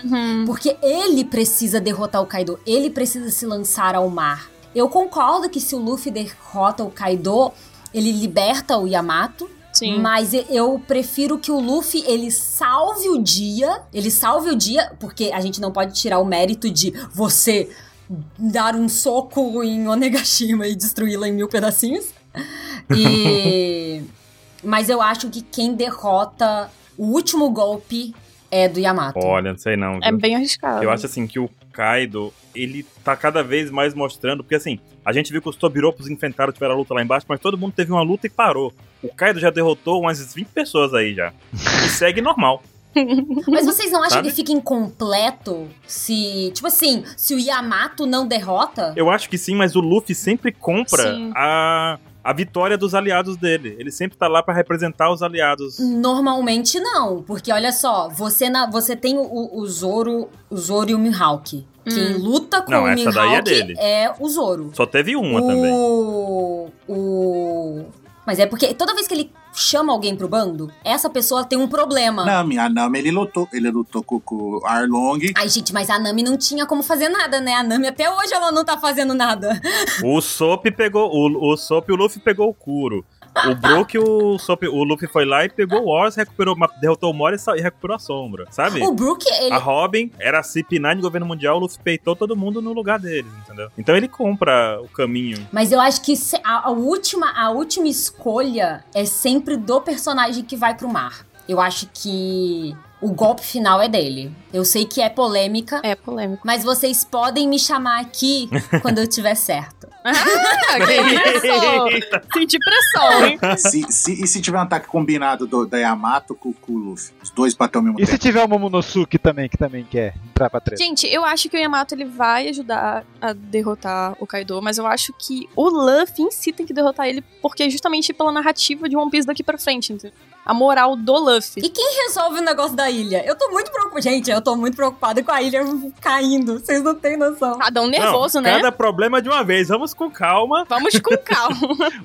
[SPEAKER 5] porque ele precisa derrotar o Kaido, ele precisa se lançar ao mar. Eu concordo que se o Luffy derrota o Kaido, ele liberta o Yamato,
[SPEAKER 2] Sim.
[SPEAKER 5] mas e- eu prefiro que o Luffy ele salve o dia, ele salve o dia, porque a gente não pode tirar o mérito de você dar um soco em Onegashima e destruí-la em mil pedacinhos. E mas eu acho que quem derrota o último golpe é do Yamato.
[SPEAKER 1] Olha, não sei não.
[SPEAKER 2] É
[SPEAKER 1] viu?
[SPEAKER 2] bem arriscado.
[SPEAKER 1] Eu acho assim que o Kaido, ele tá cada vez mais mostrando, porque assim, a gente viu que os Tobiropos enfrentaram, tiveram a luta lá embaixo, mas todo mundo teve uma luta e parou. O Kaido já derrotou umas 20 pessoas aí já. E segue normal.
[SPEAKER 5] Mas vocês não acham
[SPEAKER 1] Sabe?
[SPEAKER 5] que fica incompleto se, tipo assim, se o Yamato não derrota?
[SPEAKER 1] Eu acho que sim, mas o Luffy sempre compra
[SPEAKER 2] Sim.
[SPEAKER 1] a, a vitória dos aliados dele. Ele sempre tá lá pra representar os aliados.
[SPEAKER 5] Normalmente não, porque olha só, você na, você tem o, o Zoro, o Zoro e o Mihawk. Quem luta com
[SPEAKER 1] Não,
[SPEAKER 5] o
[SPEAKER 1] essa daí é
[SPEAKER 5] Mihawk
[SPEAKER 1] dele.
[SPEAKER 5] é o Zoro.
[SPEAKER 1] Só teve uma também.
[SPEAKER 5] o... o... Mas é porque toda vez que ele chama alguém pro bando, essa pessoa tem um problema.
[SPEAKER 4] Nami, a Nami ele lutou. Ele lutou com, com o Arlong.
[SPEAKER 5] Ai, gente, mas a Nami não tinha como fazer nada, né? A Nami até hoje ela não tá fazendo nada.
[SPEAKER 1] O Sop pegou. O, o Sop e o Luffy pegou o Kuro. O Brook, o Sop, o Luffy foi lá e pegou o Oz, recuperou, ma- derrotou o Mori e sa- e recuperou a sombra, sabe?
[SPEAKER 5] O Brook, ele
[SPEAKER 1] A Robin era a CP9 do governo mundial, o Luffy peitou todo mundo no lugar deles, entendeu? Então ele compra o caminho.
[SPEAKER 5] Mas eu acho que se- a, a última, a última escolha é sempre do personagem que vai pro mar. Eu acho que o golpe final é dele. Eu sei que é polêmica,
[SPEAKER 2] É polêmico.
[SPEAKER 5] mas vocês podem me chamar aqui quando eu tiver certo.
[SPEAKER 2] Ah, que isso? Senti pressão, hein?
[SPEAKER 4] se, se- e se tiver um ataque combinado do, da Yamato com, com o Luffy? Os dois bater ao mesmo
[SPEAKER 3] E se
[SPEAKER 4] tempo.
[SPEAKER 3] tiver o Momonosuke também, que também quer entrar pra treta?
[SPEAKER 2] Gente, eu acho que o Yamato ele vai ajudar a derrotar o Kaido, mas eu acho que o Luffy em si tem que derrotar ele, porque é justamente pela narrativa de One Piece daqui pra frente, entendeu? A moral do Luffy.
[SPEAKER 5] E quem resolve o negócio da ilha? Eu tô muito preocupada. Gente, eu tô muito preocupada com a ilha caindo. Vocês não têm noção.
[SPEAKER 2] Cada um nervoso,
[SPEAKER 1] Não,
[SPEAKER 2] né?
[SPEAKER 1] Cada problema de uma vez, vamos com calma.
[SPEAKER 2] Vamos com calma.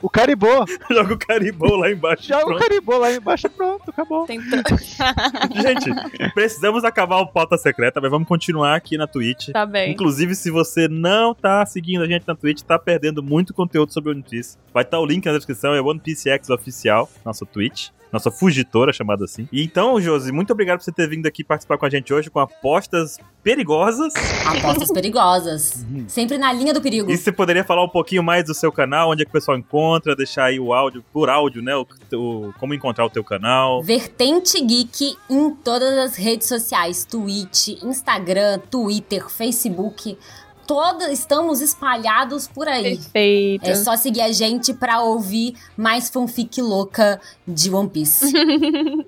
[SPEAKER 3] O Caribou,
[SPEAKER 1] Joga o caribou lá embaixo.
[SPEAKER 3] joga o
[SPEAKER 1] Pronto.
[SPEAKER 3] Caribou lá embaixo, pronto, acabou.
[SPEAKER 2] Tem tan-
[SPEAKER 1] Gente, precisamos acabar o pauta secreta, mas vamos continuar aqui na Twitch.
[SPEAKER 2] tá bem.
[SPEAKER 1] Inclusive, se você não tá seguindo a gente na Twitch, tá perdendo muito conteúdo sobre One Piece. Vai estar o link na descrição, é One Piece X oficial, nossa Twitch. Nossa fugitora, chamada assim. E então, Josi, muito obrigado por você ter vindo aqui participar com a gente hoje com apostas perigosas.
[SPEAKER 5] Apostas perigosas. Sempre na linha do perigo.
[SPEAKER 1] E você poderia falar um pouquinho mais do seu canal, onde é que o pessoal encontra, deixar aí o áudio, por áudio, né? O, o- como encontrar o teu canal.
[SPEAKER 5] Vertente Geek em todas as redes sociais: Twitch, Instagram, Twitter, Facebook. Toda, estamos espalhados por aí.
[SPEAKER 2] Perfeito.
[SPEAKER 5] É só seguir a gente pra ouvir mais fanfic louca de One Piece.
[SPEAKER 1] Uhum.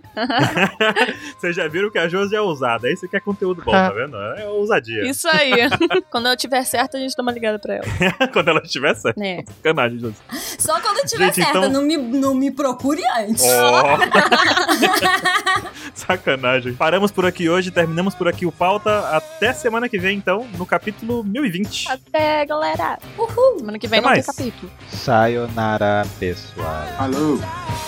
[SPEAKER 1] Vocês já viram que a Josi é ousada. Aí você quer conteúdo bom, tá vendo? É ousadia.
[SPEAKER 2] Isso aí. Quando eu tiver certo, a gente dá uma ligada pra ela.
[SPEAKER 1] Quando ela estiver certa.
[SPEAKER 2] Né?
[SPEAKER 1] Sacanagem, Josi.
[SPEAKER 5] Só quando tiver
[SPEAKER 1] Gente,
[SPEAKER 5] certa,
[SPEAKER 1] então-
[SPEAKER 5] não, me, não me procure antes.
[SPEAKER 1] Oh. Sacanagem. Paramos por aqui hoje, terminamos por aqui o pauta. Até semana que vem, então, no capítulo 1020.
[SPEAKER 2] Até,
[SPEAKER 1] É.
[SPEAKER 2] galera. Uhul. Semana que vem
[SPEAKER 1] Até
[SPEAKER 2] não
[SPEAKER 1] mais.
[SPEAKER 2] tem capítulo.
[SPEAKER 3] Sayonara, pessoal.
[SPEAKER 4] Falou.
[SPEAKER 6] Thank